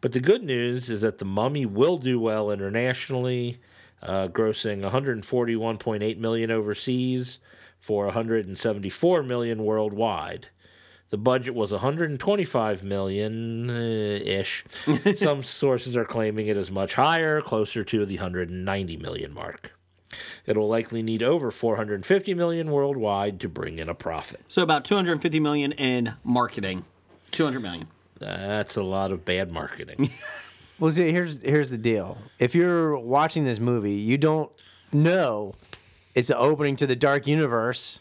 S4: But the good news is that The Mummy will do well internationally, uh, grossing 141.8 million overseas for 174 million worldwide. The budget was 125 million uh, ish. Some sources are claiming it is much higher, closer to the 190 million mark. It'll likely need over 450 million worldwide to bring in a profit.
S2: So about 250 million in marketing. 200 million.
S4: That's a lot of bad marketing.
S6: Well, see, here's here's the deal. If you're watching this movie, you don't know it's the opening to the Dark Universe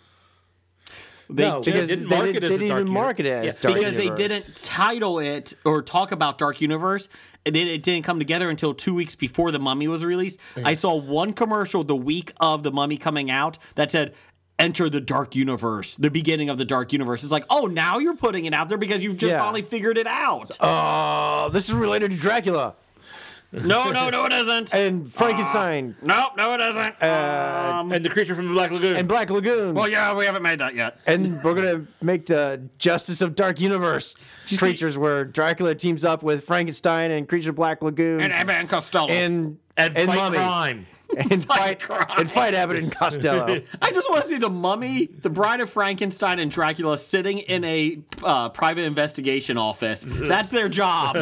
S2: They
S4: No,
S2: just-
S6: because
S4: didn't
S6: they,
S4: market
S6: did,
S4: it as
S6: they
S4: the
S6: didn't
S4: Dark
S6: even
S4: Uni-
S6: market it as
S4: Yeah,
S6: Dark
S2: because
S6: Universe.
S2: they didn't title it or talk about Dark Universe. And then it didn't come together until two weeks before The Mummy was released. I saw one commercial the week of The Mummy coming out that said, Enter the Dark Universe, the beginning of the Dark Universe. It's like, oh, now you're putting it out there because you've just
S6: Yeah.
S2: finally figured it out.
S6: Oh, this is related to Dracula
S2: no, no, no, it isn't.
S6: and Uh, Frankenstein
S2: nope, no, it isn't. um,
S4: and the creature from the Black Lagoon.
S6: and Black Lagoon.
S2: well, yeah, we haven't made that yet.
S6: and we're gonna make the Justice of Dark Universe creatures where Dracula teams up with Frankenstein and Creature Black Lagoon
S2: And Abbott and Costello.
S6: and
S4: and, fight
S6: Mummy.
S4: crime.
S6: and fight
S2: crime.
S6: and fight Abbott and Costello.
S2: I just want to see the mummy, the bride of Frankenstein, and Dracula sitting in a uh, private investigation office. That's their job.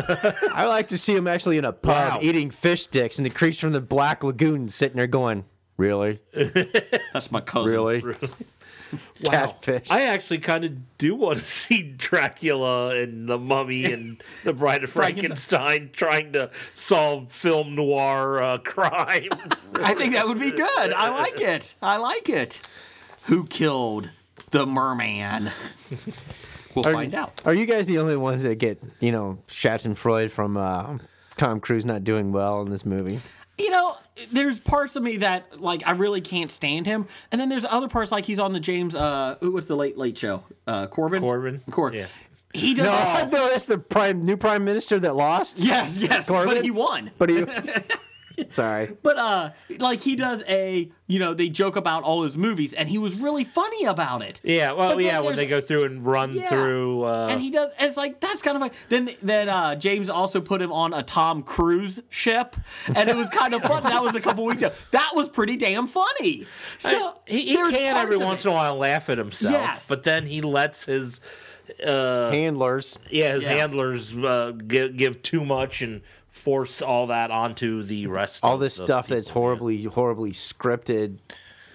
S6: I like to see him actually in a pub
S4: Wow.
S6: eating fish sticks, and the creature from the Black Lagoon sitting there going, Really?
S2: That's my cousin.
S6: Really? Catfish.
S4: I actually kind of do want to see Dracula and the Mummy and the Bride of Frankenstein trying to solve film noir uh, crimes.
S2: I think that would be good. I like it. I like it. Who killed the merman? We'll find out.
S6: Are you guys the only ones that get, you know, Schadenfreude from uh, Tom Cruise not doing well in this movie?
S2: You know, there's parts of me that like I really can't stand him, and then there's other parts like he's on the James. Uh, who was the Late Late Show? Uh, Corbin.
S4: Corbin?
S2: Corbin.
S4: Yeah.
S2: He does. not
S4: Oh.
S6: no, that's the prime new prime minister that lost.
S2: Yes, yes,
S6: Corbin?
S2: but he won.
S6: But he. Sorry.
S2: But uh, like he does a, you know, they joke about all his movies, and he was really funny about it.
S4: yeah, well,
S2: But then
S4: yeah, when
S2: there's-
S4: they go through and run
S2: Yeah.
S4: through. Uh,
S2: and he does. It's like that's kind of like then then uh, James also put him on a Tom Cruise ship, and it was kind of fun. that was a couple weeks ago. That was pretty damn funny. So
S4: he, he
S2: there's
S4: can
S2: parts
S4: every
S2: of
S4: once
S2: it.
S4: in a while laugh at himself,
S2: Yes.
S4: but then he lets his Uh,
S6: Handlers.
S4: yeah his
S2: Yeah.
S4: handlers uh, give, give too much and force all that onto the rest.
S6: All
S4: of
S6: this
S4: the
S6: stuff
S4: people,
S6: that's
S4: yeah.
S6: horribly, horribly scripted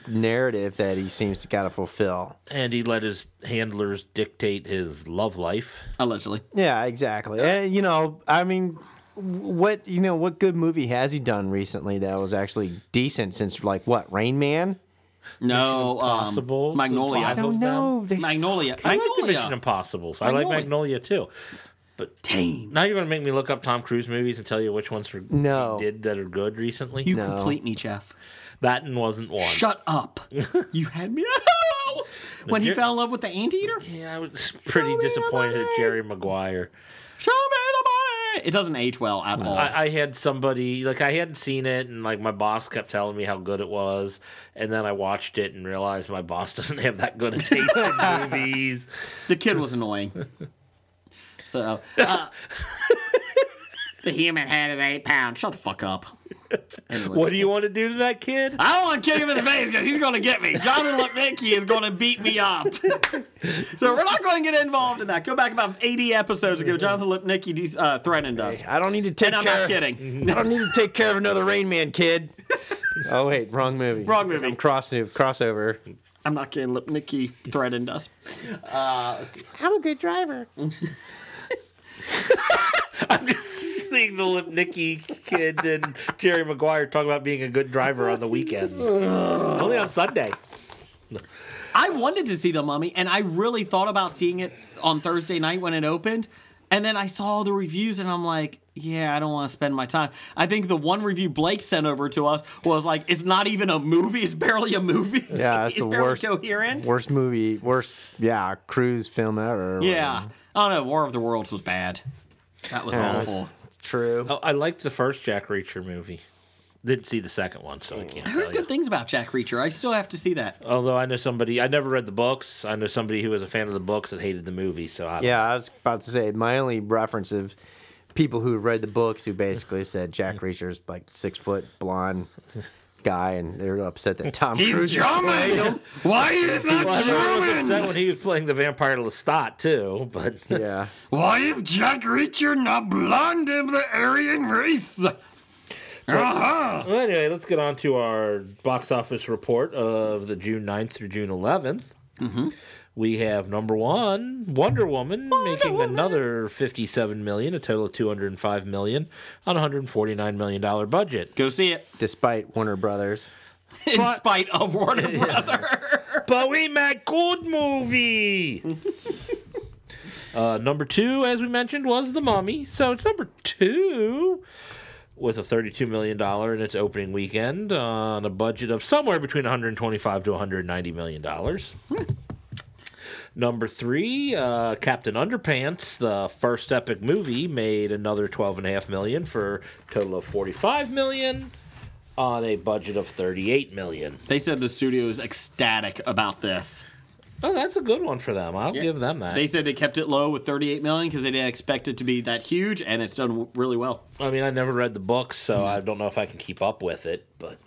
S6: narrative that he seems to gotta fulfill.
S4: and he let his handlers dictate his love life.
S2: Allegedly,
S6: Yeah, exactly. And, you know, I mean, what you know, what good movie has he done recently that was actually decent since like what Rain Man?
S2: no.
S4: Impossible,
S2: Um, Magnolia.
S4: the five of
S6: No,
S4: them.
S6: they
S2: Magnolia.
S4: I like the Mission
S2: Magnolia.
S4: Impossible. So I like
S2: Magnolia.
S4: Magnolia too.
S2: Dang,
S4: Now you're going to make me look up Tom Cruise movies and tell you which ones are,
S6: No.
S4: he did that are good recently.
S2: you complete me, Jeff.
S4: that one wasn't one.
S2: Shut up. you had me. when he
S4: Jer-
S2: fell in love with the anteater.
S4: yeah, I was pretty
S2: Show me the
S4: disappointed at
S2: money.
S4: Jerry Maguire.
S2: Show me the money. It doesn't age well at all.
S4: I, I had somebody like I hadn't seen it, and like my boss kept telling me how good it was, and then I watched it and realized my boss doesn't have that good a taste in movies.
S2: the kid was annoying. so uh, the human head is eight pounds. Shut the fuck up. Anyway.
S4: What do you want to do to that kid?
S2: I don't want to kick him in the face because he's going to get me. Johnny Lipnicki is going to beat me up. so we're not going to get involved in that. Go back about 80 episodes ago. Jonathan Lipnicki uh, threatened us.
S6: I don't need to take
S2: And I'm
S6: care.
S2: not kidding.
S6: I don't need to take care of another Rain Man kid. oh wait, wrong movie.
S2: Wrong movie.
S6: I'm cross crossover.
S2: I'm not kidding. Lipnicki threatened us.
S6: I'm a good driver.
S4: I'm just seeing the Lipnicki kid and Jerry Maguire talk about being a good driver on the weekends. Only on Sunday.
S2: I wanted to see The Mummy, and I really thought about seeing it on Thursday night when it opened. And then I saw the reviews, and I'm like, yeah, I don't want to spend my time. I think the one review Blake sent over to us was like, it's not even a movie. It's barely a movie.
S6: Yeah, it's the
S2: barely
S6: worst-
S2: coherent.
S6: Worst movie. Worst. Yeah, cruise film ever.
S2: Yeah.
S7: Oh,
S2: I don't know. War of the Worlds was bad. That was awful.
S6: True.
S4: Oh, I liked the first Jack Reacher movie. Didn't see the second one, so
S6: Mm.
S4: I can't
S2: I
S4: tell
S2: heard
S4: you.
S2: good things about Jack Reacher. I still have to see that.
S4: Although I know somebody, I never read the books. I know somebody who was a fan of the books that hated the movie. So I,
S6: Yeah, I was about to say my only reference of people who read the books who basically said Jack Reacher's like six foot blonde guy, and they're upset that Tom Cruise. is playing him.
S2: Why is not
S4: I remember I was upset when he was playing the Vampire Lestat too. But
S6: Yeah,
S2: Why is Jack Reacher not blonde of the Aryan race?
S4: Well, anyway, let's get on to our box office report of the June 9th through June 11th.
S6: Mm-hmm.
S4: We have number one, Wonder Woman, making another 57 million, a total of 205 million on a 149 million dollar budget.
S2: Go see it.
S6: despite Warner Brothers.
S2: In spite of Warner Brother.
S4: But we make good movie. uh, number two, as we mentioned, was The Mummy. So it's number two with a 32 million dollar in its opening weekend on a budget of somewhere between 125 to 190 million dollars. Number three, uh, Captain Underpants, the first epic movie, made another 12.5 million for a total of 45 million on a budget of 38 million.
S2: They said the studio is ecstatic about this.
S4: Oh, that's a good one for them. I'll give them that.
S2: They said they kept it low with 38 million because they didn't expect it to be that huge, and it's done w- really well.
S4: I mean, I never read the books, so I don't know if I can keep up with it.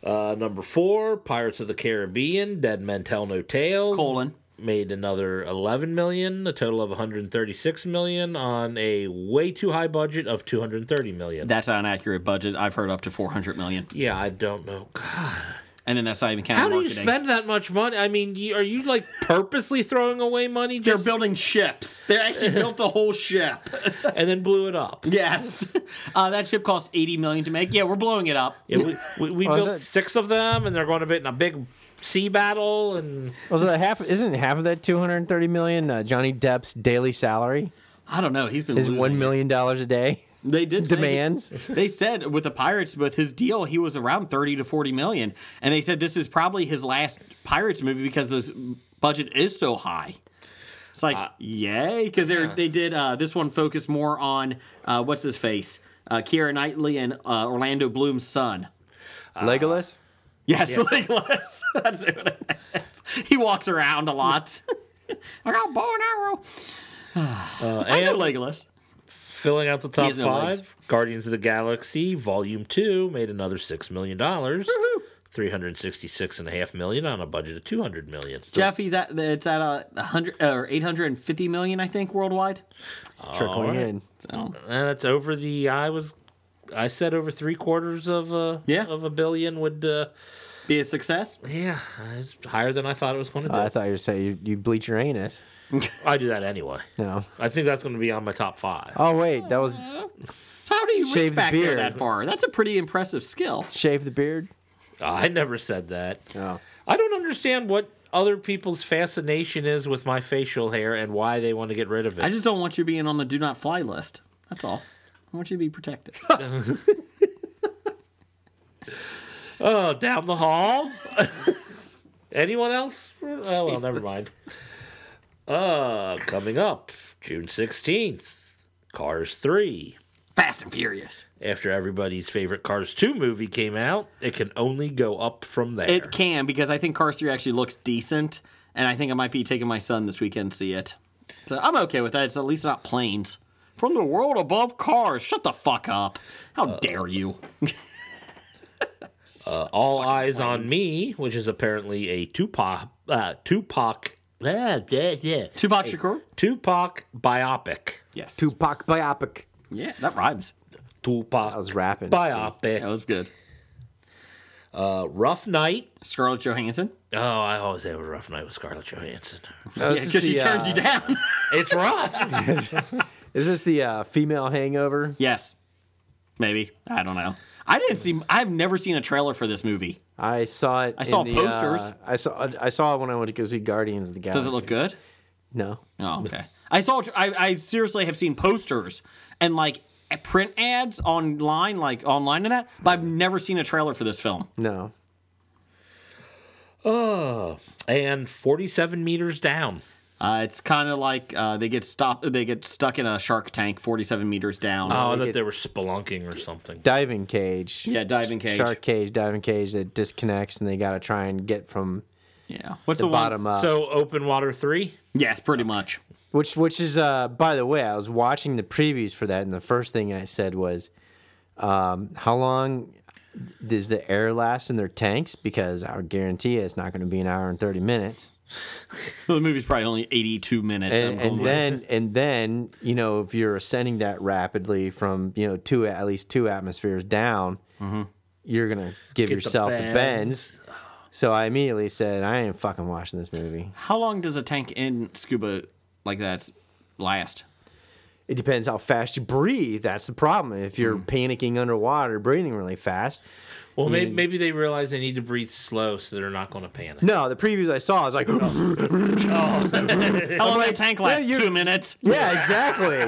S4: But uh, number four, Pirates of the Caribbean, Dead Men Tell No Tales,
S2: Colon.
S4: made another 11 million, a total of 136 million on a way too high budget of 230 million.
S7: That's not an accurate budget. I've heard up to 400 million.
S4: yeah, I don't know. God,
S7: And then that's not even counting
S4: how do you
S7: marketing.
S4: spend that much money? I mean, you, are you like purposely throwing away money
S7: They're
S4: just
S7: building ships. They actually built the whole ship.
S4: and then blew it up?
S7: yes. Uh, that ship cost 80 million to make. Yeah, we're blowing it up.
S4: Yeah, we we, we
S6: Well,
S4: built
S6: that-
S4: six of them, and they're going to be in a big sea battle. And
S6: Was that half? Isn't half of that two hundred and thirty million uh, Johnny Depp's daily salary?
S7: I don't know. He's been
S6: Is
S7: losing
S6: one
S7: it.
S6: million dollars a day
S7: They did say-
S6: demands?
S7: they said with the Pirates, with his deal, he was around 30 to 40 million. And they said this is probably his last Pirates movie because this budget is so high. It's like, yay. Because are they did uh, this one focused more on uh, what's his face? Uh, Keira Knightley and uh, Orlando Bloom's son. Uh,
S6: Legolas.
S7: Yes, like less. That's what it is. He walks around a lot. I got bow and arrow.
S4: uh,
S7: I know
S4: and
S7: Legolas.
S4: filling out the top
S7: has no
S4: five,
S7: legs.
S4: Guardians of the Galaxy Volume Two made another six million dollars. Three hundred sixty-six and a half million on a budget of two hundred million. So
S7: Jeff, he's at it's at a hundred or eight hundred and fifty million, I think, worldwide.
S6: Trickling in.
S4: uh, that's over the. I was, I said over three quarters of a
S7: Yeah.
S4: of a billion would. Uh,
S7: Be a success.
S4: yeah, it's higher than I thought it was going to be.
S6: Oh,
S7: Uh,
S6: I thought you were saying you, you bleach your anus.
S4: I do that anyway.
S6: No.
S4: I think that's going to be on my top five.
S7: Uh,
S6: Oh wait, that was
S7: So how do you
S6: Shave
S7: reach
S6: the
S7: back there
S6: beard.
S7: that far? That's a pretty impressive skill.
S6: shave the beard.
S4: I never said that.
S6: Oh.
S4: I don't understand what other people's fascination is with my facial hair and why they want to get rid of it.
S7: I just don't want you being on the do not fly list. That's all. I want you to be protected.
S4: oh, down the hall. Anyone else? Oh well, never mind. Uh, coming up June sixteenth, Cars three.
S7: Fast and furious.
S4: After everybody's favorite Cars two movie came out, it can only go up from there.
S7: It can because I think Cars 3 actually looks decent, and I think I might be taking my son this weekend to see it. So I'm okay with that. It's at least not planes. From the world above cars. Shut the fuck up. How dare you?
S4: All Eyes on Me, which is apparently a Tupac, uh, Tupac, yeah, yeah, yeah.
S7: Tupac Shakur?
S4: Tupac biopic.
S7: Yes.
S6: Tupac biopic.
S7: yeah, that rhymes.
S4: Tupac
S6: I was rapping.
S4: biopic.
S7: That was good.
S4: Uh, rough Night.
S7: Scarlett Johansson?
S4: Oh, I always have a rough night with Scarlett Johansson.
S6: No,
S7: Yeah,
S6: this is
S7: because she
S6: the,
S7: turns
S6: uh,
S7: you down.
S4: It's rough.
S6: Is this the uh, female hangover?
S7: yes. Maybe. I don't know. I didn't see, I've never seen a trailer for this movie.
S6: I saw it. I
S7: saw posters.
S6: I saw. I saw it when I went to go see Guardians of the Galaxy.
S7: Does it look good?
S6: No.
S7: Oh, okay. I saw. I, I seriously have seen posters and like print ads online, like online and that, but I've never seen a trailer for this film.
S6: No.
S4: oh, and 47 meters down.
S7: Uh, it's kind of like uh, they get stopped. They get stuck in a shark tank, forty-seven meters down.
S4: Oh, I thought
S6: get-
S4: they were spelunking or something.
S6: Diving cage.
S7: yeah, diving cage.
S6: Shark cage, diving cage that disconnects, and they got to try and get from
S7: Yeah. What's
S6: the,
S7: the,
S6: bottom
S7: One?
S6: up.
S4: so, Open Water 3?
S7: Yes, pretty much.
S6: Which which is uh by the way, I was watching the previews for that and the first thing I said was um how long does the air last in their tanks? Because I would guarantee you it's not gonna be an hour and thirty minutes.
S7: The movie's probably only eighty-two minutes.
S6: And, and then and then, you know, if you're ascending that rapidly from, you know, two at least two atmospheres down, you're gonna give
S4: Get the
S6: yourself the
S4: bends.
S6: bends. So I immediately said, I ain't fucking watching this movie.
S7: how long does a tank in scuba like that last?
S6: It depends how fast you breathe. That's the problem. If you're panicking underwater, breathing really fast,
S4: Well, maybe, maybe they realize they need to breathe slow so they're not going to panic.
S6: No, the previews I saw, I was like,
S7: How long did a tank last?
S6: Uh, you're-
S7: Two minutes.
S6: yeah, exactly.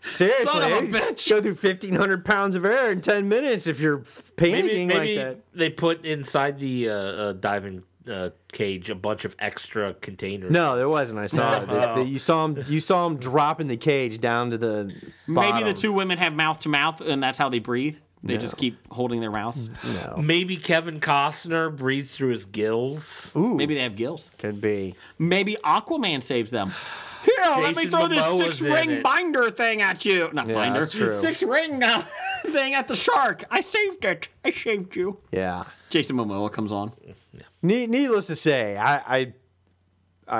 S6: Seriously,
S7: Son of a
S6: bitch. go through fifteen hundred pounds of air in ten minutes if you're panicking
S4: Maybe, maybe
S6: like that.
S4: they put inside the uh, uh, diving uh, cage a bunch of extra containers.
S6: No, there wasn't. I saw it. The- the- you saw him. You saw him dropping the cage down to the
S7: Maybe the
S6: bottom.
S7: two women have mouth to mouth, and that's how they breathe. They just keep holding their mouths.
S4: Maybe Kevin Costner breathes through his gills.
S7: Maybe they have gills.
S6: could be.
S7: Maybe Aquaman saves them. Here, let me
S4: Jason
S7: throw this
S4: Momoa's
S7: six ring
S4: in it.
S7: binder thing at you. Not binder.
S6: that's true.
S7: Six ring uh, thing at the shark. I saved it. I saved you.
S6: Yeah.
S7: Jason Momoa comes on.
S6: Ne- needless to say, I, I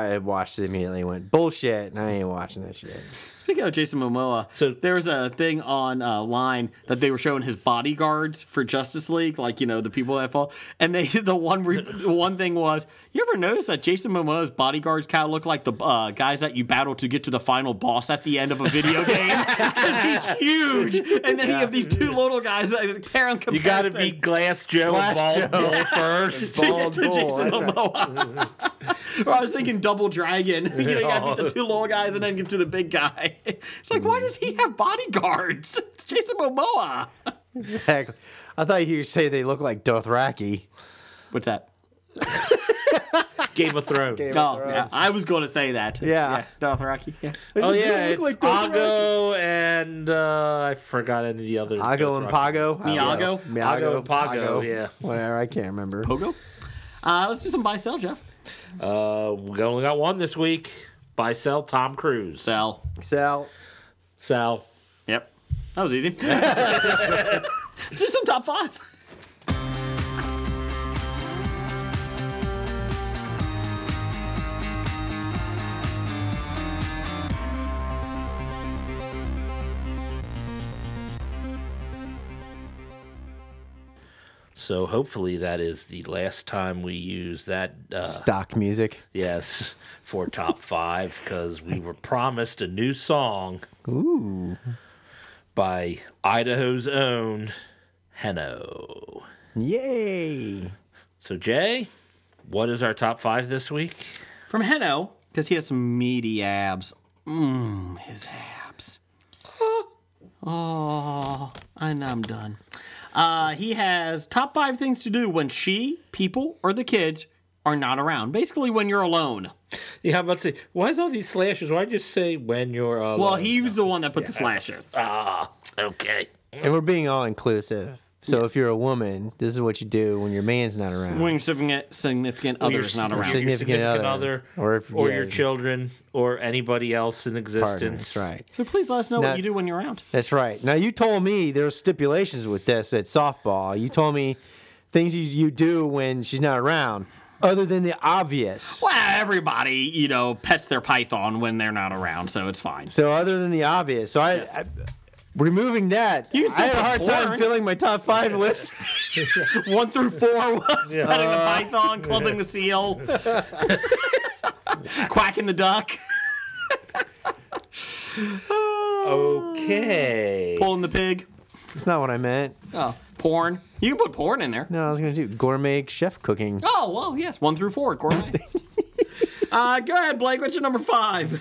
S6: I watched it immediately. and Went bullshit, and I ain't watching this shit.
S7: Speaking of Jason Momoa,
S4: So-
S7: there was a thing on uh, line that they were showing his bodyguards for Justice League, like you know the people that fall. And they the one re- the one thing was, you ever notice that Jason Momoa's bodyguards kind of look like the uh, guys that you battle to get to the final boss at the end of a video game because he's huge, and then you have these two little guys that pair in comparison.
S4: You got to beat Glass Joe and Bald Bull first.
S7: to get to Jason Momoa. or I was thinking Double Dragon. you know, you gotta beat the two little guys and then get to the big guy. It's like, why does he have bodyguards? It's Jason Momoa.
S6: Exactly. I thought you say they look like Dothraki.
S7: What's that?
S4: Game of Thrones.
S7: Oh, yeah, I was going to say that.
S6: Yeah.
S7: Dothraki. Yeah.
S4: Oh yeah, it's Pago and uh, I forgot any of the others.
S6: Iago and Pago.
S7: Miago?
S4: Pago
S6: Miago.
S4: and
S6: Pago.
S4: Pago. Yeah.
S6: Whatever. I can't remember.
S7: Pogo. Uh, let's do some buy sell, Jeff.
S4: Uh, we only got one this week. Buy sell Tom Cruise.
S7: Sell.
S6: Sal.
S4: Sell.
S7: Yep. That was easy. let's do some top five.
S4: So hopefully that is the last time we use that. Uh,
S6: Stock music.
S4: yes, for top five because we were promised a new song. By Idaho's own Heno.
S6: Yay.
S4: So Jay, what is our top five this week?
S7: From Heno, because he has some meaty abs. Mmm, his abs. Oh, and I'm done. Uh, he has top five things to do when she, people, or the kids are not around. Basically, when you're alone.
S4: Yeah, I'm about to say, why is all these slashes? Why just say when you're alone?
S7: Well, he was the one that put the slashes.
S4: Ah, okay.
S6: And we're being all inclusive. So if you're a woman, this is what you do when your man's not around.
S7: When your significant, significant other is not
S4: your
S7: around.
S6: Significant
S4: significant
S6: other.
S4: other,
S6: Or
S4: or,
S6: if- yeah.
S4: your children, or anybody else in
S6: partner.
S4: existence.
S6: That's right.
S7: So please let us know
S6: Now-
S7: what you do when you're around.
S6: That's right. Now you told me there's stipulations with this at softball. You told me things you, you do when she's not around, other than the obvious.
S7: Well, everybody, you know, pets their python when they're not around, so it's fine.
S6: So other than the obvious. So I, I removing that.
S7: You can
S6: I
S7: still
S6: had a
S7: put
S6: hard time
S7: porn.
S6: filling my top five list.
S7: One through four was petting the python, clubbing the seal, quacking the duck,
S4: Okay.
S7: pulling the pig.
S6: That's not what I meant.
S7: Oh, porn. You can put porn in there.
S6: No, I was gonna do gourmet chef cooking.
S7: Oh, well, yes. One through four, gourmet. uh, go ahead, Blake. What's your number five?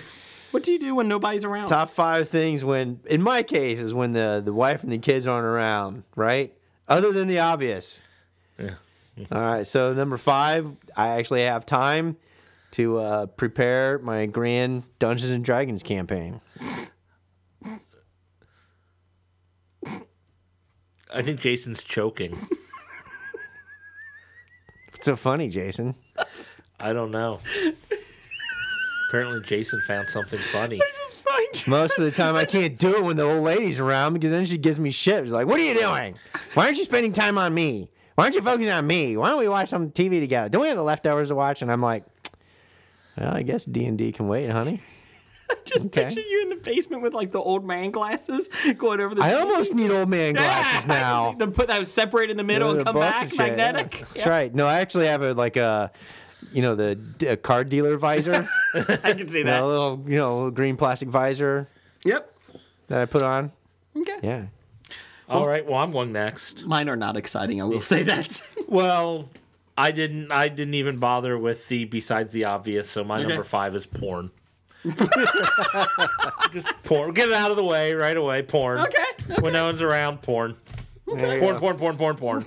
S7: What do you do when nobody's around?
S6: Top five things when, in my case, is when the the wife and the kids aren't around, right? Other than the obvious.
S4: Yeah.
S6: All right. So number five, I actually have time to uh, prepare my grand Dungeons and Dragons campaign.
S4: I think Jason's choking.
S6: What's so funny, Jason?
S4: I don't know. Apparently, Jason found something funny.
S6: Most of the time, I can't do it when the old lady's around because then she gives me shit. She's like, "What are you doing? Why aren't you spending time on me? Why aren't you focusing on me? Why don't we watch some TV together? Don't we have the leftovers to watch?" And I'm like, "Well, I guess D and D can wait, honey."
S7: Just
S6: okay.
S7: picture you in the basement with like the old man glasses going over the.
S6: I almost need old man
S7: Yeah,
S6: glasses now.
S7: The put that was separate in the middle
S6: Yeah,
S7: and
S6: the
S7: come
S6: box
S7: back
S6: and shit, yeah.
S7: magnetic.
S6: That's right. No, I actually have a like a, you know, the d- a car dealer visor,
S7: I can see
S6: you know, a
S7: that.
S6: little you know, a little green plastic visor
S7: Yep.
S6: that I put on.
S7: Okay.
S6: Yeah.
S4: All right. Well, I'm going next.
S7: Mine are not exciting. I will say that.
S4: Well, I didn't. I didn't even bother with the besides the obvious. So my number five is porn. Just porn. Get it out of the way right away. Porn.
S7: Okay,
S4: When no one's around, porn.
S6: There you
S4: Porn,
S6: go.
S4: porn, porn, porn, porn.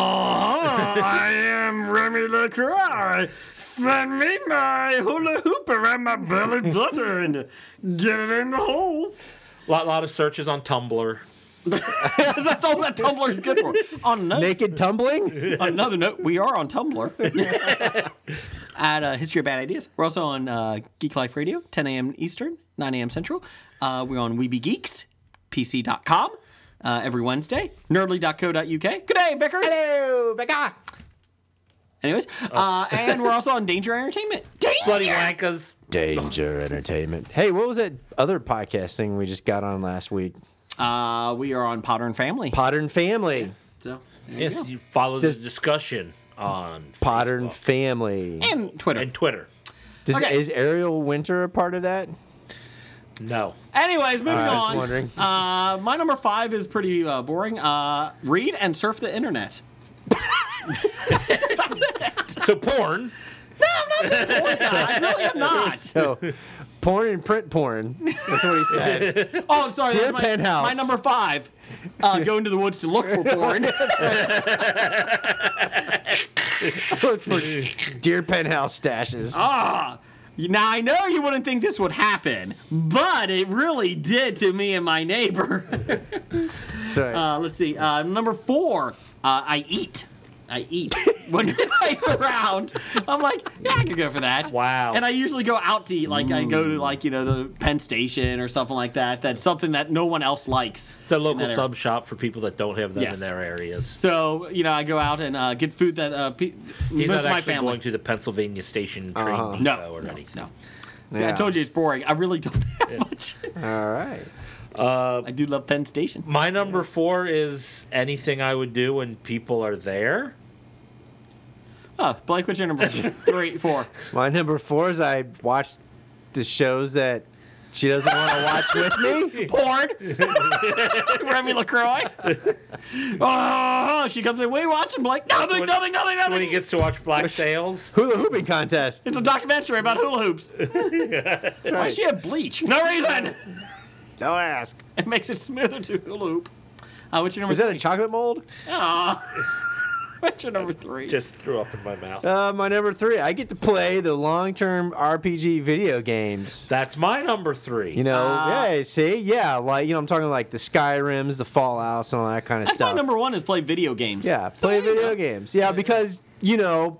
S7: I am Remy LaCroix. Send me my hula hoop around my belly button. Get it in the holes.
S4: lot, lot of searches on Tumblr.
S7: That's all that Tumblr is good for. On another,
S6: Naked tumbling.
S7: on another note, we are on Tumblr at uh, History of Bad Ideas. We're also on uh, Geek Life Radio, 10 a.m. Eastern, 9 a.m. Central. Uh, we're on WeebyGeeks, PC.com, uh, every Wednesday, nerdly.co.uk. Good day, Vickers. Hello, Becca. Anyways, uh, and we're also on Danger Entertainment.
S4: Bloody wankas.
S6: Danger Entertainment. Hey, what was that other podcast thing we just got on last week?
S7: Uh, we are on Potter and Family.
S6: Potter and Family.
S7: So, there
S4: Yes,
S7: you go.
S4: you follow
S6: Does-
S4: the discussion on
S6: Potter and
S4: Facebook
S6: Family.
S7: and Twitter.
S4: and Twitter.
S6: Does,
S7: Okay.
S6: Is Ariel Winter a part of that?
S4: No.
S7: Anyways, moving
S6: I was
S7: on.
S6: wondering.
S7: Uh, my number five is pretty uh, boring. Uh, read and surf the internet.
S4: So porn.
S7: I really am not.
S6: So, porn and print porn. That's what he said.
S7: Oh, I'm sorry.
S6: Dear
S7: that's my,
S6: Penthouse.
S7: my number five. Uh, go into the woods to look for porn.
S6: Look for deer penthouse stashes.
S7: Ah, now I know you wouldn't think this would happen, but it really did to me and my neighbor.
S6: That's right.
S7: Uh, let's see. Uh, number four, uh, I eat. I eat when nobody's around. I'm like, yeah, I could go for that.
S4: Wow.
S7: And I usually go out to eat. Like I go to like you know the Penn Station or something like that. That's something that no one else likes.
S4: It's a local
S7: that area.
S4: sub shop for people that don't have them
S7: Yes.
S4: in their areas.
S7: So you know I go out and uh, get food that uh, pe-
S4: He's
S7: most
S4: not
S7: of my
S4: actually
S7: family.
S4: going to the Pennsylvania Station train depot
S7: No,
S4: or
S7: no,
S4: anything.
S7: no. See, I
S6: Yeah.
S7: told you it's boring. I really don't have much.
S6: All right.
S7: I do love Penn Station.
S4: My number four is anything I would do when people are there.
S7: Oh, Blake, what's your number three, four?
S6: My number four is I watched the shows that she doesn't want to watch with me.
S7: porn. Remy LaCroix. oh, she comes in. What are you watching, Blake? Nothing,
S4: When-
S7: nothing, nothing,
S4: When he
S7: nothing.
S4: gets to watch Black Sails.
S6: Hula hooping contest.
S7: It's a documentary about hula hoops. Why does she have bleach? No reason.
S6: Don't ask.
S7: It makes it smoother to hula hoop. Uh, what's your number?
S6: Is that
S7: three?
S6: a chocolate mold?
S7: what's your number three?
S4: Just threw up in my mouth.
S6: Uh, my number three, I get to play the long-term RPG video games.
S4: That's my number three.
S6: You know,
S7: Ah.
S6: yeah, see, yeah, like you know, I'm talking like the Skyrims, the Fallout's, and all that kind of
S7: That's
S6: stuff.
S7: my number one is play video games.
S6: yeah,
S7: So
S6: play
S7: there you
S6: video
S7: go.
S6: games. Yeah, because you know,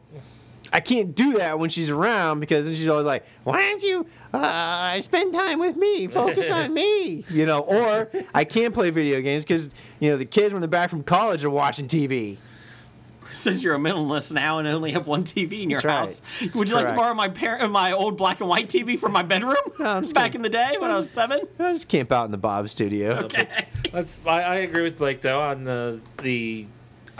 S6: I can't do that when she's around because then she's always like, "Why don't you uh, spend time with me? Focus on me." You know, or I can play video games because you know the kids when they're back from college are watching TV.
S7: Since you're a minimalist now and only have one TV in your
S6: That's right.
S7: house, would
S6: That's
S7: you like to
S6: correct.
S7: borrow my par- uh, my old black and white TV from my bedroom?
S6: I'm just
S7: Back
S6: gonna-
S7: in the day when I was seven.
S6: I just camp out in the Bob studio.
S4: That's, I, I agree with Blake though on the the.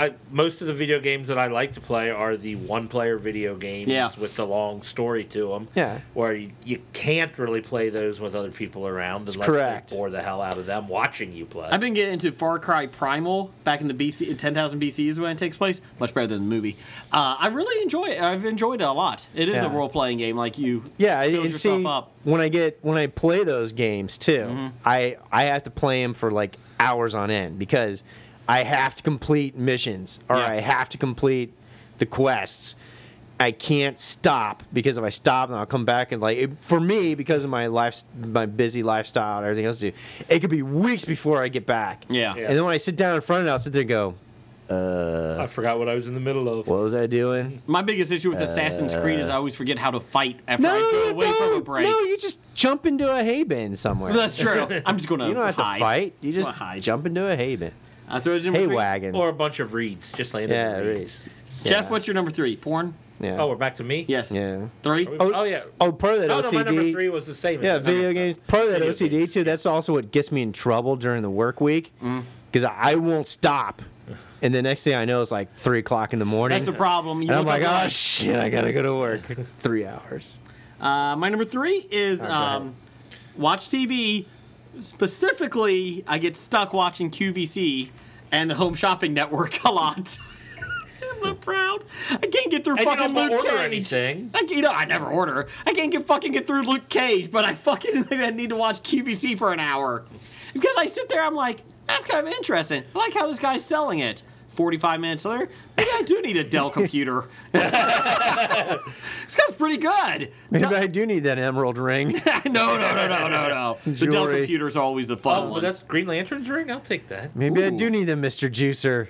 S4: I, most of the video games that I like to play are the one-player video games
S7: Yeah.
S4: with the long story to them.
S6: Yeah.
S4: where you, you can't really play those with other people around unless
S6: correct.
S4: they bore the hell out of them watching you play.
S7: I've been getting into Far Cry Primal back in the BC, 10,000 BC is when it takes place. Much better than the movie. Uh, I really enjoy it. I've enjoyed it a lot. It is a
S6: Yeah.
S7: role playing game, like you.
S6: Yeah, and
S7: build
S6: and
S7: yourself
S6: see
S7: up. Mm-hmm.
S6: when I get when I play those games too, I I have to play them for like hours on end because I have to complete missions or
S7: Yeah.
S6: I have to complete the quests. I can't stop because if I stop, then I'll come back and like it, for me because of my life, my busy lifestyle and everything else. To do, it could be weeks before I get back.
S7: Yeah. Yeah.
S6: and then when I sit down in front of it, I'll sit there and go,
S4: I forgot what I was in the middle of.
S6: "What was I doing?"
S7: My biggest issue with Assassin's Creed is I always forget how to fight after
S6: No,
S7: I go away
S6: no,
S7: from a break.
S6: no, you just jump into a hay bin somewhere.
S7: That's true. I'm just going to
S6: You don't have to
S7: hide.
S6: fight. You just
S7: Gonna hide.
S6: jump into a hay bin,
S7: Uh, so it's number
S6: hay
S7: three.
S6: wagon.
S4: Or a bunch of reeds, just laying
S6: yeah,
S4: in
S6: it
S4: the
S6: is.
S4: reeds.
S7: Jeff,
S6: Yeah.
S7: what's your number three? Porn?
S6: Yeah.
S4: Oh, we're back to me.
S7: Yes.
S6: yeah.
S7: Three?
S4: Are we-
S6: Oh,
S4: Oh, yeah.
S6: Oh, part of that
S4: No, no, my
S6: OCD.
S4: number three was the same. as
S6: yeah,
S4: your number
S6: video
S4: three.
S6: games. Part of that
S4: Video
S6: OCD
S4: games. Mm.
S6: too. That's also what gets me in trouble during the work week because I won't stop, and the next thing I know it's like three o'clock in the morning.
S7: That's the problem. You
S6: And I'm
S7: look
S6: like,
S7: up-
S6: oh shit, I gotta go to work. three hours.
S7: Uh, my number three is um, watch TV. Specifically, I get stuck watching QVC and the Home Shopping Network a lot. I'm not proud. I can't get through
S4: And you
S7: fucking
S4: don't want to
S7: Luke
S4: order
S7: Cage.
S4: anything.
S7: I, can't- you know, I never order. I can't get fucking get through Luke Cage, but I fucking I need to watch QVC for an hour because I sit there. I'm like, that's kind of interesting. I like how this guy's selling it. 45 minutes later, maybe I do need a Dell computer. this guy's pretty good.
S6: Maybe I do need that emerald ring.
S7: no, no, no, no, no, no. The Dell
S6: Jewelry.
S7: computers are always the fun
S4: Oh, but
S7: ones.
S4: that's Green Lantern's ring. I'll take that.
S6: Maybe I
S7: Ooh.
S6: do need the Mr. Juicer.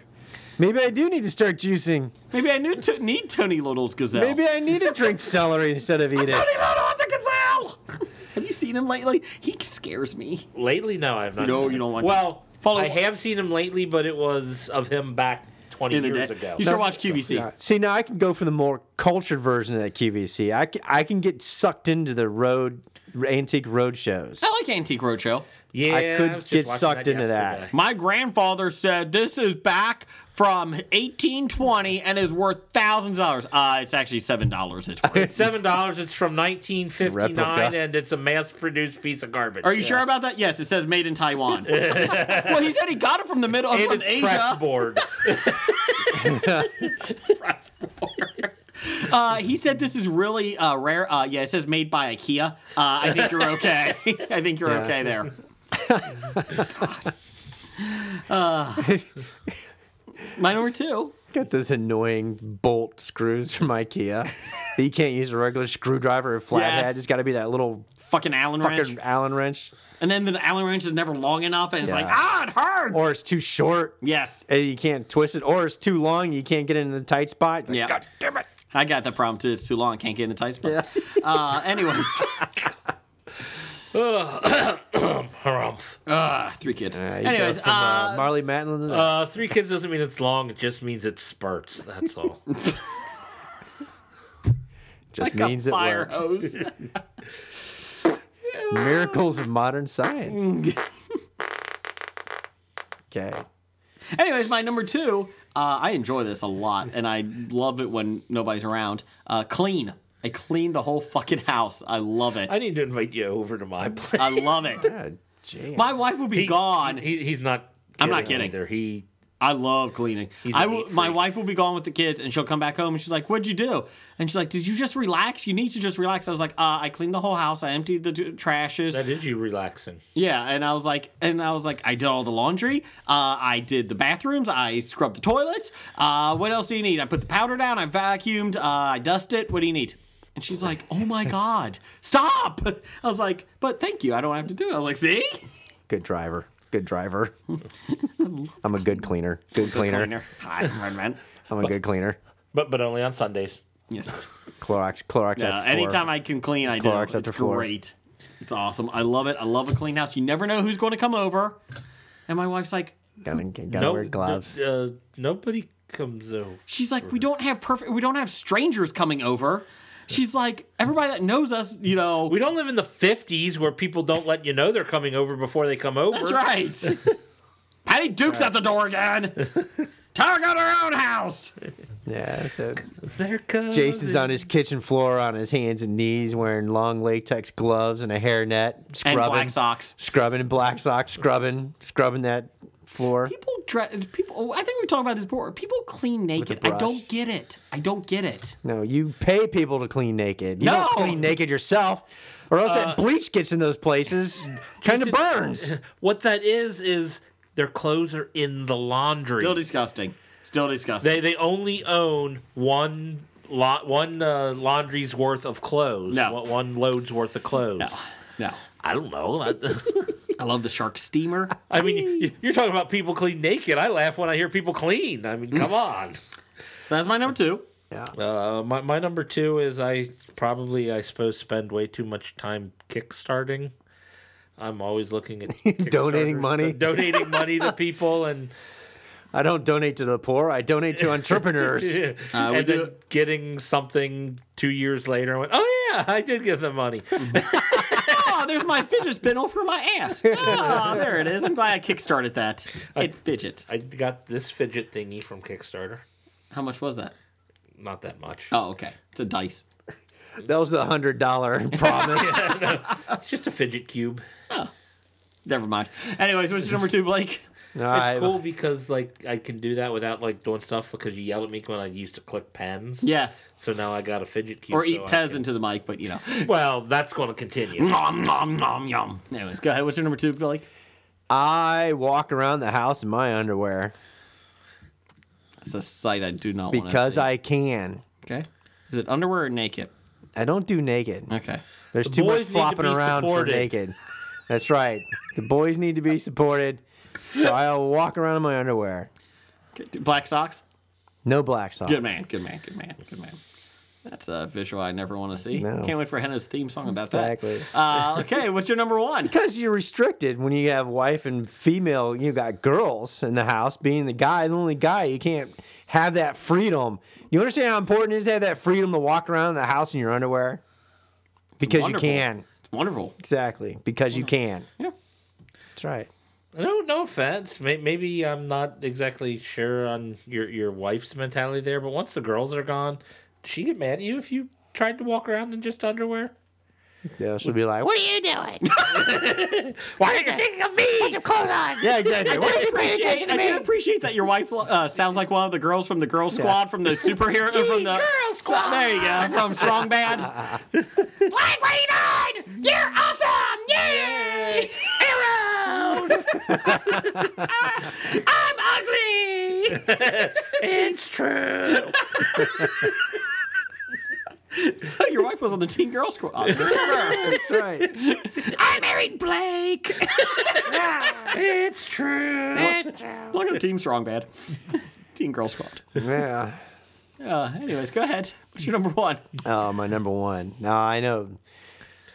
S6: Maybe I do need to start juicing.
S7: Maybe I knew to, need Tony Little's gazelle.
S6: Maybe I need to drink celery instead of eat it.
S7: Tony Little at the gazelle. Have you seen him lately? He scares me.
S4: Lately, no, I've not.
S7: No,
S4: seen
S7: you
S4: him.
S7: don't want to-
S4: Well,
S7: Follow-
S4: I have seen him lately, but it was of him back twenty years
S7: internet.
S4: ago.
S7: You should watch QVC.
S6: Uh, See, now I can go for the more cultured version of that QVC. I can, I can get sucked into the road antique road shows.
S7: I like Antique Roadshow.
S4: yeah,
S6: I could
S4: was just
S6: get
S4: watching
S6: sucked into that.
S4: yesterday.
S7: My grandfather said this is back from 1820 and is worth thousands of dollars. Uh, it's actually seven dollars. It's worth.
S4: Seven dollars. It's from nineteen fifty nine,
S6: replica.
S4: and it's a mass-produced piece of garbage.
S7: Are you sure about that? Yes, it says made in Taiwan. well, he said he got it from the middle of
S4: And
S7: from
S4: it's press
S7: Asia.
S4: board.
S7: Uh, he said this is really uh, rare. Uh, yeah, it says made by IKEA. Uh, I think you're okay. I think you're okay there. uh, my number two.
S6: Got those annoying bolt screws from IKEA. that you can't use a regular screwdriver or flathead.
S7: Yes.
S6: It's got to be that little
S7: Fucking Allen wrench,
S6: fucking Allen wrench,
S7: and then the Allen wrench is never long enough, and it's like
S6: Yeah.
S7: ah, it hurts.
S6: or it's too short
S7: yes,
S6: and you can't twist it, or it's too long and you can't get it in the tight spot. Like,
S7: Yeah.
S6: God damn it!
S7: I got that problem too. It's too long. Can't get in the tight spot. Uh, anyways,
S4: Harumph.
S7: uh, three kids.
S6: Uh, you go
S7: anyways,
S6: from,
S7: uh,
S6: uh, Marley Matlin.
S4: Uh, three kids doesn't mean it's long. It just means it spurts. That's all.
S6: just
S7: like a
S6: means it
S7: fire
S6: works.
S7: hose.
S6: Miracles of modern science. okay.
S7: anyways, my number two. Uh, I enjoy this a lot, and I love it when nobody's around. Uh, clean. I clean the whole fucking house. I love it.
S4: I
S7: I,
S4: need to invite you over to my place.
S7: love it.
S6: God, jam.
S7: My wife will be gone.
S4: He, he's not.
S7: I'm not kidding.
S4: Either. He.
S7: I love cleaning.
S4: He's
S7: I
S4: a
S7: will,
S4: neat
S7: my
S4: freak.
S7: wife will be gone with the kids, and she'll come back home, and she's like, "What'd you do?" And she's like, "Did you just relax? You need to just relax." I was like, uh, "I cleaned the whole house. I emptied the t- trashes.
S4: That is you relaxing.
S7: Yeah, and I was like, and I was like, I did all the laundry. Uh, I did the bathrooms. I scrubbed the toilets. Uh, what else do you need? I put the powder down. I vacuumed. Uh, I dust it. What do you need? And she's like, Oh my god, stop! I was like, But thank you. I don't have to do it. I was like, See,
S6: Good driver. Good driver. I'm a good cleaner. Good cleaner.
S7: Hi, Red Man.
S6: I'm a good cleaner.
S4: But but only on Sundays.
S7: Yes.
S6: Clorox. Clorox.
S7: Uh,
S6: at four.
S7: anytime I can clean, I do.
S6: Clorox at
S7: It's
S6: the floor.
S7: great. It's awesome. I love it. I love a clean house. You never know who's going to come over. And my wife's like,
S6: Gotta, gotta
S4: No
S6: wear gloves.
S4: Uh, nobody comes over.
S7: She's like, we don't have perfect. We don't have strangers coming over. She's like, everybody that knows us, you know.
S4: We don't live in the fifties where people don't let you know they're coming over before they come over.
S7: That's right. Patty Duke's at the door again. Tara got her own house.
S6: Yeah. So
S4: There comes
S6: Jason's on his kitchen floor on his hands and knees wearing long latex gloves and a hairnet,
S7: And
S6: scrubbing,
S7: black socks.
S6: scrubbing in black socks, scrubbing, scrubbing that floor.
S7: People dress. People. I think we talked about this before. People clean naked. I
S6: brush.
S7: don't get it. I don't get it.
S6: No, you pay people to clean naked. You
S7: No! Uh,
S6: don't clean naked yourself, or else that bleach gets in those places, kind of burns.
S4: What that is is their clothes are in the laundry.
S7: Still disgusting. Still disgusting.
S4: They they only own one lot one uh, laundry's worth of clothes.
S7: No.
S4: One, one load's worth of clothes.
S7: no.
S4: I don't know. I,
S7: I love the shark steamer.
S4: I mean, you- you're talking about people clean naked. I laugh when I hear people clean. I mean, come on.
S7: That's my number two.
S4: Uh, my my number two is I probably I suppose spend way too much time kickstarting. I'm always looking at
S6: Donating
S4: Kickstarters,
S6: money?
S4: donating money to people, and
S6: I don't donate to the poor. I donate to entrepreneurs.
S7: Uh, we
S4: and
S7: do
S4: then getting something two years later. I went, oh yeah, I did give them money.
S7: Oh, there's my fidget spinner for my ass. Ah, there it is. I'm glad I kickstarted that. It fidget.
S4: I got this fidget thingy from Kickstarter.
S7: How much was that?
S4: Not that much.
S7: Oh, okay. It's a dice.
S6: That was the hundred dollar promise.
S4: It's just a fidget cube.
S7: Never mind. Anyways, what's your number two, Blake?
S6: All
S4: It's
S6: right.
S4: cool because like I can do that without like doing stuff because you yelled at me when I used to click pens.
S7: Yes.
S4: So now I got a fidget cube.
S7: Or
S4: so
S7: eat
S4: I
S7: Pez
S4: can-
S7: into the mic, but you know.
S4: Well, that's going to continue.
S7: Nom, nom, nom, yum. Anyways, go ahead. What's your number two, Blake?
S6: I walk around the house in my underwear
S7: It's a sight I do not
S6: because
S7: want
S6: I can.
S7: to see. Okay. Is it underwear or naked?
S6: I don't do naked.
S7: Okay.
S6: There's too much
S4: boys need to
S6: flopping
S4: be
S6: around
S4: supported.
S6: for naked. That's right. The boys need to be supported. So I'll walk around in my underwear.
S7: Okay. Black socks?
S6: No black socks.
S7: Good man. Good man. Good man. Good man.
S2: That's a visual I never want to see.
S6: No.
S2: Can't wait for Henna's theme song about
S6: Exactly.
S2: that. Uh, okay, what's your number one?
S6: Because you're restricted when you have wife and female, you got girls in the house. Being the guy, the only guy, you can't have that freedom. You understand how important it is to have that freedom to walk around the house in your underwear? Because you
S2: wonderful.
S6: can.
S2: It's wonderful.
S6: Exactly. Because you can.
S2: Yeah.
S6: That's right.
S4: No, no offense. May- Maybe I'm not exactly sure on your your wife's mentality there, but once the girls are gone, does she get mad at you if you tried to walk around in just underwear?
S6: Yeah, she'll be like, What are you
S4: Why are you thinking of me?
S6: Yeah, exactly. What are you
S2: I appreciate- I do appreciate that your wife uh, sounds like one of the girls from the girl squad from the superhero from the
S4: Girl
S2: So- there you go from Strong Bad.
S4: Black Wayne Nine, you're awesome! Yay! Arrows! I'm ugly! it's true.
S2: So your wife was on the Teen Girl Squad.
S6: That's right.
S4: I married Blake! it's true. It's true.
S2: Look up Team Strong Bad, Teen Girl Squad.
S6: Yeah.
S2: Uh, anyways, go ahead. What's your number one?
S6: Oh, my number one. Now I know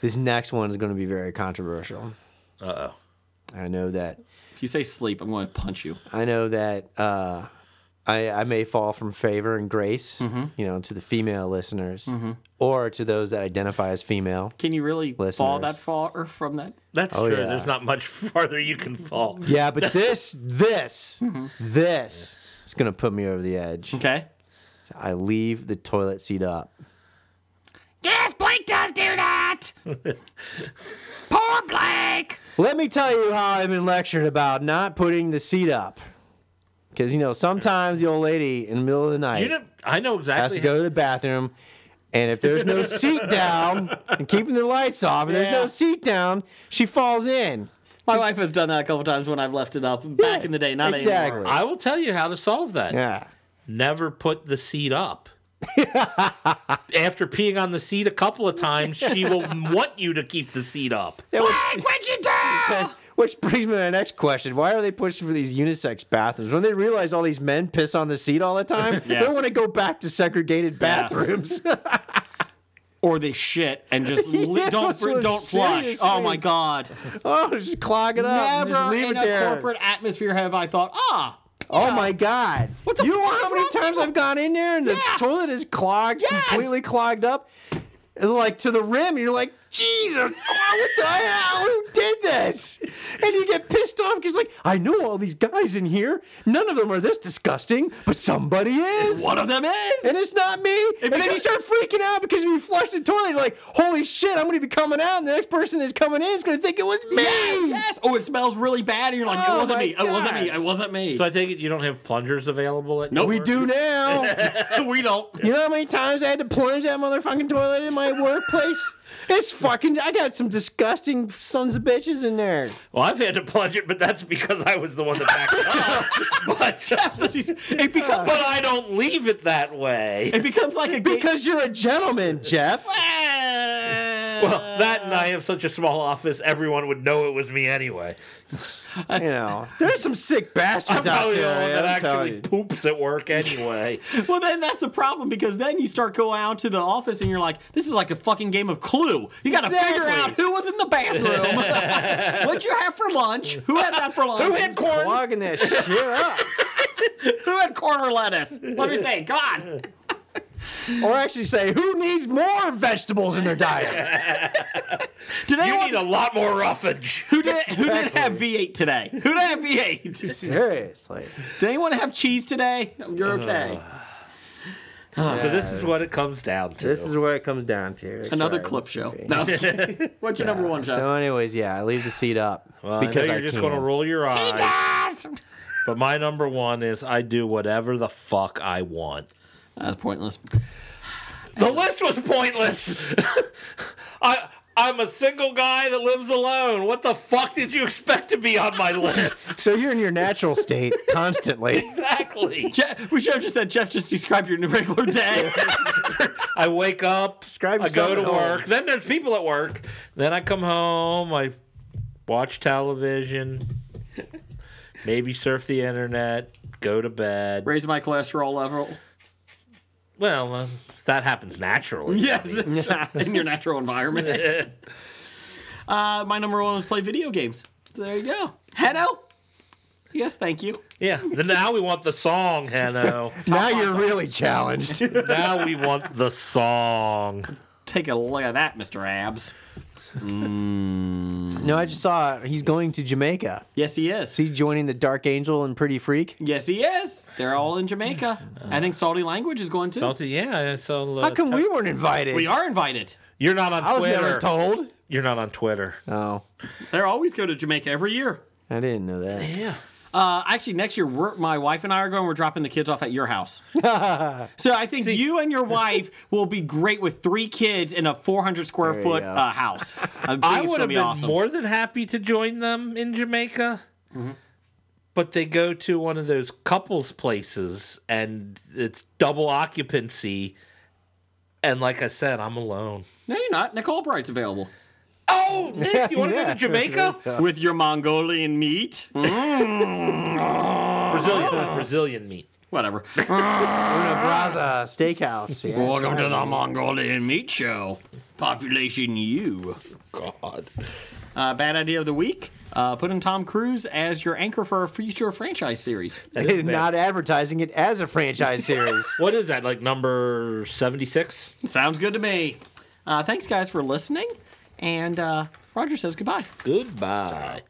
S6: this next one is going to be very controversial.
S4: Uh oh.
S6: I know that.
S2: If you say sleep, I'm going to punch you.
S6: I know that. Uh, I, I may fall from favor and grace, you know, to the female listeners or to those that identify as female.
S2: Can you really fall
S6: Listeners.
S2: that far from that?
S4: That's
S6: Oh,
S4: true.
S6: yeah.
S4: There's not much farther you can fall.
S6: Yeah, but this, this, Mm-hmm. this is going to put me over the edge.
S2: Okay.
S6: I leave the toilet seat up.
S2: Yes, Blake does do that. Poor Blake.
S6: Let me tell you how I've been lectured about not putting the seat up. Because, you know, sometimes the old lady in the middle of the night.
S4: You know, I know
S6: has
S4: exactly.
S6: to go to the bathroom. And if there's no seat down and keeping the lights off, and there's
S2: Yeah.
S6: no seat down, she falls in.
S2: My wife has done that a couple times when I've left it up back in the day. Not
S6: exactly.
S2: anymore.
S4: I will tell you how to solve that.
S6: Yeah.
S4: Never put the seat up. After peeing on the seat a couple of times, she will want you to keep the seat up.
S6: Yeah, which-
S4: What'd you do?
S6: Which brings me to my next question. Why are they pushing for these unisex bathrooms? When they realize all these men piss on the seat all the time,
S2: Yes.
S6: they want to go back to segregated bathrooms.
S2: Or they shit and just li-
S6: Yeah,
S2: don't
S6: that's what I'm
S2: don't flush.
S6: saying.
S2: Oh my god!
S6: oh, just clog it up. and just
S2: Never
S6: leave
S2: in
S6: it
S2: a
S6: there.
S2: corporate atmosphere have I thought, ah,
S6: Oh my god!
S2: What the
S6: you
S2: fuck
S6: know
S2: is
S6: how
S2: wrong
S6: many
S2: with
S6: times I've gone in there and the
S2: Yeah.
S6: toilet is clogged,
S2: Yes.
S6: completely clogged up, and like to the rim. And you're like, Jesus, what the hell? Who did this? And you get pissed off because like I know all these guys in here. None of them are this disgusting, but somebody is.
S2: one of them is.
S6: And it's not me. and then you start freaking out because when you flush the toilet, you're like, holy shit, I'm gonna be coming out, and the next person is coming in is gonna think it was me.
S2: Yes, yes. Oh, it smells really bad, and you're like,
S6: Oh
S2: it wasn't
S6: my
S2: me. It wasn't me.
S6: God.
S2: It wasn't me.
S4: So I take it you don't have plungers available at
S2: Nope.
S6: We
S4: your-
S6: do now.
S2: we don't.
S6: You know how many times I had to plunge that motherfucking toilet in my workplace? It's fucking. I got some disgusting sons of bitches in there.
S4: Well, I've had to plunge it, but that's because I was the one that backed it up. But,
S2: it becomes
S4: but I don't leave it that way.
S2: it becomes like a ga-
S6: Because you're a gentleman, Jeff.
S4: Well, that and I have such a small office, everyone would know it was me anyway.
S6: You know, there's some sick
S4: I'm
S6: bastards out
S4: probably the
S6: there.
S4: one
S6: man,
S4: that
S6: I'm telling
S4: actually
S6: you.
S4: poops at work anyway.
S2: Well, then that's the problem because then you start going out to the office and you're like, this is like a fucking game of Clue. You got to figure
S6: Exactly.
S2: out who was in the bathroom, what'd you have for lunch, who had that for lunch,
S4: Who had corn?
S6: Clogging that shit up.
S2: who had corner lettuce. Let me say, God,
S6: Or actually say, who needs more vegetables in their diet?
S2: did
S4: You
S2: anyone?
S4: need a lot more roughage.
S2: who did who did have V8 today? Who did have V8?
S6: Seriously.
S2: did anyone have cheese today? You're okay.
S4: So this is what it comes down to.
S6: This is where it comes down to. That's
S2: Another
S6: right.
S2: clip show. No. What's your number one, Jeff?
S6: So, anyways, yeah, I leave the seat up
S4: Well, I know
S6: because
S4: you're
S6: I
S4: just
S6: can.
S4: gonna roll your eyes. But my number one is I do whatever the fuck I want.
S2: That's pointless.
S4: The list was pointless. I I'm a single guy that lives alone. What the fuck did you expect to be on my list?
S6: So you're in your natural state constantly.
S4: exactly.
S2: Jeff, we should have just said, Jeff, just describe your regular day.
S4: I wake up,
S6: Describe
S4: I
S6: yourself
S4: go to
S6: at home.
S4: work. Then there's people at work. Then I come home. I watch television. Maybe surf the internet. Go to bed.
S2: Raise my cholesterol level.
S4: Well, uh, that happens naturally.
S7: Yes, that's right. in your natural environment. uh, my number one was play video games. So there you go. Heno. Yes, thank you.
S4: Yeah. Then now we want the song, Hanno.
S6: Now you're really challenged.
S4: now we want the song.
S7: Take a look at that, Mr. Abs.
S6: no, I just saw he's going to Jamaica.
S7: Yes, he is.
S6: Is he joining the Dark Angel and Pretty Freak?
S7: Yes, he is. They're all in Jamaica. I think Salty Language is going too.
S4: Salty, yeah. So uh,
S6: How come we weren't invited?
S7: We are invited.
S4: You're not on
S6: I was
S4: Twitter.
S6: never told.
S4: You're not on Twitter.
S6: Oh,
S7: They always go to Jamaica every year.
S6: I didn't know that.
S4: Yeah.
S7: Uh, actually, next year, we're, my wife and I are going. We're dropping the kids off at your house. so I think you and your wife will be great with three kids in a 400 square
S6: you
S7: foot
S6: go.
S7: uh, house. I, think
S4: I
S7: it's
S4: would
S7: gonna
S4: have
S7: be
S4: been
S7: awesome.
S4: more than happy to join them in Jamaica,
S6: Mm-hmm.
S4: but they go to one of those couples places and it's double occupancy. And like I said, I'm alone.
S7: No, you're not. Nicole Bright's available
S4: Oh, Nick, you want to go to Jamaica?
S7: with your Mongolian meat.
S4: Brazilian, Brazilian meat.
S7: Whatever.
S6: Braza Steakhouse. Yeah,
S7: Welcome to the Mongolian Meat Show. Population U.
S4: God.
S7: Uh, bad idea of the week. Uh, put in Tom Cruise as your anchor for a future franchise series.
S6: They're not advertising it as a franchise series.
S4: What is that? Like number 76?
S7: Sounds good to me. Uh, thanks, guys, for listening. And uh, Roger says goodbye.
S4: Goodbye.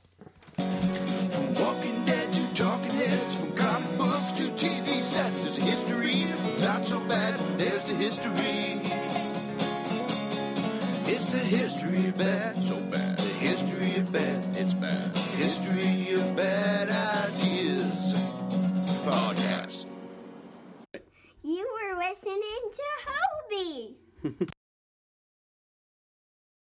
S5: From Walking Dead to Talking Heads, from comic books to TV sets, there's a history. If not so bad, there's the history. It's the history of bad, so bad.